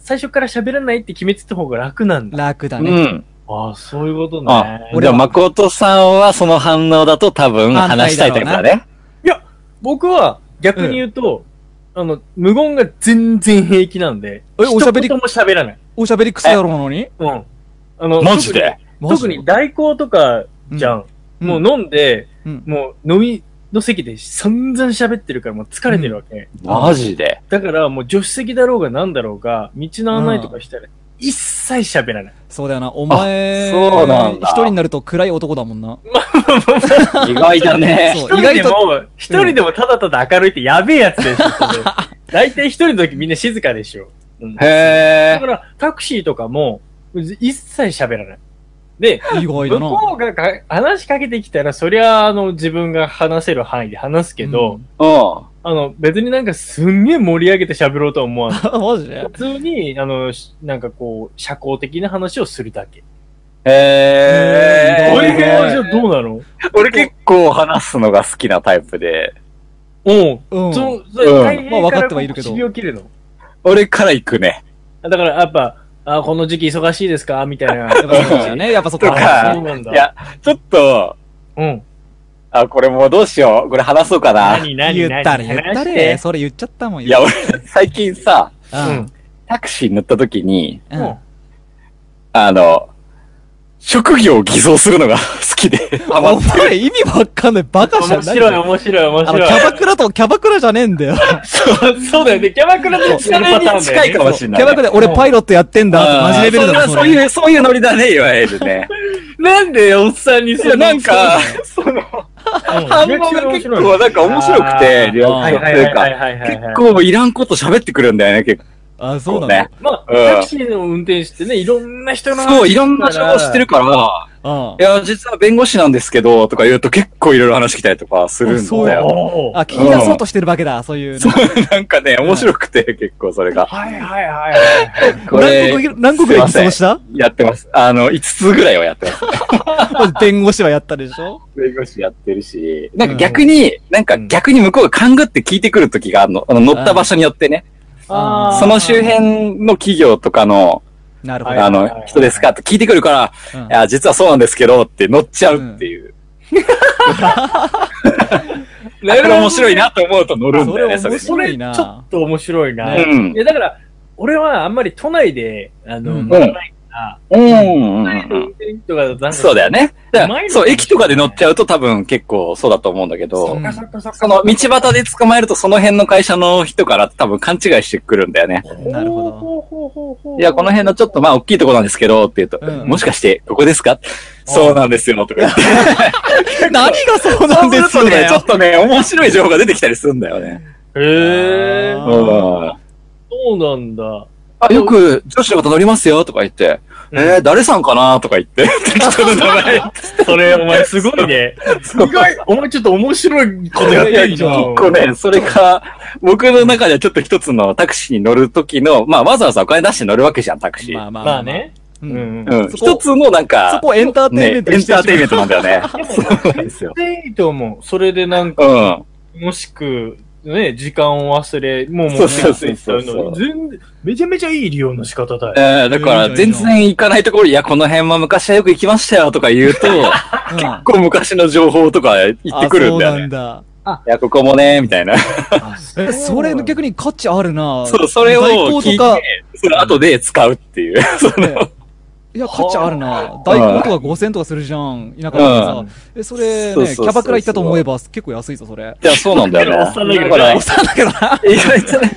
[SPEAKER 4] 最初から喋らないって決めてた方が楽なんだ。
[SPEAKER 5] 楽だ
[SPEAKER 3] う
[SPEAKER 5] ね。
[SPEAKER 3] ん。
[SPEAKER 4] ああ、そういうこと
[SPEAKER 3] あ
[SPEAKER 4] ね、。
[SPEAKER 5] 俺
[SPEAKER 3] じゃあ、
[SPEAKER 5] は
[SPEAKER 3] 誠さんはその反応だと多分話したいタイプだね。
[SPEAKER 4] 僕は逆に言うと、あの、無言が全然平気なんで、
[SPEAKER 5] えおしゃべり
[SPEAKER 4] 一言も喋らない。
[SPEAKER 5] おしゃべり癖やろうなのに
[SPEAKER 4] うん。あの、
[SPEAKER 3] マジで
[SPEAKER 4] 特に特に代行とかじゃん。もう飲んで、
[SPEAKER 5] うん
[SPEAKER 4] もう飲みの席で散々喋ってるからもう疲れてるわけ。
[SPEAKER 3] マジで。
[SPEAKER 4] だからもう助手席だろうがなんだろうが、道の案内とかしたら一切喋らない。
[SPEAKER 5] そうだよな。お前、
[SPEAKER 3] そうなんだ
[SPEAKER 5] 一人になると暗い男だもんな。
[SPEAKER 3] 意外だね。
[SPEAKER 5] そ
[SPEAKER 4] 一
[SPEAKER 5] う、意
[SPEAKER 4] 人
[SPEAKER 5] 外
[SPEAKER 4] で
[SPEAKER 5] と、
[SPEAKER 4] も、一人でもただただ明るいってやべえやつでしょ。それ大体一人の時みんな静かでしょ。うんだ
[SPEAKER 3] へ
[SPEAKER 4] か
[SPEAKER 3] ー。
[SPEAKER 4] らタクシーとかも一切喋らない。で、
[SPEAKER 5] 意外だ
[SPEAKER 4] 向
[SPEAKER 5] な。
[SPEAKER 4] こうがか話しかけてきたら、そりゃあの自分が話せる範囲で話すけど、
[SPEAKER 5] うん
[SPEAKER 3] うん。
[SPEAKER 4] あの別になんかすんげえ盛り上げて喋ろうとは思わない。
[SPEAKER 5] あ マジで
[SPEAKER 4] 普通に、あの、しなんかこう、社交的な話をするだけ。
[SPEAKER 3] へ
[SPEAKER 5] えー
[SPEAKER 4] こういう
[SPEAKER 5] 俺
[SPEAKER 4] 辺はじゃ
[SPEAKER 3] ー。
[SPEAKER 4] あどうなの
[SPEAKER 3] 俺結構話すのが好きなタイプで、
[SPEAKER 4] うん。
[SPEAKER 5] うん。
[SPEAKER 4] そ
[SPEAKER 3] うん
[SPEAKER 4] 大変
[SPEAKER 5] まあ分
[SPEAKER 4] か
[SPEAKER 5] からって
[SPEAKER 4] こ
[SPEAKER 5] は
[SPEAKER 4] う
[SPEAKER 5] いるけど
[SPEAKER 4] 首を切るの。
[SPEAKER 3] 俺から行くね。
[SPEAKER 4] だからやっぱ、あこの時期忙しいですかみたいな。やっぱ
[SPEAKER 5] そうだよね。やっぱそこ
[SPEAKER 3] とか
[SPEAKER 4] あそうなんだ
[SPEAKER 3] いや、ちょっと、
[SPEAKER 4] うん。
[SPEAKER 3] あ、これもうどうしよう。これ話そうかな。
[SPEAKER 4] 何何
[SPEAKER 5] 言
[SPEAKER 4] 何
[SPEAKER 5] ったれ、言った
[SPEAKER 4] 話し
[SPEAKER 5] れ。
[SPEAKER 4] て
[SPEAKER 5] それ言っちゃったもん。
[SPEAKER 3] いや、俺、最近さ、
[SPEAKER 5] う
[SPEAKER 4] うんん。。
[SPEAKER 3] タクシーに乗った時に、
[SPEAKER 5] うん
[SPEAKER 4] うん
[SPEAKER 3] あの、職業を偽造するのが 好きで、ハマ
[SPEAKER 5] お
[SPEAKER 3] っ
[SPEAKER 5] 前意味わかんない。バカじゃない。
[SPEAKER 4] 面白い、面白い、面
[SPEAKER 5] あの、キ
[SPEAKER 4] 白い。
[SPEAKER 5] ャバクラとキャバクラじゃねえんだよ。
[SPEAKER 4] そうそうだよね。キャバクラと
[SPEAKER 3] それに近いかもしれ
[SPEAKER 5] キ
[SPEAKER 3] ない
[SPEAKER 5] ャバ
[SPEAKER 3] ね、
[SPEAKER 5] クラで俺パイロットやってんだってマジレベルだ
[SPEAKER 3] あーそ
[SPEAKER 5] ろ、
[SPEAKER 3] んな
[SPEAKER 5] そ
[SPEAKER 3] そう
[SPEAKER 5] れ。
[SPEAKER 3] いう、そういうノリだね、いわゆるね。
[SPEAKER 4] なんでおっさんに
[SPEAKER 3] い
[SPEAKER 4] そ
[SPEAKER 3] や、
[SPEAKER 4] の
[SPEAKER 3] なんか、その、反応が結構なんか面白くて、リアク
[SPEAKER 4] はい
[SPEAKER 3] ションという
[SPEAKER 4] はいはい
[SPEAKER 3] か、
[SPEAKER 4] はいはいはい。
[SPEAKER 3] 結構いらんこと喋ってくるんだよね、結
[SPEAKER 5] あ、そう
[SPEAKER 3] 構
[SPEAKER 5] なんだ
[SPEAKER 3] ね。。
[SPEAKER 4] まあ、
[SPEAKER 3] うん
[SPEAKER 4] タクシーの運転手ってね、いろんな人の話
[SPEAKER 3] そう、いろんな情報知ってるから、
[SPEAKER 5] あ
[SPEAKER 3] いや、実は弁護士なんですけど、とか言うと結構いろいろ話来たりとかするん
[SPEAKER 5] そう
[SPEAKER 3] だよ。
[SPEAKER 4] おー
[SPEAKER 5] あ、聞き出そうとしてるわけだ、そういうの。
[SPEAKER 3] なんかね、面白くて、結構それが。
[SPEAKER 4] はいはいはいはい。
[SPEAKER 3] これ
[SPEAKER 5] 何、国、何国で過ごした
[SPEAKER 3] やってます。あの、5つぐらいはやってます。
[SPEAKER 5] 弁護士はやったでしょ
[SPEAKER 3] 弁護士やってるし、なんか逆に、なんか逆に向こうが勘ぐって聞いてくる時があるの。あの、乗った場所によってね。
[SPEAKER 5] あ
[SPEAKER 3] その周辺の企業とかの、
[SPEAKER 5] なるほ
[SPEAKER 4] は
[SPEAKER 5] ど
[SPEAKER 4] い。
[SPEAKER 3] あの、人ですかって聞いてくるから、いや、実はそうなんですけど、って乗っちゃうって いう。なるほど面白いなと思うと乗るんだよね、
[SPEAKER 5] そ
[SPEAKER 3] それに。
[SPEAKER 5] れ面
[SPEAKER 4] そ
[SPEAKER 5] 白
[SPEAKER 4] れ、
[SPEAKER 5] い
[SPEAKER 4] ち
[SPEAKER 5] な
[SPEAKER 4] ょっと面白いな。
[SPEAKER 5] ね
[SPEAKER 3] うん
[SPEAKER 4] いや、だから、俺はあんまり都内で、あの、
[SPEAKER 5] うん
[SPEAKER 4] 乗らないから、
[SPEAKER 3] うんうんう
[SPEAKER 4] 都内の運
[SPEAKER 3] ん。
[SPEAKER 4] 転とかなんか、
[SPEAKER 3] そうだよね。だ
[SPEAKER 4] う
[SPEAKER 3] か
[SPEAKER 4] ま
[SPEAKER 3] ら
[SPEAKER 4] いのかもしれ
[SPEAKER 3] そ
[SPEAKER 4] な
[SPEAKER 3] う、
[SPEAKER 4] い
[SPEAKER 3] 駅とかで乗っちゃうと多分結構そうだと思うんだけど、
[SPEAKER 5] うん
[SPEAKER 4] そっかそっか
[SPEAKER 3] その道端で捕まえるとその辺の会社の人から多分勘違いしてくるんだよね。
[SPEAKER 5] なるほど
[SPEAKER 4] ほうほうほうほう
[SPEAKER 3] いや、この辺のちょっとまあ大きいとこなんですけど、って言うと、
[SPEAKER 5] うん
[SPEAKER 3] もしかしてここですかそうなんですよ、とか言って。
[SPEAKER 5] 何がそうなんです
[SPEAKER 3] そうする
[SPEAKER 5] よ
[SPEAKER 3] とね、
[SPEAKER 5] ね
[SPEAKER 3] ちょ。っとね、面白い情報が出てきたりするんだよね。
[SPEAKER 4] へえ
[SPEAKER 5] あ
[SPEAKER 3] う
[SPEAKER 5] ー
[SPEAKER 3] ん。
[SPEAKER 4] ー、そうなんだ。
[SPEAKER 3] あ、よく女子の方乗りますよ、とか言って、えー、誰さんかなとか言って、適当な名前。
[SPEAKER 4] それ、お前すごいね。すごい。お前ちょっと面白いことやってるじゃん。
[SPEAKER 3] 結構ね、それが、僕の中ではちょっと一つのタクシーに乗る時の、まあわざわざお金出して乗るわけじゃん、タクシー。
[SPEAKER 5] まあまあ
[SPEAKER 4] まあ。ね。
[SPEAKER 5] う。
[SPEAKER 4] うんん。
[SPEAKER 3] うん。
[SPEAKER 5] そこ
[SPEAKER 3] 一つのなん
[SPEAKER 5] そ
[SPEAKER 3] か、
[SPEAKER 5] こエンターテイ
[SPEAKER 3] ね、
[SPEAKER 5] ン
[SPEAKER 3] エン
[SPEAKER 5] メント
[SPEAKER 3] タ
[SPEAKER 5] にして
[SPEAKER 3] ー
[SPEAKER 5] る
[SPEAKER 3] テインメントなんだよね。そうなんですよ
[SPEAKER 4] 全。然いいと思う。それでなんか、
[SPEAKER 3] うん。
[SPEAKER 4] もしく、ね、時間を忘れ、もうもう、
[SPEAKER 3] そうそうそうそう
[SPEAKER 4] 全然めちゃめちゃいい利用の仕方だよ。
[SPEAKER 3] えー、だから全然行かないところ、いや、この辺は昔はよく行きましたよとか言うと、
[SPEAKER 5] うん
[SPEAKER 3] 結構昔の情報とか言ってくるんだよね。
[SPEAKER 5] あ
[SPEAKER 3] いや、ここもね、みたいな。
[SPEAKER 5] そうなんだ。え、それ逆に価値あるな
[SPEAKER 3] そう、それを聞
[SPEAKER 5] 代行と
[SPEAKER 3] い
[SPEAKER 5] か
[SPEAKER 3] て、、その後で使うっていう。 そ
[SPEAKER 5] ねいや、価値あるな大根とか5000とかするじゃん。田舎だから
[SPEAKER 3] う
[SPEAKER 5] さ。え、それ
[SPEAKER 3] そう
[SPEAKER 5] ね、
[SPEAKER 3] そうそう
[SPEAKER 5] キャバクラ行ったと思えば結構安いぞ、それ。
[SPEAKER 3] いや、そうなんだよね。
[SPEAKER 4] おっさんだけどね
[SPEAKER 3] だから
[SPEAKER 4] お
[SPEAKER 3] 意
[SPEAKER 4] っ
[SPEAKER 5] さんだけどな。
[SPEAKER 3] 外とね、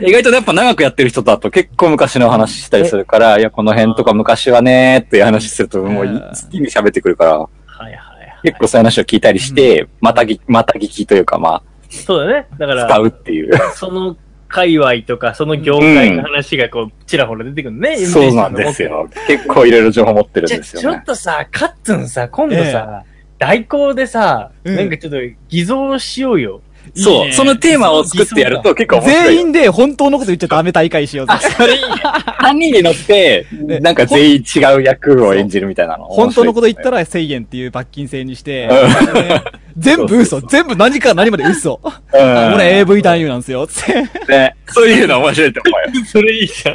[SPEAKER 3] 意外とねやっぱ長くやってる人だと結構昔の話したりするから、いや、この辺とか昔はね、っていう話すると、もう
[SPEAKER 5] う
[SPEAKER 3] い
[SPEAKER 5] ん
[SPEAKER 3] 好きに喋ってくるから、
[SPEAKER 4] はいはいはい。
[SPEAKER 3] 結構そういう話を聞いたりして、またぎ、また聞きというか、ま
[SPEAKER 4] そうだね。だか
[SPEAKER 3] あ、使
[SPEAKER 4] ら、
[SPEAKER 3] うっていう。
[SPEAKER 4] その界隈とか、その業界の話がこう、ちらほら出てくるね。
[SPEAKER 3] そうなんですよ。結構いろいろ情報持ってるん
[SPEAKER 4] じゃ
[SPEAKER 3] です
[SPEAKER 4] ちょ
[SPEAKER 3] よね
[SPEAKER 4] っ。とさ、カッツンさ、今度さ、代行でさ、
[SPEAKER 5] うん
[SPEAKER 4] なんかちょっと偽造しようよ。
[SPEAKER 3] そ、
[SPEAKER 5] いいうね
[SPEAKER 3] そのテーマを作ってやると結構面白い
[SPEAKER 5] 全
[SPEAKER 3] よ。
[SPEAKER 5] 員で本当のこと言っちゃダメ大会しようぜ。
[SPEAKER 3] 3人に乗って、
[SPEAKER 5] ね
[SPEAKER 3] なんか全員違う役を演じるみたいなの。
[SPEAKER 5] 本当のこと言った
[SPEAKER 3] ら、
[SPEAKER 5] ら1000円っていう罰金制にして、
[SPEAKER 3] う
[SPEAKER 5] ね 全部嘘。全部何から何まで嘘。
[SPEAKER 3] うん
[SPEAKER 5] 俺 AV 男優なんですよ。つって。
[SPEAKER 3] ねそういうの面白いと思うよ。
[SPEAKER 4] それいいじゃ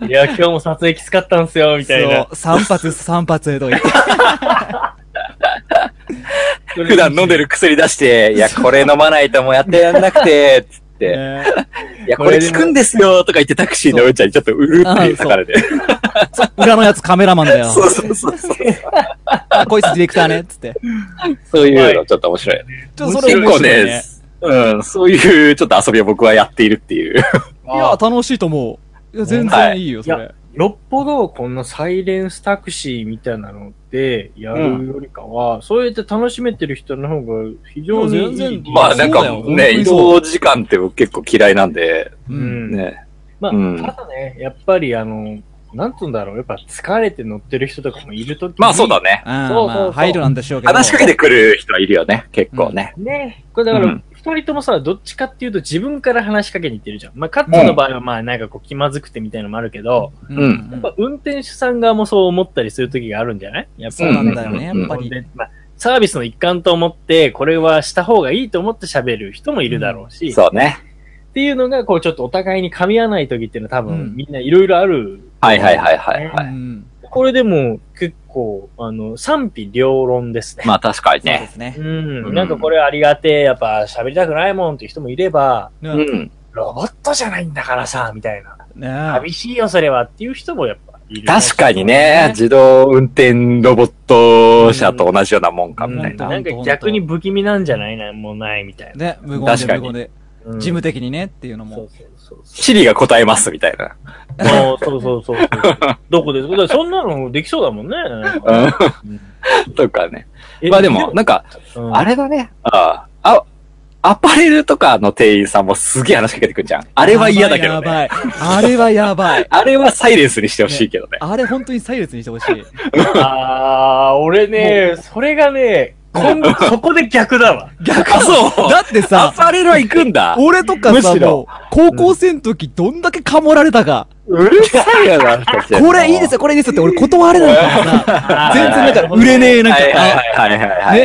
[SPEAKER 3] うん。
[SPEAKER 4] ん。いや、今日も撮影きつかったんすよ、みたいな。
[SPEAKER 5] そう。3発、3発とか言って。
[SPEAKER 3] 普段飲んでる薬出 して、いや、これ飲まないともうやってらんなくて、つって、
[SPEAKER 5] ね
[SPEAKER 3] いや、これ効くんですよ、とか言ってタクシー乗るちゃんにちょっとうるっていう流れで。
[SPEAKER 5] 裏のやつカメラマンだよ。
[SPEAKER 3] そうそうそうそう。
[SPEAKER 5] あこいつディレクターね。つって。
[SPEAKER 3] そういうのちょっと面白いよね。
[SPEAKER 5] ちょっとそれ
[SPEAKER 3] 結
[SPEAKER 5] 面
[SPEAKER 3] 構
[SPEAKER 5] 白い
[SPEAKER 3] ね
[SPEAKER 5] ね。、
[SPEAKER 3] うん、そういうちょっと遊びを僕はやっているっていう。
[SPEAKER 5] いや、楽しいと思う。いや、全然いいよ、そ
[SPEAKER 4] は
[SPEAKER 5] れ。
[SPEAKER 4] よっぽどこんなサイレンスタクシーみたいなのってやるよりかは、そうやって楽しめてる人の方が非常にいい
[SPEAKER 5] いや全然
[SPEAKER 3] まあ
[SPEAKER 5] そ
[SPEAKER 3] な
[SPEAKER 5] うんだよ
[SPEAKER 3] か
[SPEAKER 5] 本当
[SPEAKER 3] ね、
[SPEAKER 5] に
[SPEAKER 3] 移
[SPEAKER 5] そ
[SPEAKER 3] 動
[SPEAKER 5] う
[SPEAKER 3] 時間って僕結構嫌いなんで、
[SPEAKER 4] う
[SPEAKER 5] う。
[SPEAKER 4] んん。
[SPEAKER 3] ね。
[SPEAKER 4] まあ、
[SPEAKER 3] うん
[SPEAKER 4] ただね、やっぱりあの、なんつうんだろう、やっぱ疲れて乗ってる人とかもいるときに
[SPEAKER 3] まあそうだ。ね。
[SPEAKER 5] あ
[SPEAKER 4] そうそう
[SPEAKER 5] ー
[SPEAKER 4] そ
[SPEAKER 5] ま
[SPEAKER 4] う
[SPEAKER 5] あ、配慮なんでしょうけど。
[SPEAKER 3] 話しかけてくる人はいるよね、結構ね。
[SPEAKER 4] ね。これだか
[SPEAKER 3] う
[SPEAKER 4] ら
[SPEAKER 3] ん、
[SPEAKER 4] 二人ともさ、どっちかっていうと自分から話しかけに行ってるじゃん。まあ、カットの場合はまあ、なんかこう気まずくてみたいなのもあるけど、
[SPEAKER 5] う
[SPEAKER 3] うん
[SPEAKER 4] やっ
[SPEAKER 5] ん。
[SPEAKER 4] ぱ運転手さん側もそう思ったりするときがあるんじゃないやっぱ
[SPEAKER 5] そう
[SPEAKER 4] り
[SPEAKER 5] なんだよね、や
[SPEAKER 3] うん
[SPEAKER 5] っぱり。
[SPEAKER 4] でまあ、サービスの一環と思って、これはした方がいいと思って喋る人もいるだろうし、っ
[SPEAKER 3] そうね。
[SPEAKER 4] ていうのが、こう、ちょっとお互いに噛み合わない時っていうのは多
[SPEAKER 5] う
[SPEAKER 4] 分、
[SPEAKER 5] ん
[SPEAKER 4] みんないろいろある。
[SPEAKER 3] はいはいはいはいは
[SPEAKER 5] う
[SPEAKER 3] い。
[SPEAKER 5] ん
[SPEAKER 4] これでも、結構、あの、賛否両論ですね。
[SPEAKER 3] まあ確かに
[SPEAKER 5] そうで
[SPEAKER 3] ね。
[SPEAKER 5] すね
[SPEAKER 4] う。ん。なんかこれありがてえ、やっぱ喋りたくないもんっていう人もいれば、
[SPEAKER 3] う
[SPEAKER 5] ね
[SPEAKER 3] ん。
[SPEAKER 4] ロボットじゃないんだからさ、みたいな。
[SPEAKER 5] ね
[SPEAKER 4] 寂しいよ、それはっていう人もやっぱいる。
[SPEAKER 3] 確かにね、自動運転ロボット車と同じようなもんかみたいな。
[SPEAKER 4] なんか逆に不気味なんじゃないなんもうないみたいな。
[SPEAKER 5] ね、無言で
[SPEAKER 3] 確か
[SPEAKER 5] 無
[SPEAKER 3] に
[SPEAKER 5] 言で。
[SPEAKER 4] うん
[SPEAKER 5] 事務的にねっていうの
[SPEAKER 4] そ
[SPEAKER 5] も
[SPEAKER 4] う。そうそうそう。
[SPEAKER 3] シリが答えますみたいな。
[SPEAKER 4] ああ、そうそうそうそう。どこですかだからそんなのできそうだもんね。
[SPEAKER 3] とかね。
[SPEAKER 4] え
[SPEAKER 3] まあでも、、なんか、
[SPEAKER 4] うん
[SPEAKER 3] あれだね。ああ、あアパレルとかの店員さんもすげえ話しかけてくるじゃん。あれは嫌だけど
[SPEAKER 5] や
[SPEAKER 3] ね。
[SPEAKER 5] ばい。あれはやばい。
[SPEAKER 3] あれはサイレンスにしてほしいけどね。
[SPEAKER 5] あれ本当にサイレンスにしてほしい。
[SPEAKER 4] あー、俺ね、それがね、こんそこで逆だわ。
[SPEAKER 5] 逆
[SPEAKER 3] あ、そう
[SPEAKER 5] だって
[SPEAKER 3] ア
[SPEAKER 5] さ、
[SPEAKER 3] パレルは行くんだ
[SPEAKER 5] 俺とか
[SPEAKER 3] む
[SPEAKER 5] さ、
[SPEAKER 3] しろ
[SPEAKER 5] もう、高校生の時どんだけかもられたか。
[SPEAKER 3] うるさいよな、こ
[SPEAKER 5] これいいですよ、これいいですよって俺断れないからさ、全然なんか売れねえ、なん
[SPEAKER 3] は
[SPEAKER 5] か
[SPEAKER 3] いはいはいはい
[SPEAKER 5] あ。
[SPEAKER 3] はい。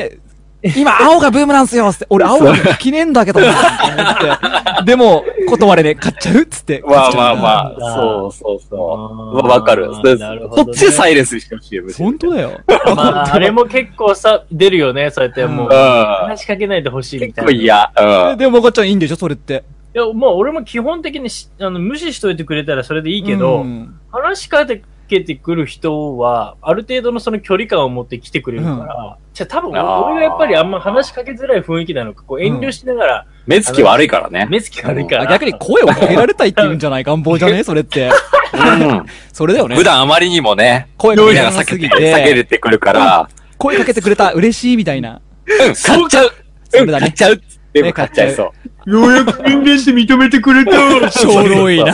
[SPEAKER 5] ね、今青がブームなんすよっつって、俺青が着ねえんだけどなって。でも、断れねえ、買っちゃうっつって。
[SPEAKER 3] まあ
[SPEAKER 5] 買っちゃ
[SPEAKER 3] まあ
[SPEAKER 5] う
[SPEAKER 3] まあ、そうそうそう。わかる。そう
[SPEAKER 4] なるほど
[SPEAKER 3] そ
[SPEAKER 4] ね
[SPEAKER 3] っちでサイレンスにしてほしいよ、むしろ
[SPEAKER 5] 本当だよ。
[SPEAKER 4] まあ、あれも結構さ、出るよね、そうやっても
[SPEAKER 3] うん。
[SPEAKER 4] う。話しかけないでほしいみた
[SPEAKER 3] 結
[SPEAKER 4] い
[SPEAKER 3] 構
[SPEAKER 4] な。い
[SPEAKER 3] 嫌。うん。
[SPEAKER 5] でも、もこっちゃんいいんでしょそれって。
[SPEAKER 4] や、もう俺も基本的にしあの無視しといてくれたらそれでいいけど、
[SPEAKER 5] うん
[SPEAKER 4] 話しかけてくる人は、ある程度のその距離感を持って来てくれるから、じゃあ多分俺
[SPEAKER 3] あー
[SPEAKER 4] 俺がやっぱりあんま話しかけづらい雰囲気なのか、こう遠慮しながら、
[SPEAKER 3] 目つき悪いからね。
[SPEAKER 4] 目つき悪いから。
[SPEAKER 5] あ 逆に声をかけられたいって言うんじゃない願望じゃねそれって。
[SPEAKER 3] うん。
[SPEAKER 5] それだよね
[SPEAKER 3] 普。段あまりにもね、
[SPEAKER 5] 声か
[SPEAKER 3] み
[SPEAKER 5] け
[SPEAKER 3] ん
[SPEAKER 5] ら
[SPEAKER 3] な
[SPEAKER 5] れ
[SPEAKER 3] が
[SPEAKER 5] な
[SPEAKER 3] 避けて、
[SPEAKER 5] すぎ
[SPEAKER 3] 避け
[SPEAKER 5] て、
[SPEAKER 3] れてくるから、
[SPEAKER 5] 声かけてくれた、嬉しいみたいな。
[SPEAKER 3] うん、買っちゃう
[SPEAKER 5] そうれ
[SPEAKER 3] ん、
[SPEAKER 5] だね
[SPEAKER 3] 買っちゃうで
[SPEAKER 5] ね
[SPEAKER 3] も買っちゃい そう。
[SPEAKER 4] ようやく人間って認めてくれた
[SPEAKER 5] ちょうどいいな。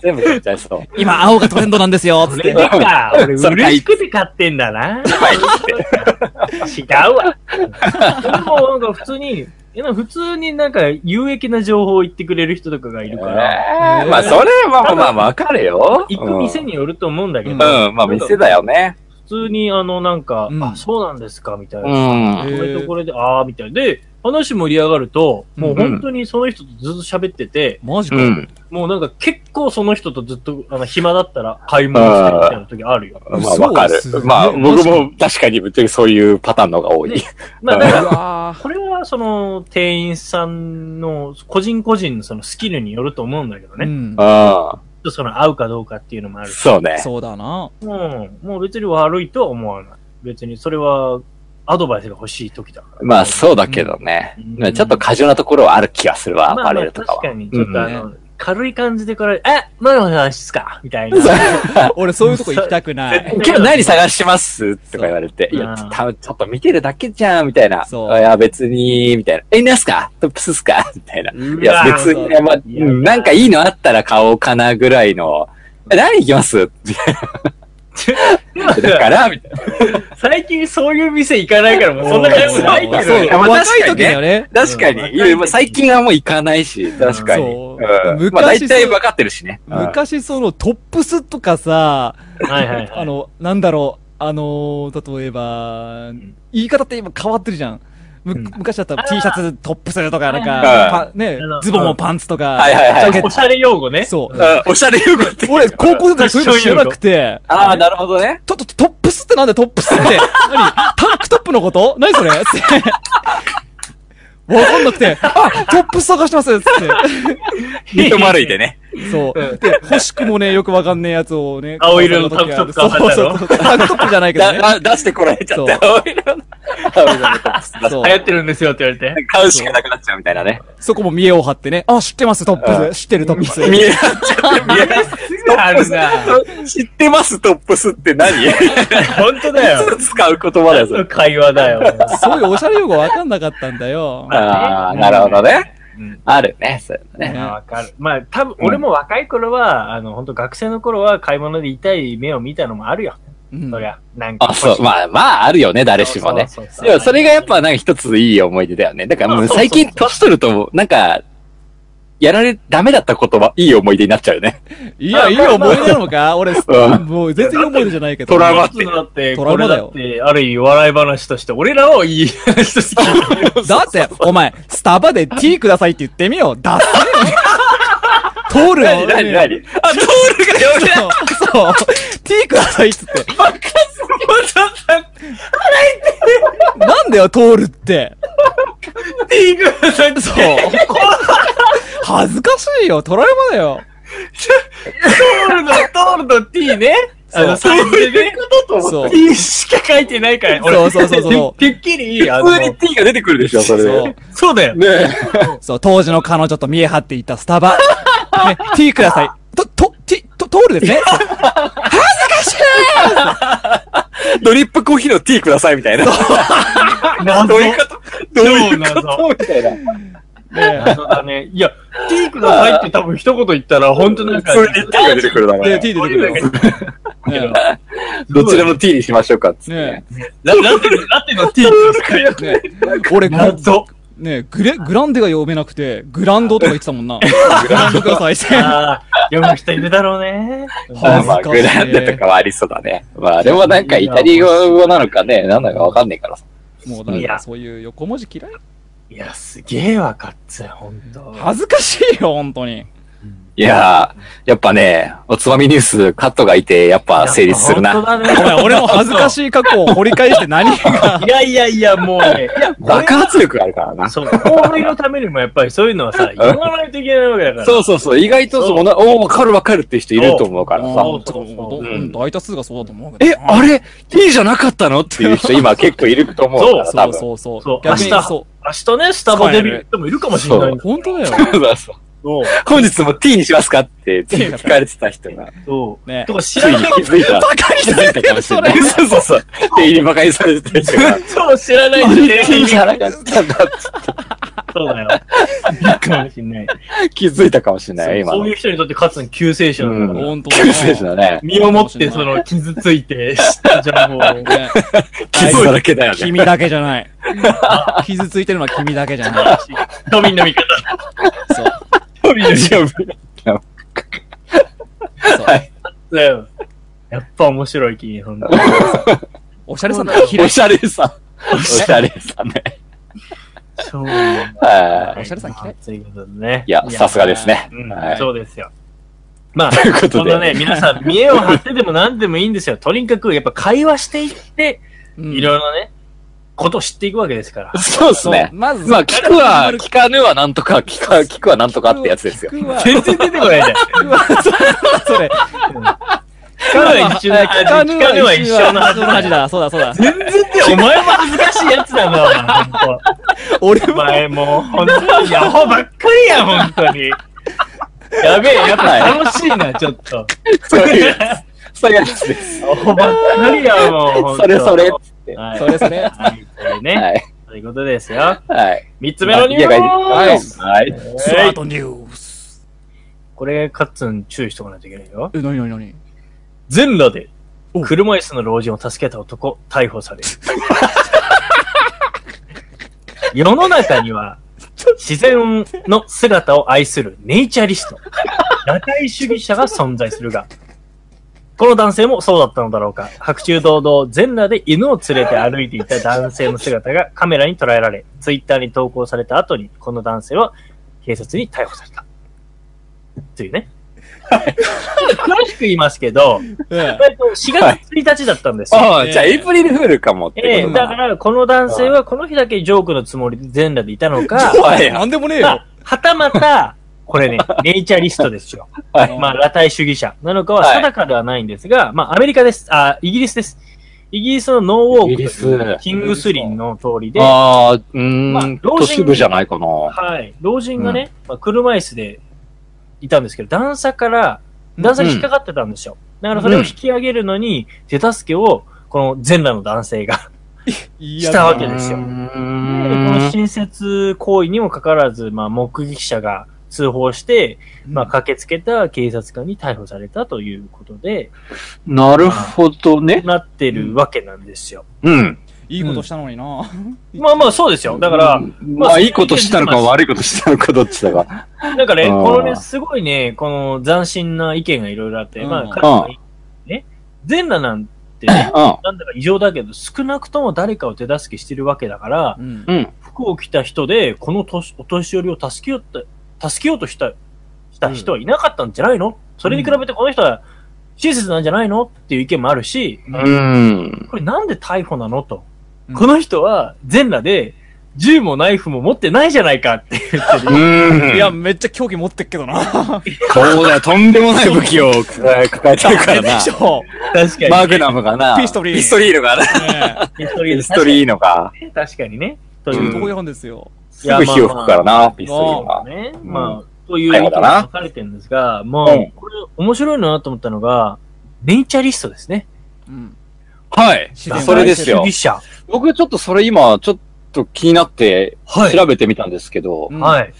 [SPEAKER 3] 全部買っちゃいそう。
[SPEAKER 5] 今、青がトレンドなんですよ、
[SPEAKER 4] そ
[SPEAKER 5] つっ
[SPEAKER 4] れ
[SPEAKER 5] て。
[SPEAKER 4] でか、俺
[SPEAKER 3] そう
[SPEAKER 4] 嬉しくて買ってんだな。
[SPEAKER 3] はい、って。
[SPEAKER 4] 違うわ。でもなんか普通に、いや普通になんか有益な情報を言ってくれる人とかがいるから、
[SPEAKER 3] えーまあ、それはまあまあ、わかるよ。
[SPEAKER 4] 行く店によると思うんだけど、
[SPEAKER 3] うん、うんまあ、店だよね。
[SPEAKER 4] 普通にあのなんか、
[SPEAKER 5] うん
[SPEAKER 4] あ、そうなんですかみたいう
[SPEAKER 3] ん。
[SPEAKER 4] な。これとこれで、ああ、みたいな。で、話盛り上がると、もう本当にその人とずっと喋ってて、
[SPEAKER 5] マジか
[SPEAKER 3] う。ん。
[SPEAKER 4] もうなんか結構その人とずっとあの暇だったら買い物してみたいな時あるよ。
[SPEAKER 3] まあ、
[SPEAKER 5] 嘘
[SPEAKER 3] わかる
[SPEAKER 5] すげえ。
[SPEAKER 3] まあ、僕
[SPEAKER 5] マ
[SPEAKER 3] も確かにぶっちゃけそういうパターンの方が多い。
[SPEAKER 4] まあだから
[SPEAKER 5] うわ
[SPEAKER 4] これはその店員さんの個人個人のそのスキルによると思うんだけど
[SPEAKER 5] ーう
[SPEAKER 4] ね。
[SPEAKER 5] ん
[SPEAKER 3] う。ん。
[SPEAKER 4] ちょっとその合うかどうかっていうのもあるし。
[SPEAKER 3] そうね。
[SPEAKER 5] そうだな。
[SPEAKER 4] うん。もう別に悪いとは思わない。別にそれはアドバイスが欲しい時だから。
[SPEAKER 3] まあ、そうだけどね
[SPEAKER 4] うん。
[SPEAKER 3] まあちょっと過剰なところはある気がするわ、ア
[SPEAKER 4] ま
[SPEAKER 3] パ
[SPEAKER 4] あま
[SPEAKER 3] レ
[SPEAKER 4] あ
[SPEAKER 3] ルとか
[SPEAKER 4] 確
[SPEAKER 3] は。
[SPEAKER 4] かに、ちょっとあ
[SPEAKER 5] う
[SPEAKER 4] の、軽い感じで来られる、え、何の話ですかみたいな。
[SPEAKER 5] 俺、そういうとこ行きたくない。
[SPEAKER 3] 今日何探しますとか言われて、いや、
[SPEAKER 4] うん
[SPEAKER 3] たぶんちょっと見てるだけじゃん、みたいな。
[SPEAKER 5] そう
[SPEAKER 3] いや、別に、みたいな。え、なんすかトップスっすか みたいな。いや、
[SPEAKER 4] うわ
[SPEAKER 3] 別に、まあ、うんなんかいいのあったら買おうかなぐらいの、え何行きますみたいな。だから、みたいな。
[SPEAKER 4] 最近そういう店行かないから、もうそんな感じもない
[SPEAKER 3] そ
[SPEAKER 4] け
[SPEAKER 3] う
[SPEAKER 4] ど
[SPEAKER 3] い
[SPEAKER 4] ね。
[SPEAKER 3] やまあ
[SPEAKER 5] 若い
[SPEAKER 3] 確かに
[SPEAKER 5] 時
[SPEAKER 3] ね
[SPEAKER 5] だよね。
[SPEAKER 3] 確か
[SPEAKER 4] うん
[SPEAKER 3] に。いやまあ最近はもう行かないし、確かに。
[SPEAKER 5] そう
[SPEAKER 3] うん
[SPEAKER 5] 昔
[SPEAKER 3] まあ、大体分かってるしね。うん
[SPEAKER 5] 昔、その、トップスとかさ、
[SPEAKER 4] はいはいはい。
[SPEAKER 5] あの、なんだろう、あのー、例えば、言い方って今変わってるじゃん。む
[SPEAKER 4] うん
[SPEAKER 5] 昔だったら T シャツ、トップスとか、なん
[SPEAKER 3] は
[SPEAKER 5] か、パね
[SPEAKER 4] あの、
[SPEAKER 5] ズボンもパンツとか、
[SPEAKER 3] はいはいはい
[SPEAKER 5] ジャケ
[SPEAKER 4] お
[SPEAKER 5] ッ
[SPEAKER 4] しゃれ用語ね。
[SPEAKER 5] ト。そ
[SPEAKER 3] う。
[SPEAKER 5] う
[SPEAKER 3] んおしゃれ言うって。
[SPEAKER 5] 俺、高校の時そういうの知らなくて、
[SPEAKER 3] ああ、なるほど ね。
[SPEAKER 5] トトトップスってなんだよトップスって。何タンクトップのこと何それってわかんなくて、あ、トップス探してますっつっ
[SPEAKER 3] 三笘るいでね。
[SPEAKER 5] て。そう。で、欲しくもね、よくわかんねえやつをね。
[SPEAKER 4] 青色のタンクトップ買わ
[SPEAKER 5] そ
[SPEAKER 4] れ
[SPEAKER 5] う
[SPEAKER 4] た
[SPEAKER 5] そう
[SPEAKER 4] の
[SPEAKER 5] そう。タンクトップじゃないけど
[SPEAKER 3] だ
[SPEAKER 5] ね。
[SPEAKER 3] だ出してこられちゃった。
[SPEAKER 5] そう
[SPEAKER 4] 流。行ってるんですよって言われて。
[SPEAKER 3] 買うしかなくなっちゃうみたいなね。
[SPEAKER 5] そこも見栄を張ってね。あ、知ってます、トップス。知ってる、トップス。
[SPEAKER 3] 見えなっちゃって、見えなっちゃって
[SPEAKER 4] すぐあるな。
[SPEAKER 3] 知ってます、トップスって何
[SPEAKER 4] 本当だよ。
[SPEAKER 3] 使う言葉だよ、それ。
[SPEAKER 4] 会話だよ。
[SPEAKER 5] そういうおしゃれ用語わかんなかったんだよ。
[SPEAKER 3] ああ、なるほどね
[SPEAKER 4] うん。
[SPEAKER 3] あるね、そういうのね。
[SPEAKER 4] いやわかる。まあ、多分、俺も若い頃は、あの、本当学生の頃は買い物で痛い目を見たのもあるよ。
[SPEAKER 5] うん
[SPEAKER 4] そりゃ、なんか
[SPEAKER 3] あ、
[SPEAKER 4] 欲しい。
[SPEAKER 3] そう、まあ、まあ、あるよね、誰しもね。
[SPEAKER 4] そうそうそう
[SPEAKER 3] でも、それがやっぱ、なんか一ついい思い出だよね。だから、もう最近、年取ると、なんか、やられ、ダメだったことは、いい思い出になっちゃうよね。
[SPEAKER 5] いや、いい思い出なのか俺、
[SPEAKER 3] うん
[SPEAKER 5] もう全然いい思い出じゃないけど。
[SPEAKER 3] トラウマ
[SPEAKER 4] 一つのだって、
[SPEAKER 5] トラ
[SPEAKER 4] こ
[SPEAKER 5] ウ
[SPEAKER 4] れ
[SPEAKER 5] マだ
[SPEAKER 4] だ
[SPEAKER 5] よ
[SPEAKER 4] って、ある意味笑い話として、俺らをいい話として聞いてる。
[SPEAKER 5] だって、お前、スタバで T くださいって言ってみよう。だって。通るよ。
[SPEAKER 3] 何、何、何あ、トールが読めない
[SPEAKER 5] そう、そう。T くださいっつって。なんだよ、通るって。
[SPEAKER 4] ティーグさ ん
[SPEAKER 5] そう。恥ずかしいよ。トラウマだよ。
[SPEAKER 4] トールの、トールの T ね。あの、
[SPEAKER 5] そ
[SPEAKER 4] サイズでね。
[SPEAKER 5] そう。
[SPEAKER 4] T しか書いてないから、
[SPEAKER 5] そうそうそうそう
[SPEAKER 4] ててっきり、あの
[SPEAKER 3] 普通に T が出てくるでしょ、それ
[SPEAKER 5] そ
[SPEAKER 3] で
[SPEAKER 5] う。。
[SPEAKER 4] そうだよ。
[SPEAKER 3] ね
[SPEAKER 5] そう、当時の彼女と見え張っていたスタバ。ね、T ください。と、と、T、と、通るですね。
[SPEAKER 3] えドリップコーヒーの T ください、みたいな。
[SPEAKER 4] 謎
[SPEAKER 3] どういうことどういう
[SPEAKER 4] 超
[SPEAKER 3] ことみたいな。
[SPEAKER 4] 謎だね。いや、T くださいって多分一言言ったら、本当なんか、
[SPEAKER 3] それで T が出てくるだろう
[SPEAKER 5] で、
[SPEAKER 3] ね。
[SPEAKER 5] T 出てくるよ。ね
[SPEAKER 3] どちらも T にしましょうかっつって。
[SPEAKER 5] ね
[SPEAKER 4] ララテの、ラテの T って言う
[SPEAKER 5] ね俺、
[SPEAKER 4] 謎。
[SPEAKER 5] ねグレ、グランデが読めなくて、グランドとか言ってたも んな。グランドくださいって。
[SPEAKER 4] ああ、読む人いるだろうね。
[SPEAKER 3] まあまあ、
[SPEAKER 5] 恥ずか
[SPEAKER 3] グ
[SPEAKER 5] しい
[SPEAKER 3] ランデとかはありそうだね。まあ、でもなんかイタリア語なのかね、なんだかわかんねえからさ。
[SPEAKER 5] もうだからそういう横文字嫌い
[SPEAKER 4] いや、すげえわかっつよ、ほんと。
[SPEAKER 5] 恥ずかしいよ、本当に。
[SPEAKER 3] いやー、やっぱね、おつまみニュースカットがいて、やっぱ成立する
[SPEAKER 4] 本
[SPEAKER 3] な。
[SPEAKER 4] 当だね
[SPEAKER 5] お前、俺 の恥ずかしい過去を掘り返して何が。
[SPEAKER 4] いやいやいや、もうね。いや、
[SPEAKER 3] 爆発力あるからな。
[SPEAKER 4] そう、後輩のためにもやっぱりそういうのはさ、言わないといけないわけだから。
[SPEAKER 3] そうそうそう、意外とそう、おおわかるわかるって人いると思うからさ。
[SPEAKER 4] そうそうそう
[SPEAKER 5] うん大多数がそうだと思うけど
[SPEAKER 3] え、
[SPEAKER 5] な。
[SPEAKER 3] あれ ?T じゃなかったのっていう人今結構いると思う から、
[SPEAKER 5] そ
[SPEAKER 3] 多
[SPEAKER 5] う
[SPEAKER 3] 分。
[SPEAKER 5] そうそう。
[SPEAKER 4] そう
[SPEAKER 5] 逆に
[SPEAKER 4] 明日
[SPEAKER 5] そ
[SPEAKER 4] 明日ね、スタバデビュー行ってもいるかもしれな
[SPEAKER 3] そ
[SPEAKER 4] いん
[SPEAKER 5] う。
[SPEAKER 4] だ
[SPEAKER 5] 本当だよ。
[SPEAKER 3] そうそう
[SPEAKER 4] そう。
[SPEAKER 3] 本日も T にしますかって聞かれてた人が、
[SPEAKER 4] そう。
[SPEAKER 5] ね
[SPEAKER 4] とか
[SPEAKER 3] つ
[SPEAKER 4] 知ら
[SPEAKER 3] いに
[SPEAKER 4] ない、
[SPEAKER 3] 気づい た。
[SPEAKER 5] カに
[SPEAKER 3] 気づいたかもしれない。そうそう そう。店員に馬鹿にされてた人 が、
[SPEAKER 4] そう、知らないし、
[SPEAKER 3] T じゃな かったんだっ
[SPEAKER 4] そうだよ。いるかもしれない。
[SPEAKER 3] て気づいたかもしれない、今
[SPEAKER 4] そう
[SPEAKER 3] の
[SPEAKER 4] いう。人にとって勝つの救世主なんだから。
[SPEAKER 5] 本当だ
[SPEAKER 3] 救世主だね。
[SPEAKER 4] 身をもって、その、傷ついて、知った情報を。
[SPEAKER 5] ね
[SPEAKER 3] 傷だらけだよね。
[SPEAKER 5] 君だけじゃない。傷ついてるのは君だけじゃない。
[SPEAKER 4] ドミンの味方。
[SPEAKER 5] そう。
[SPEAKER 4] ドミンの味方。
[SPEAKER 5] そう
[SPEAKER 4] だよ。やっぱ面白いき、ほ んと。
[SPEAKER 5] おしゃれさんだから嫌
[SPEAKER 3] お
[SPEAKER 5] い。
[SPEAKER 3] しゃれさ。おしゃれさね。
[SPEAKER 4] そうなんだ。
[SPEAKER 3] はい
[SPEAKER 5] おしゃれさん嫌い
[SPEAKER 4] ということでね。
[SPEAKER 3] いや、さすがですね。
[SPEAKER 4] うん
[SPEAKER 3] はい
[SPEAKER 4] そうですよ。まあ、
[SPEAKER 3] ということ
[SPEAKER 4] そん
[SPEAKER 3] で
[SPEAKER 4] な。ね、皆さん、見栄を張ってでも何でもいいんですよ。とにかく、やっぱ会話していって、
[SPEAKER 5] うん
[SPEAKER 4] いろいろなね、ことを知っていくわけです から。
[SPEAKER 3] そうですね。
[SPEAKER 5] まず、
[SPEAKER 3] まあ、聞くは、聞かぬはなんとか、聞か、聞くはなんとかってやつですよ。
[SPEAKER 5] 聞くは
[SPEAKER 4] 全然出てこないじゃん。
[SPEAKER 5] 聞くはそれ。
[SPEAKER 4] 聞かぬは一緒の味。聞かぬは一緒の味
[SPEAKER 5] 一緒の味だ。そうだそうだ。
[SPEAKER 4] 全然お前も恥ずかしいやつだな、お前ほんと。
[SPEAKER 5] 俺
[SPEAKER 4] お
[SPEAKER 5] も、
[SPEAKER 4] 前もう、ほんとに、アホばっかりや、ほんとに。やべえ、やっぱ楽しいな、ちょっと。
[SPEAKER 3] そういう、そういうやつです。
[SPEAKER 4] アホばっかりや、もうほんと。
[SPEAKER 3] それそれ、つって。
[SPEAKER 4] はい。
[SPEAKER 5] それそれ。
[SPEAKER 4] はい、それね。
[SPEAKER 3] はい。
[SPEAKER 4] ということですよ。
[SPEAKER 3] はい。
[SPEAKER 4] 三つ目のニュ
[SPEAKER 3] は
[SPEAKER 4] ー
[SPEAKER 3] い
[SPEAKER 4] ス。。
[SPEAKER 3] はい。
[SPEAKER 5] スマートニュース。
[SPEAKER 4] これ、カッツン注意しとかないといけないよ。
[SPEAKER 5] え、なになになに
[SPEAKER 4] 全裸で、車椅子の老人を助けた男、逮捕される。 世の中には、自然の姿を愛するネイチャリスト、裸体主義者が存在するが、この男性もそうだったのだろうか、白昼堂々全裸で犬を連れて歩いていた男性の姿がカメラに捉えられ、ツイッターに投稿された後に、この男性は警察に逮捕された。というね。詳しく言いますけど、
[SPEAKER 5] え
[SPEAKER 4] えっと4月1日だったんですよ。
[SPEAKER 3] ああ、じゃあ、エイプリルフールかもって
[SPEAKER 4] え
[SPEAKER 3] こ
[SPEAKER 4] え
[SPEAKER 3] と
[SPEAKER 4] だ
[SPEAKER 3] だ
[SPEAKER 4] か
[SPEAKER 3] な。
[SPEAKER 4] ら、この男性はこの日だけジョークのつもりで全裸でいたのか、
[SPEAKER 3] 怖い
[SPEAKER 5] え。
[SPEAKER 3] な。
[SPEAKER 5] なんでもねえ
[SPEAKER 4] まあ
[SPEAKER 5] よ。
[SPEAKER 4] はたまた、これね、ネイチャリストですよ。
[SPEAKER 3] はい
[SPEAKER 4] まあ、裸体主義者なのかは
[SPEAKER 3] はい
[SPEAKER 4] 定かではないんですが、まあ、アメリカです。あ、イギリスです。イギリスのノーウォークという
[SPEAKER 3] イギリス
[SPEAKER 4] キングスリンの通りで、は
[SPEAKER 3] ああ、うー
[SPEAKER 4] まあ
[SPEAKER 3] ん、
[SPEAKER 4] 老人
[SPEAKER 3] 都市部じゃないかな。
[SPEAKER 4] い、老人がね、まあ、車椅子でいたんですけど、段差から、段差に引っかかってたんですよ。だからそれを引き上げるのに、手助けを、この全裸の男性が
[SPEAKER 5] い
[SPEAKER 4] したわけ
[SPEAKER 3] う
[SPEAKER 4] ですよ。でこの
[SPEAKER 3] ーん
[SPEAKER 4] 親切行為にもかかわらず、まあ、目撃者が通報して、まあ、駆けつけた警察官に逮捕されたということで、
[SPEAKER 3] なるほどね。
[SPEAKER 4] なってるわけなんですよ。
[SPEAKER 3] うん。
[SPEAKER 5] いいことしたのにな。
[SPEAKER 4] まあまあ、そうですよ。だから、
[SPEAKER 3] まあ、いいことしたのか悪いことしたのかどっちだか。
[SPEAKER 4] なんかね、
[SPEAKER 3] あー
[SPEAKER 4] このね、すごいね、この斬新な意見がいろいろあって、
[SPEAKER 5] うん
[SPEAKER 4] まあ、彼はね、全裸なん てね、なんだか異常だけど、少なくとも誰かを手助けしてるわけだから、
[SPEAKER 5] うん
[SPEAKER 3] う。ん。うん。
[SPEAKER 4] 服を着た人で、この年お年寄りを助けようって、助けようとした、した人はいなかったんじゃないの、それに比べてこの人は親切なんじゃないのっていう意見もあるし、
[SPEAKER 3] うん。
[SPEAKER 4] これなんで逮捕なのと。
[SPEAKER 5] うん
[SPEAKER 4] この人は全裸で、銃もナイフも持ってないじゃないかって 言ってる。
[SPEAKER 3] うん。
[SPEAKER 5] いや、、めっちゃ狂気持ってっけどな。
[SPEAKER 3] そうだよ。とんでもない武器をえー抱えてるから
[SPEAKER 5] で
[SPEAKER 3] な
[SPEAKER 5] し。ょ。
[SPEAKER 4] 確かに。
[SPEAKER 3] マグナムがな。
[SPEAKER 5] ピストリー
[SPEAKER 3] ピストリーのがな。
[SPEAKER 5] ね
[SPEAKER 4] ピストリー
[SPEAKER 3] ピストリーのが。
[SPEAKER 4] ー。確かにね。と
[SPEAKER 5] え。
[SPEAKER 4] いう
[SPEAKER 5] い
[SPEAKER 3] ん
[SPEAKER 5] いとこやんですよ。
[SPEAKER 4] い
[SPEAKER 3] す
[SPEAKER 4] や
[SPEAKER 3] ぐ火を吹くからな、ピストリー
[SPEAKER 4] ま
[SPEAKER 3] が。
[SPEAKER 4] あね、
[SPEAKER 3] ん
[SPEAKER 4] まあ、という意
[SPEAKER 3] 逮
[SPEAKER 4] 見
[SPEAKER 3] 捕だ
[SPEAKER 4] が
[SPEAKER 3] な
[SPEAKER 4] 書かれてるんですが、ま
[SPEAKER 3] う
[SPEAKER 4] あ
[SPEAKER 3] ん、
[SPEAKER 4] これ面白いなと思ったのが、ネイチャリストですね。
[SPEAKER 5] うん。
[SPEAKER 3] はい。
[SPEAKER 5] 自然を愛して
[SPEAKER 3] そ
[SPEAKER 5] る
[SPEAKER 3] れですよ
[SPEAKER 4] 主義者。
[SPEAKER 3] 僕ちょっとそれ今、ちょっと気になって
[SPEAKER 4] はい
[SPEAKER 3] 調べてみたんですけど、
[SPEAKER 5] うん
[SPEAKER 4] はい。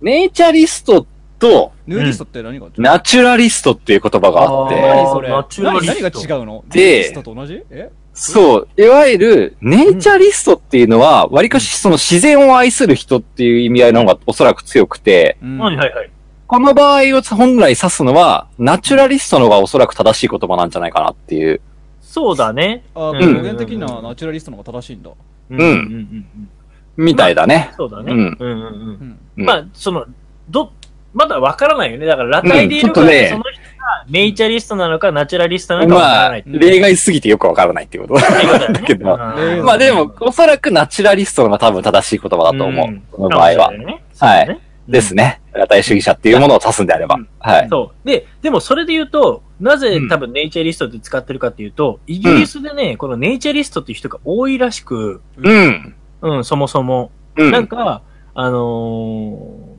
[SPEAKER 3] ネイチャリストと
[SPEAKER 5] ヌーディストって何が違う
[SPEAKER 3] ナチュラリストっていう言葉があっ
[SPEAKER 5] あー
[SPEAKER 3] て、
[SPEAKER 5] 何それ
[SPEAKER 4] ナチュラ
[SPEAKER 5] 何
[SPEAKER 4] リス
[SPEAKER 5] 何
[SPEAKER 4] ト
[SPEAKER 5] が違
[SPEAKER 3] で
[SPEAKER 5] うのヌーディストと同じえ
[SPEAKER 3] そう、いわゆるネイチャリストっていうのは、わりかしその自然を愛する人っていう意味合いの方がおそらく強くて、
[SPEAKER 5] うん
[SPEAKER 4] はいはいはい。
[SPEAKER 3] この場合を本来指すのは、ナチュラリストの方がおそらく正しい言葉なんじゃないかなっていう。
[SPEAKER 4] そうだね。
[SPEAKER 5] あ
[SPEAKER 4] う
[SPEAKER 5] ー、
[SPEAKER 4] ん
[SPEAKER 5] 語源的にはナチュラリストの方が正しいんだ。
[SPEAKER 3] う
[SPEAKER 4] う
[SPEAKER 3] ん
[SPEAKER 4] ん。
[SPEAKER 3] みたいだね。
[SPEAKER 4] そうだね。
[SPEAKER 3] うん
[SPEAKER 4] うんうんうん
[SPEAKER 5] うん
[SPEAKER 3] うん
[SPEAKER 4] まあ、その、ど、まだわからないよね。だから、裸体でいるか
[SPEAKER 3] うん
[SPEAKER 4] ら、
[SPEAKER 3] ちょっとね
[SPEAKER 4] その人がネイチャリストなのか、ナチュラリストなのかわから
[SPEAKER 3] ま
[SPEAKER 4] な
[SPEAKER 3] あ
[SPEAKER 4] い、。
[SPEAKER 3] 例外すぎてよくわからないっていうこと
[SPEAKER 4] っていうことだよ
[SPEAKER 3] だ
[SPEAKER 4] ね
[SPEAKER 3] けど。
[SPEAKER 5] うん
[SPEAKER 3] まあでも、、おそらくナチュラリストの方が多分正しい言葉だと思う。
[SPEAKER 4] ん
[SPEAKER 3] この場合は。
[SPEAKER 4] かもしれないね
[SPEAKER 3] はい。
[SPEAKER 4] そうだね
[SPEAKER 3] ですね。裸体主義者っていうものを指すんであれば。
[SPEAKER 4] うん
[SPEAKER 3] はい。
[SPEAKER 4] そう。で、でもそれで言うと、なぜ
[SPEAKER 3] うん
[SPEAKER 4] 多分ネイチャリストって使ってるかっていうと、イギリスでね、このネイチャリストっていう人が多いらしく、
[SPEAKER 3] うん。
[SPEAKER 4] うん、そもそも。
[SPEAKER 3] うん。
[SPEAKER 4] なんか、あのー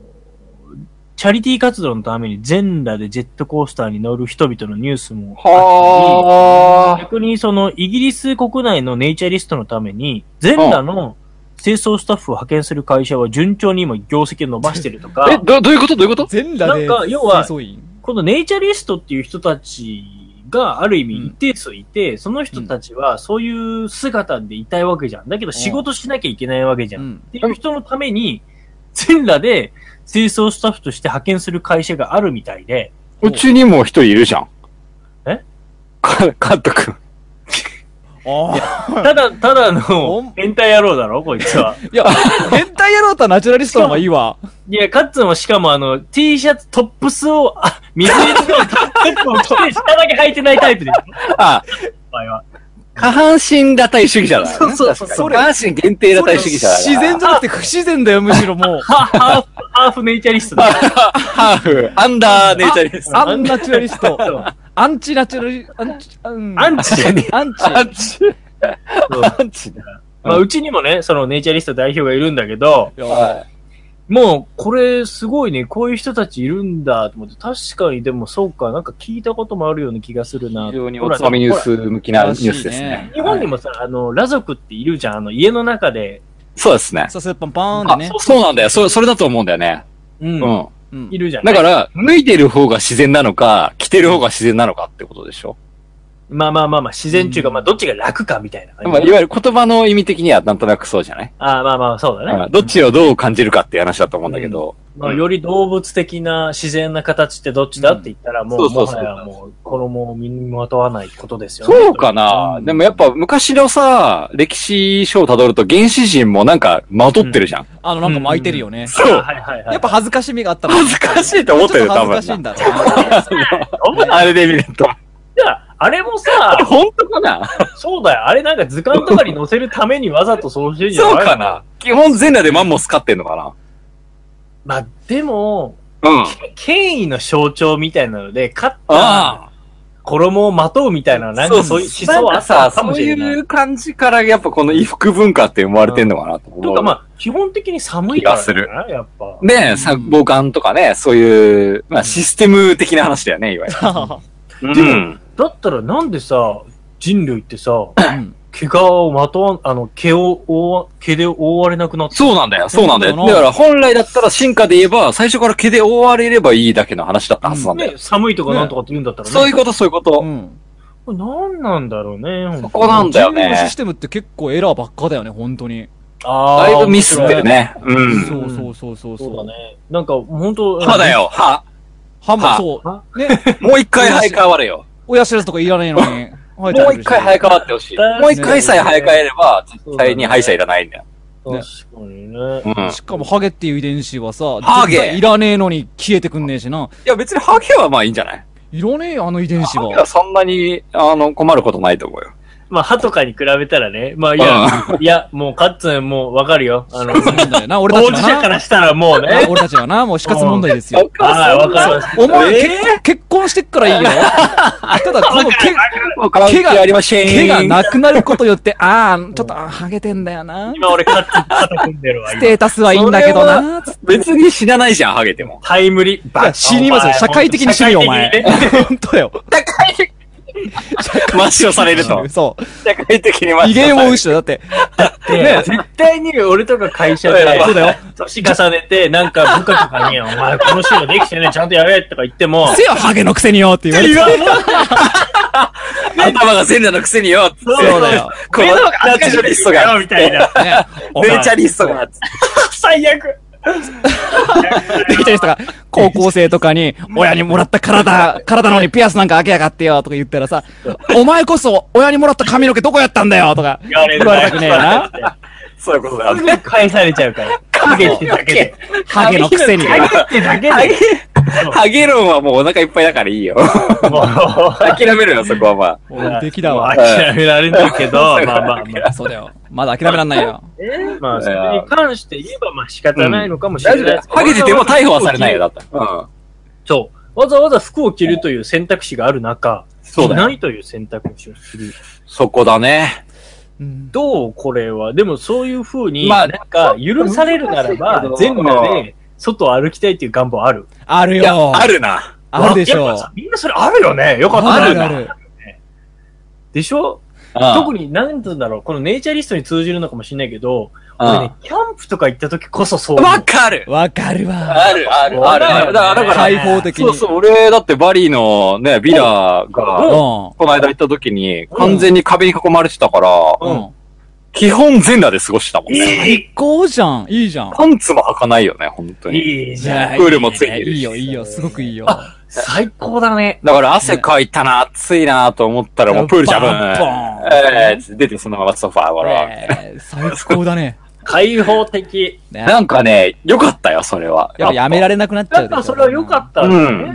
[SPEAKER 4] チャリティー活動のために全裸でジェットコースターに乗る人々のニュースもあった
[SPEAKER 3] は
[SPEAKER 4] り、
[SPEAKER 3] あ。
[SPEAKER 4] 逆にそのイギリス国内のネイチャリストのために、全裸の清掃スタッフを派遣する会社は順調に今業績を伸ばしてるとか、
[SPEAKER 3] え、ど、どういうことどういうこと
[SPEAKER 5] 全裸で
[SPEAKER 4] なんか要は
[SPEAKER 5] 清掃員。
[SPEAKER 4] このネイチャリストっていう人たちがある意味一定数いて、その人たちはそういう姿でいたいわけじゃん。だけど仕事しなきゃいけないわけじゃん。
[SPEAKER 5] うん
[SPEAKER 4] っていう人のために、全裸で清掃スタッフとして派遣する会社があるみたいで、
[SPEAKER 3] うちにも一人いるじゃん。
[SPEAKER 4] え
[SPEAKER 3] か、 カット君。
[SPEAKER 5] あ
[SPEAKER 4] ただ、ただ
[SPEAKER 5] ほ
[SPEAKER 4] の
[SPEAKER 5] ん
[SPEAKER 4] 変態野郎だろ、こい つは。
[SPEAKER 5] あ。いや、変態野郎とはナチュラリストの方がいいわ。
[SPEAKER 4] いや、カッツンはしかもあの、T シャツ、トップスを、あ、水色のトップスを着て、下だけ履いてないタイプでしょ、
[SPEAKER 3] あ、
[SPEAKER 4] お前は。
[SPEAKER 3] 下半身裸体主義者だよね。
[SPEAKER 4] そうそうそう
[SPEAKER 3] 確かに下半身限定裸体主義者だから。
[SPEAKER 5] 自然じゃなくて不自然だよ、むしろもう。
[SPEAKER 4] ハハーフ、ハーフネイチャリストだ。
[SPEAKER 3] ハーフ、アンダーネイチャリスト。
[SPEAKER 5] アンナチュラリスト
[SPEAKER 4] そう。
[SPEAKER 5] アンチナチュラリ、アンチ、うん
[SPEAKER 4] アンチ
[SPEAKER 3] 確かに
[SPEAKER 5] アンチ。
[SPEAKER 3] アンチ。
[SPEAKER 4] そう
[SPEAKER 3] アンチだ。
[SPEAKER 4] まあ、うちにもね、そのネイチャリスト代表がいるんだけど、
[SPEAKER 5] いや
[SPEAKER 3] は
[SPEAKER 4] もう、これ、すごいね、こういう人たちいるんだと思って、確かにでもそうか、なんか聞いたこともあるような気がする
[SPEAKER 3] い
[SPEAKER 4] な。
[SPEAKER 3] 非常におつまみニュース向きなニュースですね。
[SPEAKER 4] 日本にもさ、あの、裸族っているじゃん、あの、家の中で、
[SPEAKER 3] そうですね。
[SPEAKER 5] さすがパンパーン
[SPEAKER 3] あ
[SPEAKER 5] でね、。
[SPEAKER 3] そうなんだよ。それ、それだと思うんだよね。
[SPEAKER 4] うん
[SPEAKER 3] うん。
[SPEAKER 5] うん
[SPEAKER 4] いるじゃん。
[SPEAKER 3] だから、脱いでる方が自然なのか、着てる方が自然なのかってことでしょ。
[SPEAKER 4] まあまあまあまあ、自然中が、まあ、どっちが楽かみたいな感じ。
[SPEAKER 3] まあ、いわゆる言葉の意味的にはなんとなくそうじゃない
[SPEAKER 4] ああ、まあまあ、そうだ
[SPEAKER 3] う
[SPEAKER 4] ね。
[SPEAKER 3] んどっちをどう感じるかっていう話だと思うんだけど。
[SPEAKER 4] まあ、より動物的な自然な形ってどっちだって言ったら、もう、
[SPEAKER 3] うんそうそうそう
[SPEAKER 4] もはやもう、衣を身にまとわないことですよね。
[SPEAKER 3] そうかな、
[SPEAKER 4] うん
[SPEAKER 3] でもやっぱ昔のさ、歴史書をたどると原始人もなんかまとってるじゃん。
[SPEAKER 5] あの、なんか巻いてるよね。
[SPEAKER 4] あはいはいはい。
[SPEAKER 5] やっぱ恥ずかしみがあったの。
[SPEAKER 3] 恥ずかしいと思ってるよ、
[SPEAKER 5] ちょっと
[SPEAKER 3] 多
[SPEAKER 5] 恥
[SPEAKER 3] 分
[SPEAKER 5] ずかしいん
[SPEAKER 3] な。
[SPEAKER 5] だろうな。
[SPEAKER 3] あれで見ると。
[SPEAKER 4] じゃあ、あれもさ、
[SPEAKER 3] 本当かな
[SPEAKER 4] そうだよ。あれなんか図鑑とかに載せるためにわざとそうしてるんじゃな い
[SPEAKER 3] そうかな基本全裸でマンモス飼ってんのか
[SPEAKER 4] まあ、でも、
[SPEAKER 3] なうん。
[SPEAKER 4] 権威の象徴みたいなので、勝った
[SPEAKER 3] あ
[SPEAKER 4] 衣をまとうみたいな、なんかそういう思想はあった
[SPEAKER 3] さ、
[SPEAKER 4] のか
[SPEAKER 3] そ
[SPEAKER 4] も
[SPEAKER 3] う
[SPEAKER 4] しれない。
[SPEAKER 3] いう感じからやっぱこの衣服文化って生まれてんのかなと思う。
[SPEAKER 4] とか、まあ、基本的に寒いからじゃ
[SPEAKER 3] 気
[SPEAKER 4] ないやっぱ。
[SPEAKER 3] ねえ、さ、防寒とかね、そういう、まあシステム的な話だよね、いわゆる。
[SPEAKER 4] でも。だったらなんでさ、人類ってさ、
[SPEAKER 5] ん
[SPEAKER 4] 毛皮をまとわん、あの、毛を覆わ、毛で覆われなくなった。
[SPEAKER 3] そうなんだよ、そうなんだよ。
[SPEAKER 5] そう
[SPEAKER 3] だ
[SPEAKER 5] なの
[SPEAKER 3] から本来だったら進化で言えば、最初から毛で覆われればいいだけの話だったはずなんだよ。
[SPEAKER 4] ね、寒いとかなんとかって言うんだったらね。
[SPEAKER 3] そういうこと、そういうこ
[SPEAKER 5] う
[SPEAKER 3] と。
[SPEAKER 5] ん。
[SPEAKER 4] これ何なんだろうね。
[SPEAKER 3] そこなんだよ
[SPEAKER 5] 人類の
[SPEAKER 3] ね
[SPEAKER 5] シス。テムって結構エラーばっかだよね、本当に。
[SPEAKER 4] あー
[SPEAKER 3] だいぶミスってる。ね。うん。
[SPEAKER 5] そうそうそうそう。
[SPEAKER 4] そうだ。ね。なんか、本当
[SPEAKER 3] 歯だ。よ、歯。
[SPEAKER 5] ハンマ
[SPEAKER 3] は
[SPEAKER 5] ー、そ
[SPEAKER 4] は
[SPEAKER 5] う。ね、
[SPEAKER 3] もう一回生え変われよ。
[SPEAKER 5] 親知らずとかいらないのに。も
[SPEAKER 3] もう一回生え変わってほしい。もう一回さえ生え変えれば、絶対に歯医者いらないんだよ。
[SPEAKER 4] 確かにね
[SPEAKER 3] う。ん。い
[SPEAKER 5] しかもハゲっていう遺伝子はさ、
[SPEAKER 3] ハゲ
[SPEAKER 5] 絶対いらねえのに消えてくんねえしな。
[SPEAKER 3] や、別にハゲはまあいいんじゃない
[SPEAKER 5] いらねえよ、あの遺伝子
[SPEAKER 3] ハゲは
[SPEAKER 5] は。
[SPEAKER 3] そんなに、あの、困ることないと思うよ。
[SPEAKER 4] まあ、歯とかに比べたらね。まあ、いや、いや、もう、カッツン、もう、わかるよ。あの、
[SPEAKER 5] そうなんだよな、俺た
[SPEAKER 4] 当
[SPEAKER 5] ち
[SPEAKER 4] 事
[SPEAKER 5] は
[SPEAKER 4] 者
[SPEAKER 5] な
[SPEAKER 4] か。らしたらもうね。
[SPEAKER 5] 俺たちはな、もう死活問題ですよ。
[SPEAKER 4] はい、わかる。
[SPEAKER 5] お前、結結婚してっからい いよ。ただ、この毛、
[SPEAKER 3] 毛がありません。
[SPEAKER 5] 毛がなくなることよって、ああ、ちょっと、あーハゲてんだよな。
[SPEAKER 4] 今俺カッツン肩組んでるわ、
[SPEAKER 5] ス
[SPEAKER 4] 今。
[SPEAKER 5] テータスはいいんだけどな。つって
[SPEAKER 3] 別に死なないじゃん、ハゲても。
[SPEAKER 4] タイムリー。
[SPEAKER 5] いや死にますよ。社会的に死ぬよ、お前。。本当だよ。
[SPEAKER 3] 抹消される と。
[SPEAKER 5] そう。
[SPEAKER 3] 社会的に抹消される。
[SPEAKER 5] 威厳を失う。だって。
[SPEAKER 4] ね絶対に俺とか会社で、
[SPEAKER 5] そうだよ。
[SPEAKER 4] 年重ねて、なんか部下とかに、お前この仕事できてね、ちゃんとやれとか言っても、
[SPEAKER 5] せや、ハゲのくせによって言われて。
[SPEAKER 3] 頭がセリナのくせによ。そう
[SPEAKER 5] そうだよ。
[SPEAKER 3] このナチュラリストが、
[SPEAKER 4] みたいな。
[SPEAKER 5] ね、
[SPEAKER 3] ネイチャリストが、
[SPEAKER 4] 最悪。
[SPEAKER 5] できた人が、高校生とかに、親にもらった体、体のにピアスなんか開けやがってよとか言ったらさ、お前こそ親にもらった髪の毛どこやったんだよとか
[SPEAKER 4] 言われ
[SPEAKER 5] 言われたくねえよな。
[SPEAKER 3] そういうことだ
[SPEAKER 4] す。ぐ返されちゃうから。影ってだけで。
[SPEAKER 5] ハゲのくせに。
[SPEAKER 4] 影ってだけ
[SPEAKER 3] ハゲ
[SPEAKER 4] で。、
[SPEAKER 3] ハゲ論はもうお腹いっぱいだからいいよ。
[SPEAKER 4] もう、
[SPEAKER 3] 諦めるよ、そこはまあ。
[SPEAKER 5] 俺できだわ
[SPEAKER 4] もう諦められないけど、まあまあまあ。
[SPEAKER 5] そうだよ。まだ諦めらんないよ。
[SPEAKER 4] まあ、それに関して言えば、まあ仕方ないのかもしれないですけど
[SPEAKER 3] ハゲてても逮捕はされないよ、だったら。
[SPEAKER 4] そう。わざわざ服を着るという選択肢がある中、着ないという選択肢をする。
[SPEAKER 3] そこだね。
[SPEAKER 5] うん
[SPEAKER 4] どうこれは。でもそういう風に、
[SPEAKER 3] ま
[SPEAKER 4] な
[SPEAKER 3] あ
[SPEAKER 4] んか許されるならば、全部で外を歩きたいっていう願望ある。
[SPEAKER 5] ある
[SPEAKER 3] いや、
[SPEAKER 5] よ。
[SPEAKER 3] あるな。
[SPEAKER 5] あるでし
[SPEAKER 4] やっ
[SPEAKER 5] ょ
[SPEAKER 4] ぱさ。みんなそれあるよね。よかった。
[SPEAKER 5] あ
[SPEAKER 4] あ
[SPEAKER 5] る
[SPEAKER 4] る
[SPEAKER 5] あ
[SPEAKER 4] な
[SPEAKER 5] る。
[SPEAKER 4] でしょ特に、なんつうんだろう。このネイチャリストに通じるのかもしれないけど、俺ね、キャンプとか行った時こそそう思う。
[SPEAKER 3] わかる
[SPEAKER 5] わかるわ。
[SPEAKER 3] ある、ある、ある。あるだから、だから
[SPEAKER 5] 開放的に。
[SPEAKER 3] そうそう、俺、だってバリのね、ビラ
[SPEAKER 4] う
[SPEAKER 3] が、
[SPEAKER 5] う
[SPEAKER 3] この間行った時に、完全に壁に囲まれてたから、
[SPEAKER 5] ん。うん。
[SPEAKER 3] 基本全裸で過ごしてたもんね。
[SPEAKER 4] い
[SPEAKER 5] こうじゃん。いいじゃん。
[SPEAKER 3] パンツも履かないよね、本当
[SPEAKER 4] い、
[SPEAKER 3] に。
[SPEAKER 4] いい
[SPEAKER 5] じ
[SPEAKER 4] じゃん。
[SPEAKER 5] ゃあ、
[SPEAKER 3] プールもついてるし
[SPEAKER 5] いいよ、いいよ。すごくいいよ。
[SPEAKER 4] 最高だね。
[SPEAKER 3] だから汗かいたな、暑いなと思ったらもうプールじゃぶん。えー、出てそのままソファーから、
[SPEAKER 5] えー最高だね。
[SPEAKER 4] 開放的。
[SPEAKER 5] ね
[SPEAKER 3] なんかね、良かったよ、それは。
[SPEAKER 5] やっぱやめられなくなっちゃ
[SPEAKER 4] だ
[SPEAKER 5] うでし
[SPEAKER 4] か
[SPEAKER 5] ょ
[SPEAKER 4] らそれは良かったんだよね。
[SPEAKER 5] う
[SPEAKER 4] う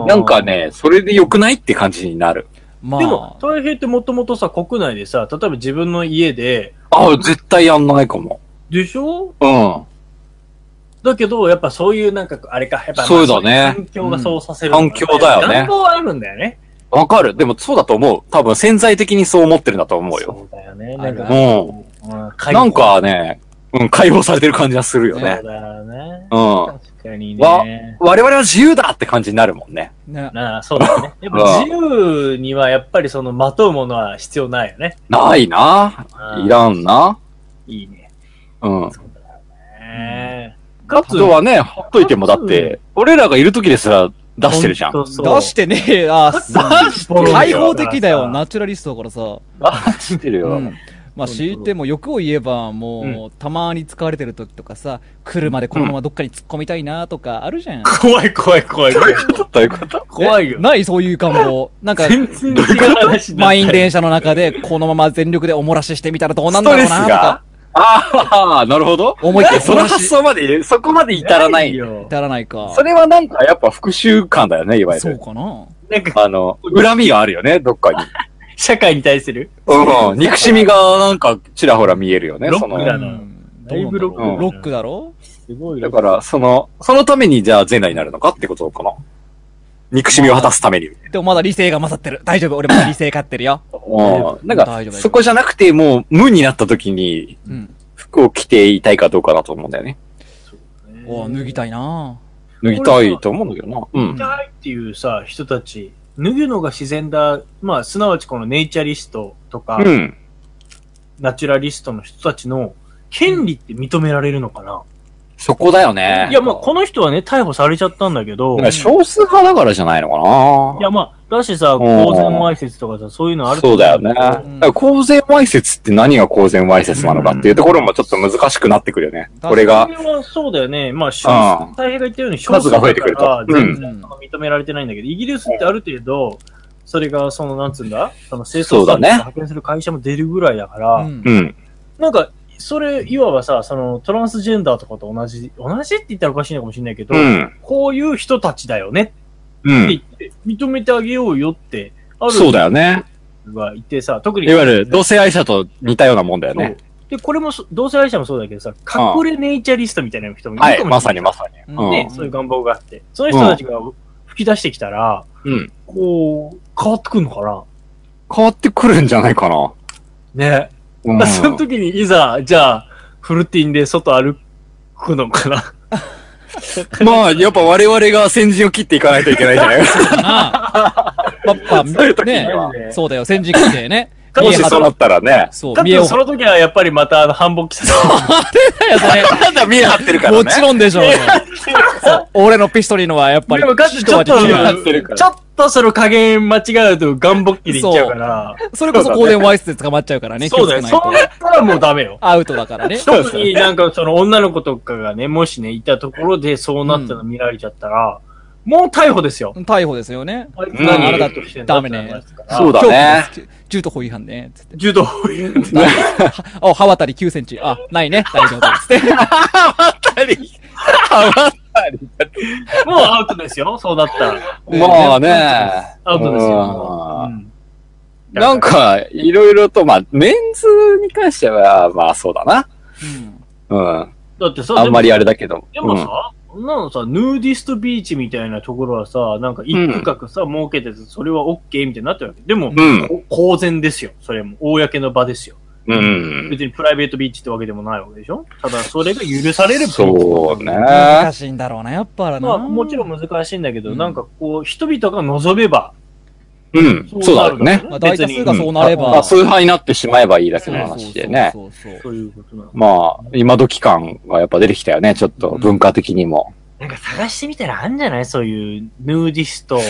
[SPEAKER 4] んん。
[SPEAKER 3] なんかね、それで良くないって感じになる。
[SPEAKER 5] ま
[SPEAKER 4] でも
[SPEAKER 5] あ、、
[SPEAKER 4] 大平ってもともとさ、国内でさ、例えば自分の家で、
[SPEAKER 3] あ、絶対やんないかも。
[SPEAKER 4] でしょ
[SPEAKER 3] うん。
[SPEAKER 4] だけど、やっぱそういうなんか、あれか、やっぱ、
[SPEAKER 3] そうだね
[SPEAKER 4] 環境がそうさせる、
[SPEAKER 3] 環境だよね
[SPEAKER 4] 願望はあるんだよね。
[SPEAKER 3] わかる。でもそうだと思う。多分潜在的にそう思ってるんだと思うよ。
[SPEAKER 4] そうだよね。なんか、
[SPEAKER 3] う
[SPEAKER 4] うん
[SPEAKER 3] ん。なん、かね、うん、解放されてる感じがするよ
[SPEAKER 4] 解
[SPEAKER 3] ね
[SPEAKER 4] 放そう。だよね。
[SPEAKER 3] うん。我
[SPEAKER 4] 確かに
[SPEAKER 3] わ
[SPEAKER 4] ね。
[SPEAKER 3] 々は自由だって感じになるもんね。
[SPEAKER 5] ね、
[SPEAKER 4] なあ、そうだね。やっぱ自由にはやっぱりその、まとうものは必要ないよね。
[SPEAKER 3] ないな。
[SPEAKER 4] うん
[SPEAKER 3] いらんな。
[SPEAKER 4] いいね。
[SPEAKER 3] うん。
[SPEAKER 4] ねえ
[SPEAKER 3] あとはね、ほっといてもだって、俺らがいる時ですら出してるじゃん。
[SPEAKER 4] ほ
[SPEAKER 3] 出
[SPEAKER 4] とそう
[SPEAKER 5] 出してねえよ。あ
[SPEAKER 4] してるよ
[SPEAKER 5] 開放的だよ。ナチュラリストだからさ。
[SPEAKER 3] してるよ。
[SPEAKER 5] うんまあ、強いても欲を言えば、もう、たまに使われてる時とかさ、車でこのままどっかに突っ込みたいなとかあるじゃん。
[SPEAKER 4] 怖い怖い怖い怖い。
[SPEAKER 3] どういうこと
[SPEAKER 4] 怖いよ。
[SPEAKER 5] ないそういう願望。なんか、
[SPEAKER 4] 全然違う話だ。
[SPEAKER 5] 満員電車の中で、このまま全力でお漏らししてみたらどうなんだろうなとか、
[SPEAKER 3] ああ、なるほど。
[SPEAKER 5] 思いっきり
[SPEAKER 3] そ
[SPEAKER 5] 漏
[SPEAKER 3] の
[SPEAKER 5] ら
[SPEAKER 3] 発
[SPEAKER 5] し
[SPEAKER 3] 想まで、そこまで至らない。
[SPEAKER 4] よ。
[SPEAKER 5] 至らないか
[SPEAKER 3] そ。れはなんかやっぱ復讐感だよね、いわゆ
[SPEAKER 5] そう
[SPEAKER 3] る。
[SPEAKER 5] かな。
[SPEAKER 4] なんか、
[SPEAKER 3] あの、恨みがあるよね、どっかに。
[SPEAKER 4] 社会に対する
[SPEAKER 3] うん、憎しみがなんかちらほら見えるよね、
[SPEAKER 4] ロッ
[SPEAKER 3] そ
[SPEAKER 4] ク
[SPEAKER 3] の。
[SPEAKER 4] だ
[SPEAKER 3] だ
[SPEAKER 4] な
[SPEAKER 5] うん
[SPEAKER 4] だいぶロック
[SPEAKER 5] ど
[SPEAKER 3] う
[SPEAKER 5] うなんだろうロックだろ
[SPEAKER 4] すごい
[SPEAKER 3] から、その、そのためにじゃあ全裸になるのかってことかな。憎しみを果たすために。
[SPEAKER 5] でもまだ理性が勝ってる。大丈夫、俺まだ理性勝ってるよ。
[SPEAKER 3] うん。なんか
[SPEAKER 5] 大丈夫、
[SPEAKER 3] そこじゃなくてもう無になった時に
[SPEAKER 5] うん。
[SPEAKER 3] 服を着ていたいかどうかだと思うんだよね。
[SPEAKER 5] おー脱ぎたいな
[SPEAKER 3] 脱ぎたいと思うんだけどな。うん。
[SPEAKER 4] たいっていうさ、人たち、脱ぐのが自然だ。まあ、すなわちこのネイチャリストとか、
[SPEAKER 3] うん。
[SPEAKER 4] ナチュラリストの人たちの権利って認められるのかな、
[SPEAKER 3] そこだよね。
[SPEAKER 4] いや、まあ、この人はね、逮捕されちゃったんだけど、
[SPEAKER 3] なんか少数派だからじゃないのか
[SPEAKER 4] いや、まあ、だしさ、
[SPEAKER 3] ん
[SPEAKER 4] 公然わいせつとかさ、そういうのあ
[SPEAKER 3] な
[SPEAKER 4] る
[SPEAKER 3] そうだよね。だか
[SPEAKER 4] と思
[SPEAKER 3] ら公然わいせつって何が公然わいせつなのかっていうところもちょっと難しくなってくるよね。
[SPEAKER 5] うん
[SPEAKER 3] これ
[SPEAKER 4] う
[SPEAKER 3] が
[SPEAKER 4] け。ど。これはそうだよね。まあ、少
[SPEAKER 3] うん
[SPEAKER 4] 数大平が言ったように少
[SPEAKER 3] 数
[SPEAKER 4] 数
[SPEAKER 3] が増
[SPEAKER 4] だ
[SPEAKER 3] えて
[SPEAKER 4] か
[SPEAKER 3] くると
[SPEAKER 4] ら、
[SPEAKER 3] うん
[SPEAKER 4] 全然認められてないんだけど、イギリスってある程度、それが、その、なんつうんだその、清
[SPEAKER 3] そ
[SPEAKER 4] 掃
[SPEAKER 3] うだ
[SPEAKER 4] さん
[SPEAKER 3] ね
[SPEAKER 4] 派遣する会社も出るぐらいだから、
[SPEAKER 5] ぁ。うん
[SPEAKER 3] うん。
[SPEAKER 4] なんか、それ、いわばさ、その、トランスジェンダーとかと同じ、同じって言ったらおかしいのかもしれないけど、
[SPEAKER 3] うん。
[SPEAKER 4] こういう人たちだよね
[SPEAKER 3] う
[SPEAKER 4] って言
[SPEAKER 3] ん。
[SPEAKER 4] って、認めてあげようよって、ある
[SPEAKER 3] そうだよね。
[SPEAKER 4] 人がいてさ、特に、
[SPEAKER 3] いわゆる同性愛者と似たようなもんだよ
[SPEAKER 4] そう
[SPEAKER 3] ね。
[SPEAKER 4] で、これもそ、同性愛者もそうだけどさ、隠れネイチャリストみたいな人もいるかも
[SPEAKER 3] は
[SPEAKER 4] しれ
[SPEAKER 3] い、
[SPEAKER 4] ない。
[SPEAKER 3] まさにまさに。
[SPEAKER 5] うん
[SPEAKER 3] うん
[SPEAKER 4] ね、そういう願望があって。その人たちが吹き出してきたら、
[SPEAKER 3] うん。
[SPEAKER 4] こう、変わってくんのかな
[SPEAKER 3] 変わってくるんじゃないかな。
[SPEAKER 4] ね。
[SPEAKER 3] う
[SPEAKER 4] まあ
[SPEAKER 3] ん。
[SPEAKER 4] その時にいざ、じゃあ、フルティンで外歩くのかな
[SPEAKER 3] まあ、やっぱ我々が先陣を切っていかないといけないじゃない ですか。
[SPEAKER 5] なあ。やっぱ、
[SPEAKER 3] そういう時に
[SPEAKER 5] ね
[SPEAKER 3] は、
[SPEAKER 5] そうだよ、先人来てね。
[SPEAKER 4] か
[SPEAKER 3] もしそうなったらね。
[SPEAKER 5] そう、
[SPEAKER 4] か
[SPEAKER 5] 見え
[SPEAKER 4] つ、
[SPEAKER 5] を
[SPEAKER 4] そ
[SPEAKER 5] 張
[SPEAKER 4] の時はやっぱりまたあの反勃着せ
[SPEAKER 5] ったよ、それ。
[SPEAKER 3] ただ見え張ってるからね。
[SPEAKER 5] もちろんでしょうよ。そう俺のピストリーのはやっぱり
[SPEAKER 4] でも、かつ、ち
[SPEAKER 5] 一
[SPEAKER 4] ょっ
[SPEAKER 5] 味
[SPEAKER 4] と、
[SPEAKER 5] 違う
[SPEAKER 4] ち
[SPEAKER 3] やってるから
[SPEAKER 4] ょっとその加減間違うと、ガンボッキでいっちゃうから。
[SPEAKER 5] それこそゴーデンワイスで捕まっちゃうからね。
[SPEAKER 4] そうだよ。
[SPEAKER 5] 気をつ
[SPEAKER 4] そ
[SPEAKER 5] け
[SPEAKER 4] う
[SPEAKER 5] ない
[SPEAKER 4] な
[SPEAKER 5] と
[SPEAKER 4] ったらもうダメ よ。
[SPEAKER 5] アウトだからね。
[SPEAKER 4] 特になんかその女の子とかがね、もしね、いたところでそうなったの見られちゃったら、もう逮捕ですよ。
[SPEAKER 5] 逮捕ですよね。
[SPEAKER 4] あいつ
[SPEAKER 3] うん
[SPEAKER 4] 何やろうとしてんだ
[SPEAKER 5] ダメね
[SPEAKER 4] ってなりますから
[SPEAKER 3] そうだね。
[SPEAKER 5] 狂気です。銃刀法違反ね。つって。
[SPEAKER 4] 柔道を言うんだ
[SPEAKER 5] あ、刃渡り9センチ。あ、ないね。大丈夫。つって。
[SPEAKER 4] もうアウトですよ。そうなったら。
[SPEAKER 3] まあね。
[SPEAKER 4] アウトですよもう。う
[SPEAKER 3] うん
[SPEAKER 4] ん
[SPEAKER 3] なん、か、いろいろと、まあ、メンズに関しては、まあ、そうだな。うん。
[SPEAKER 4] だってさ、
[SPEAKER 3] あんまりあれ
[SPEAKER 4] だ
[SPEAKER 3] だけど。
[SPEAKER 4] で
[SPEAKER 3] う
[SPEAKER 4] も
[SPEAKER 3] ん
[SPEAKER 4] さ、そんなのさ、ヌーディストビーチみたいなところはさ、なんか一区画さ、設けてて、それは OK みたいになってるわけ。でも、
[SPEAKER 3] うん
[SPEAKER 4] こ公然ですよ。それも、公の場ですよ。
[SPEAKER 3] うん。
[SPEAKER 4] 別にプライベートビーチってわけでもないわけでしょただ、それが許される
[SPEAKER 3] そうね。
[SPEAKER 5] 難しいんだろうな、やっぱな。
[SPEAKER 4] まあ、もちろん難しいんだけど、
[SPEAKER 5] うん
[SPEAKER 4] なんかこう、人々が望めば、
[SPEAKER 3] うん。そうだ
[SPEAKER 4] な
[SPEAKER 3] よ
[SPEAKER 4] るだ
[SPEAKER 3] ね
[SPEAKER 4] ろ。
[SPEAKER 5] まあ、大多数がそうなれば。
[SPEAKER 3] まあ、崇拝になってしまえばいいだけ
[SPEAKER 5] そう
[SPEAKER 3] の
[SPEAKER 5] そう
[SPEAKER 3] 話でね。
[SPEAKER 5] そうそうそう
[SPEAKER 4] そういうことなの。
[SPEAKER 3] まあ、今時感がやっぱ出てきたよね。ちょっと文化的にも。
[SPEAKER 4] なんか探してみたらあんじゃないそういう、ヌーディスト、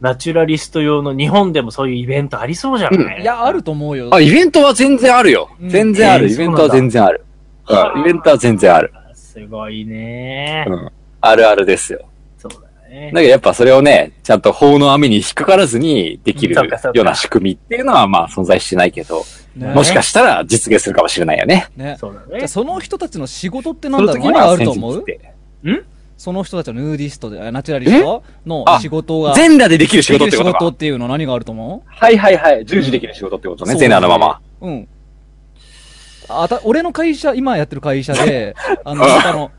[SPEAKER 4] ナチュラリスト用の、日本でもそういうイベントありそうじゃない、
[SPEAKER 3] う
[SPEAKER 5] いや、あると思うよ。
[SPEAKER 3] あ、イベントは全然あるよ。
[SPEAKER 5] うん
[SPEAKER 3] 全然あ
[SPEAKER 4] え
[SPEAKER 3] る。
[SPEAKER 4] ー
[SPEAKER 3] イベントは全然ある。うん。イベントは全然ある。
[SPEAKER 4] すごいね、
[SPEAKER 3] うんあるあるですよ。
[SPEAKER 4] そうだね
[SPEAKER 3] だ。けどやっぱそれをね、ちゃんと法の網に引っかからずにできる
[SPEAKER 4] そうかそうか
[SPEAKER 3] ような仕組みっていうのはまあ存在してないけど、
[SPEAKER 5] ね
[SPEAKER 3] もしかしたら実現するかもしれないよね。
[SPEAKER 5] ね。
[SPEAKER 4] そうだ
[SPEAKER 5] じゃ
[SPEAKER 4] ね
[SPEAKER 5] あ。その人たちの仕事ってな
[SPEAKER 3] そ
[SPEAKER 5] ん
[SPEAKER 3] の
[SPEAKER 5] だろう
[SPEAKER 3] 時
[SPEAKER 5] 何
[SPEAKER 3] に
[SPEAKER 5] があ
[SPEAKER 3] は
[SPEAKER 5] る
[SPEAKER 3] 先
[SPEAKER 5] と
[SPEAKER 3] 人
[SPEAKER 5] 思う
[SPEAKER 3] って。
[SPEAKER 5] その人たちのヌーディストで、あナチュラリストの仕事が。
[SPEAKER 3] 全裸でできる仕
[SPEAKER 5] でき
[SPEAKER 3] 事っ
[SPEAKER 5] る
[SPEAKER 3] て
[SPEAKER 5] 仕
[SPEAKER 3] こと
[SPEAKER 5] 事
[SPEAKER 3] か。
[SPEAKER 5] っていうの何があると思
[SPEAKER 3] はいはいはい。従事できる仕事ってことね。
[SPEAKER 5] そう
[SPEAKER 3] 全裸のまま。
[SPEAKER 5] ううん。あた、俺の会社、今やってる会社で、あの、あの、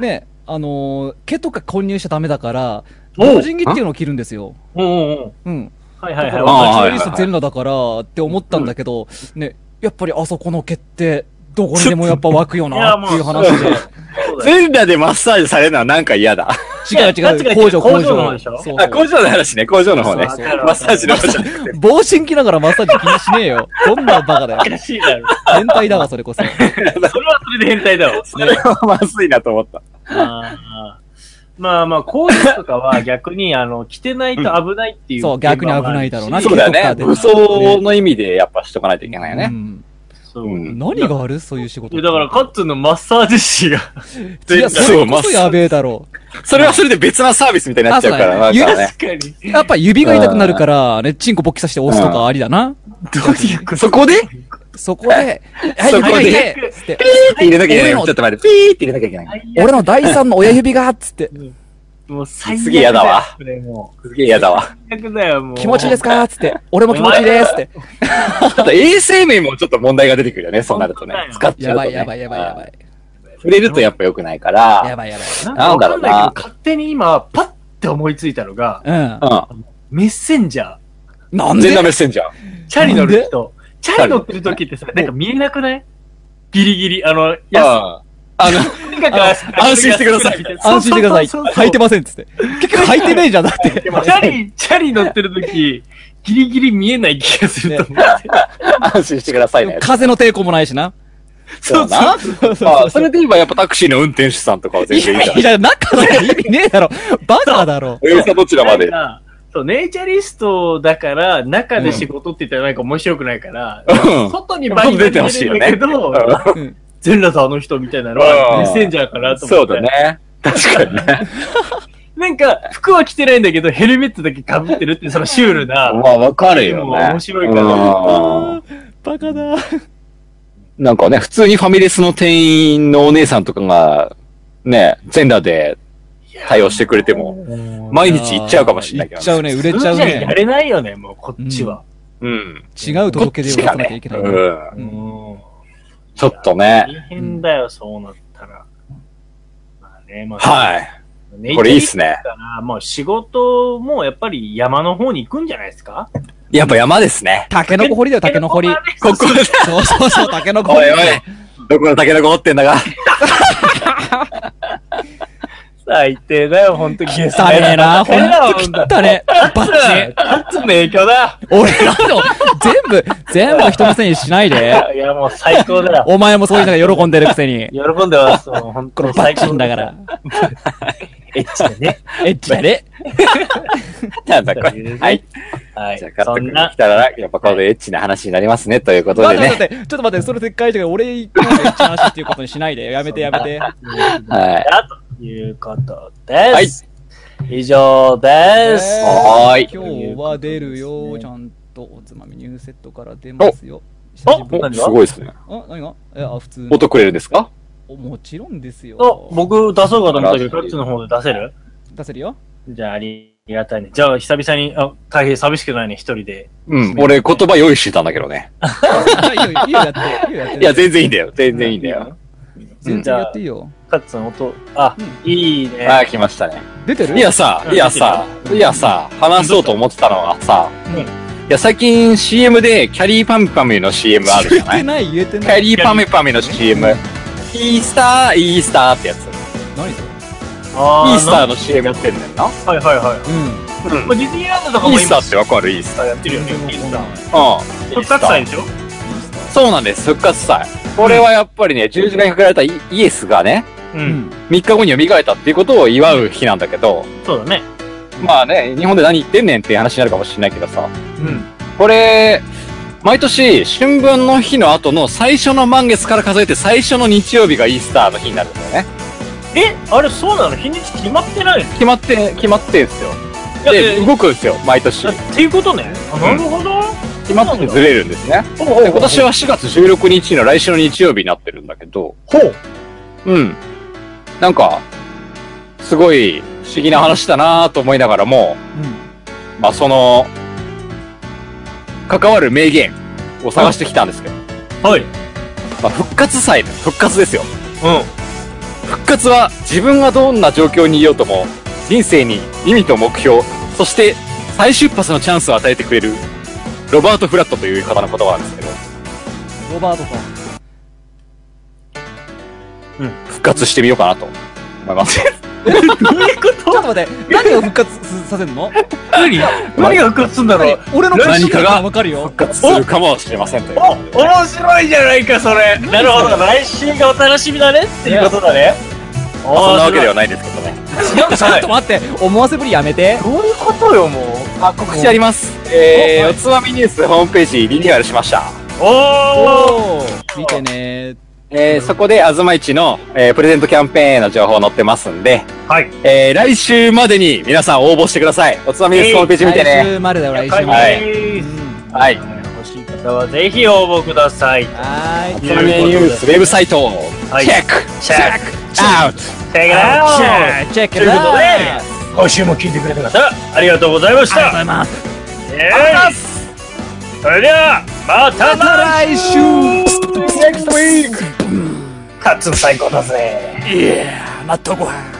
[SPEAKER 5] ね、あのー、毛とか混入しちゃダメだから、
[SPEAKER 4] おう
[SPEAKER 5] 同人着っていうのを着るんですよ。
[SPEAKER 4] うんうんうん。
[SPEAKER 5] うん。
[SPEAKER 4] はいはいはい。
[SPEAKER 3] ああ
[SPEAKER 4] わ
[SPEAKER 5] ナチュ
[SPEAKER 4] か
[SPEAKER 5] ラ
[SPEAKER 4] る
[SPEAKER 5] リスト全裸だからって思ったんだけど、ね、やっぱりあそこの毛って、どこにでもやっぱ湧くよ
[SPEAKER 4] いや
[SPEAKER 5] な
[SPEAKER 4] もう
[SPEAKER 5] っていう話 で。
[SPEAKER 4] そうだよ
[SPEAKER 3] 全裸でマッサージされるのはなんか嫌だ。
[SPEAKER 5] 違う
[SPEAKER 4] いや
[SPEAKER 5] 違う、
[SPEAKER 4] 違う
[SPEAKER 5] 工
[SPEAKER 4] 違う
[SPEAKER 5] 場、
[SPEAKER 4] 工
[SPEAKER 5] 工
[SPEAKER 4] 場の方
[SPEAKER 5] 場。
[SPEAKER 4] でしょ
[SPEAKER 5] そうそう
[SPEAKER 3] あ、工場の話ね。工場の方ね
[SPEAKER 4] そうそう。
[SPEAKER 3] マッサージの方じゃなくて。
[SPEAKER 5] 帽子に着ながらマッサージ気にしねえよ。どんなバカだよ
[SPEAKER 4] お。かしいだろ。
[SPEAKER 5] 変態だわ、それこ
[SPEAKER 4] そ
[SPEAKER 5] そ。
[SPEAKER 4] れはそれで変態だろ。
[SPEAKER 3] それはまずいなと思った。
[SPEAKER 4] あーまあまあ、工場とかは逆に、あの、着てないと危ないっていう。
[SPEAKER 5] そう、逆に危ないだろうな。
[SPEAKER 3] そうだよね。
[SPEAKER 5] ヘリコ
[SPEAKER 3] 武
[SPEAKER 5] プターで
[SPEAKER 3] 装の意味でやっぱしとかないといけないよ
[SPEAKER 5] う
[SPEAKER 3] ね。
[SPEAKER 5] ん
[SPEAKER 4] そう
[SPEAKER 3] う
[SPEAKER 4] い
[SPEAKER 3] ん
[SPEAKER 5] 何があるそういう仕事。
[SPEAKER 4] やだから、カッツンのマッサージ師が、
[SPEAKER 5] いや、それ
[SPEAKER 3] ま
[SPEAKER 5] こ
[SPEAKER 3] あ
[SPEAKER 5] そやべえだろ
[SPEAKER 3] それはそれで別なサービスみたいになっちゃうから、な
[SPEAKER 5] あ
[SPEAKER 3] ん
[SPEAKER 5] そうだ
[SPEAKER 3] か
[SPEAKER 5] ね
[SPEAKER 3] ね。
[SPEAKER 4] 確かに。
[SPEAKER 5] う。やっぱ指が痛くなるから、ね、チンコ勃起させて押すとかありだな。
[SPEAKER 3] そこでピー
[SPEAKER 5] そこで、はい、
[SPEAKER 3] そこで
[SPEAKER 5] 指が痛いつって
[SPEAKER 3] って入れなきゃいけない
[SPEAKER 5] 俺
[SPEAKER 3] よ。
[SPEAKER 5] の
[SPEAKER 3] ちょっと待って、ピーって入れなきゃいけない。
[SPEAKER 5] 俺の第三の親指が、つって、
[SPEAKER 4] もう最悪
[SPEAKER 3] すげえ嫌だわ
[SPEAKER 4] それもう。
[SPEAKER 3] すげえ嫌だ わ。
[SPEAKER 4] 最悪だよ、もう。
[SPEAKER 5] 気持ちいいですかつって、俺も気持ちいいですって。
[SPEAKER 3] ちょっと衛生面もちょっと問題が出てくるよね、そうなるとね
[SPEAKER 4] 本当だ。よ
[SPEAKER 3] 使っちゃ
[SPEAKER 5] や
[SPEAKER 3] うと
[SPEAKER 5] ば
[SPEAKER 3] ね。
[SPEAKER 5] いやばいやばいやば
[SPEAKER 3] うん。
[SPEAKER 5] い。
[SPEAKER 3] 触れるとやっぱ良くないか
[SPEAKER 5] や
[SPEAKER 3] ら。
[SPEAKER 5] ばいや
[SPEAKER 4] なんかわかんな
[SPEAKER 3] な
[SPEAKER 4] いけ
[SPEAKER 3] んだろうな
[SPEAKER 4] ど、勝手に今、パッて思いついたのが、
[SPEAKER 5] ばい。うん。
[SPEAKER 3] う
[SPEAKER 4] メッセンジャ
[SPEAKER 5] なん
[SPEAKER 3] ん。全
[SPEAKER 5] で
[SPEAKER 3] 裸メッセンジャー。
[SPEAKER 4] ー。チャリ乗る人。チャリ乗ってる時ってさ、なんか見えなくないギリギリ、あの、
[SPEAKER 3] うん
[SPEAKER 4] や
[SPEAKER 3] あの、
[SPEAKER 4] すとにかく
[SPEAKER 3] 安心してください
[SPEAKER 4] みたいな
[SPEAKER 5] 安心してください。
[SPEAKER 4] そうそうそう
[SPEAKER 5] 履いてませんっつって。結局履いてねえじゃんだって。
[SPEAKER 4] チャリ、チャリ乗ってる時、ギリギリ見えない気がすると思って。
[SPEAKER 3] 安心してくださいね。
[SPEAKER 5] 風の抵抗もないしな。
[SPEAKER 3] そうな。あそれで言えばやっぱタクシーの運転手さんとかは全
[SPEAKER 5] い
[SPEAKER 3] 然いいじゃ
[SPEAKER 5] や
[SPEAKER 3] ん
[SPEAKER 5] い。や、中の意味ねえだろ。バカだろ。
[SPEAKER 3] およさどちらまで。
[SPEAKER 4] なんかそう、ネイチャリストだから、中で仕事って言ったらなんか面白くないから、
[SPEAKER 3] うん
[SPEAKER 4] 外にバイト
[SPEAKER 3] 出てほしいよね
[SPEAKER 4] 出てるんだけど、
[SPEAKER 5] うん
[SPEAKER 4] 全裸さんあの人みたいなのは、
[SPEAKER 3] うん
[SPEAKER 4] メッセンジャーかなと思
[SPEAKER 3] そ
[SPEAKER 4] っ
[SPEAKER 3] う
[SPEAKER 4] て。
[SPEAKER 3] だね。確かにね。
[SPEAKER 4] なんか、服は着てないんだけど、ヘルメットだけ被ってるって、そのシュール
[SPEAKER 3] まあ、
[SPEAKER 4] な、
[SPEAKER 3] わかる
[SPEAKER 4] で
[SPEAKER 3] よ
[SPEAKER 4] も
[SPEAKER 3] ね。
[SPEAKER 4] 面白いから
[SPEAKER 3] うん
[SPEAKER 5] バカだ。
[SPEAKER 3] なんかね、普通にファミレスの店員のお姉さんとかが、ね、全裸で対応してくれても、毎日行っちゃうかもしれないけど
[SPEAKER 5] 行っ
[SPEAKER 3] ね。
[SPEAKER 5] ちゃうね、売れ
[SPEAKER 4] 普
[SPEAKER 5] ちゃ
[SPEAKER 4] 通
[SPEAKER 5] う
[SPEAKER 4] じゃや
[SPEAKER 5] ね。
[SPEAKER 4] れないよね、もう、こっちは。
[SPEAKER 3] うん。
[SPEAKER 5] 違う届け出を出さなきゃいけない
[SPEAKER 3] こっち
[SPEAKER 5] な。
[SPEAKER 3] がね
[SPEAKER 5] うん
[SPEAKER 4] うん
[SPEAKER 3] うん。ちょっとね。
[SPEAKER 4] 大変だよ、そうなったら。まあね、まあ、
[SPEAKER 3] はい。
[SPEAKER 4] ネイチ
[SPEAKER 3] こ
[SPEAKER 4] ャ
[SPEAKER 3] れいい
[SPEAKER 4] リ
[SPEAKER 3] っ
[SPEAKER 4] ス
[SPEAKER 3] すね
[SPEAKER 4] ト。だから、もう仕事もやっぱり山の方に行くんじゃないですか
[SPEAKER 3] やっぱ山ですね。
[SPEAKER 5] 竹の子掘りだよ、竹の掘り。
[SPEAKER 3] ここだ。
[SPEAKER 5] そうそうそう、竹の子
[SPEAKER 3] お
[SPEAKER 5] 掘り
[SPEAKER 3] いおい。どこのタケノコ掘ってんだか。
[SPEAKER 4] 最低だよ、本 当に。
[SPEAKER 5] 汚ねえな。ほんと汚ねえ。バッ チリ。
[SPEAKER 4] あつの影響だ。
[SPEAKER 5] 俺らの、全部、全部人のせいにしないで。
[SPEAKER 4] いや、もう最高だよ。
[SPEAKER 5] お前もそういうのが喜んでるくせに。
[SPEAKER 4] 喜んでます。もう本
[SPEAKER 5] こ
[SPEAKER 4] 当
[SPEAKER 5] の
[SPEAKER 4] に
[SPEAKER 5] バ
[SPEAKER 4] 最
[SPEAKER 5] ッチ
[SPEAKER 4] 高
[SPEAKER 5] リだか。ら。
[SPEAKER 4] エッチでね。
[SPEAKER 5] エッチだね。
[SPEAKER 3] なんだこれ。はい。
[SPEAKER 4] はい
[SPEAKER 3] じゃあ、カ
[SPEAKER 4] そ
[SPEAKER 3] ッ
[SPEAKER 4] ん
[SPEAKER 3] トが
[SPEAKER 4] な
[SPEAKER 3] 来、たら、やっぱこのエッチな話になりますね、ということ
[SPEAKER 5] 待
[SPEAKER 3] で
[SPEAKER 5] って待
[SPEAKER 3] ね。
[SPEAKER 5] って待って、ちょっと待って、それ撤回してから俺一個のエッチな話っていうことにしないで。やめてやめて。
[SPEAKER 3] はい。
[SPEAKER 4] だということです。以上
[SPEAKER 5] え
[SPEAKER 4] です。
[SPEAKER 5] ー
[SPEAKER 3] はーい
[SPEAKER 5] 今日は出るよ、ちゃんとおつまみニューセットから出ますよ。久しぶり
[SPEAKER 4] 何
[SPEAKER 3] お、す
[SPEAKER 4] が
[SPEAKER 3] ごいですね。
[SPEAKER 5] あ、何がえ、あ、普通の
[SPEAKER 3] 音くれるんですか
[SPEAKER 5] おもちろんですよ。
[SPEAKER 4] と、僕出そうかと思ったけど、カッツの方で出せる
[SPEAKER 5] 出せ るよ。
[SPEAKER 4] じゃあ、ありがたいね。じゃあ、久々に、あ、大変寂しくないね、一人で。
[SPEAKER 3] うん。俺、言葉用意してたんだけどね。
[SPEAKER 5] いいよ、いいよ、やって。いいよ、やって。
[SPEAKER 3] いや、全然いいんだよ。全然いいんだよ。
[SPEAKER 5] 全然やっていいよ。
[SPEAKER 4] カッツの音、あ、いいね。
[SPEAKER 3] あー、来ましたね。
[SPEAKER 5] 出てる
[SPEAKER 3] いやさ、いやさ、いやさ、話そうと思ってたのはさ
[SPEAKER 4] うん、
[SPEAKER 3] いや、最近 CM でキャリーパミュパミュの CM あるじゃな
[SPEAKER 5] 言えて
[SPEAKER 3] い
[SPEAKER 5] ない、言えて
[SPEAKER 3] キ
[SPEAKER 5] ない。
[SPEAKER 3] ャリーパミュパミュの CM。イースター、イースターってやつ。イ
[SPEAKER 5] 何それ
[SPEAKER 4] あ
[SPEAKER 3] ースターの CM やってんだよな。
[SPEAKER 4] ー。はいはいはい。
[SPEAKER 5] うん。
[SPEAKER 4] まあ、ディズニーランドとか
[SPEAKER 3] イ
[SPEAKER 4] も
[SPEAKER 3] ースタ
[SPEAKER 4] 今、
[SPEAKER 3] ーってわかるイースター。
[SPEAKER 4] やってるよね。イースター。
[SPEAKER 3] うん。
[SPEAKER 4] 復活祭でしょ
[SPEAKER 3] そうなんです、復活祭。これはやっぱりね、十字架にかけられたイイエスがね、
[SPEAKER 4] う。
[SPEAKER 5] うんん。
[SPEAKER 3] 3日後に蘇ったっていうことを祝う日なんだけど、
[SPEAKER 4] そうだね。
[SPEAKER 3] まあね、日本で何言ってんねんっていう話になるかもしれないけどさ、
[SPEAKER 4] うん。
[SPEAKER 3] これ、毎年、春分の日の後の最初の満月から数えて最初の日曜日がイースターの日になるんだよね。
[SPEAKER 4] え、あれそうなの日にち決まってないの
[SPEAKER 3] 決まって、決まってんすよ。
[SPEAKER 4] いや
[SPEAKER 3] で、
[SPEAKER 4] え
[SPEAKER 3] 動くんですよ、毎年。
[SPEAKER 4] っていうことね。あ、なるほど。
[SPEAKER 3] 決まっててずれるんですね。
[SPEAKER 4] ほうほう
[SPEAKER 3] で今年は4月16日の来週の日曜日になってるんだけど、
[SPEAKER 4] ほう。
[SPEAKER 3] うん。なんか、すごい不思議な話だなぁと思いながらも、まあその、関わる名言を探してきたんですけど、
[SPEAKER 4] はい。う
[SPEAKER 3] まあ復活祭、復活ですよ。
[SPEAKER 4] ん。
[SPEAKER 3] 復活は自分がどんな状況にいようとも、人生に意味と目標、そして再出発のチャンスを与えてくれる、ロバート・フラットという方の言葉なんですけど、
[SPEAKER 5] ロバ ートさん。
[SPEAKER 3] 復活してみようかなと思います。
[SPEAKER 5] ちょっと待って、何を復活させんの
[SPEAKER 4] 何何が復活するんだろう
[SPEAKER 5] 俺の
[SPEAKER 3] 何かが
[SPEAKER 5] わかるよ。
[SPEAKER 3] 復活するかもしれませんという
[SPEAKER 4] お
[SPEAKER 3] ことでね
[SPEAKER 4] 面白いじゃないかそれなるほど来週がお楽しみだねっていうことだね
[SPEAKER 3] まあそんなわけで
[SPEAKER 4] よ
[SPEAKER 3] はないですけどね。
[SPEAKER 5] ちょっと待って、思わせぶりやめて。
[SPEAKER 4] どういうことよもう
[SPEAKER 3] あ、告知あります。えー、おつまみニュースホームページリニューアルしました。
[SPEAKER 4] おお
[SPEAKER 5] おー見てね
[SPEAKER 3] えー、そこで、あずまいちの、えープレゼントキャンペーンの情報載ってますんで、
[SPEAKER 4] はい
[SPEAKER 3] えー、来週までに皆さん応募してください。おつまみニュースホームページ見て
[SPEAKER 5] 来
[SPEAKER 3] ね。
[SPEAKER 5] 週までだよ、来週ま
[SPEAKER 3] は
[SPEAKER 5] で。
[SPEAKER 3] い
[SPEAKER 5] うん
[SPEAKER 3] はい。
[SPEAKER 4] 欲しい方はぜひ応募ください
[SPEAKER 5] は
[SPEAKER 3] お
[SPEAKER 5] ー
[SPEAKER 3] つ
[SPEAKER 5] い。
[SPEAKER 3] まみニュースウェブサイトを、
[SPEAKER 4] はい
[SPEAKER 3] チェック
[SPEAKER 4] チェック
[SPEAKER 3] アウト
[SPEAKER 4] チェックアウ
[SPEAKER 5] チェック
[SPEAKER 4] ということで今週も聞いてくれた方ありがとうございまし
[SPEAKER 5] ありがとうご
[SPEAKER 4] た
[SPEAKER 5] ざいます。
[SPEAKER 4] イエーイそれではまた
[SPEAKER 5] また
[SPEAKER 4] な
[SPEAKER 5] 来週
[SPEAKER 4] Next week カッツン最高だぜ
[SPEAKER 5] 納豆ご飯。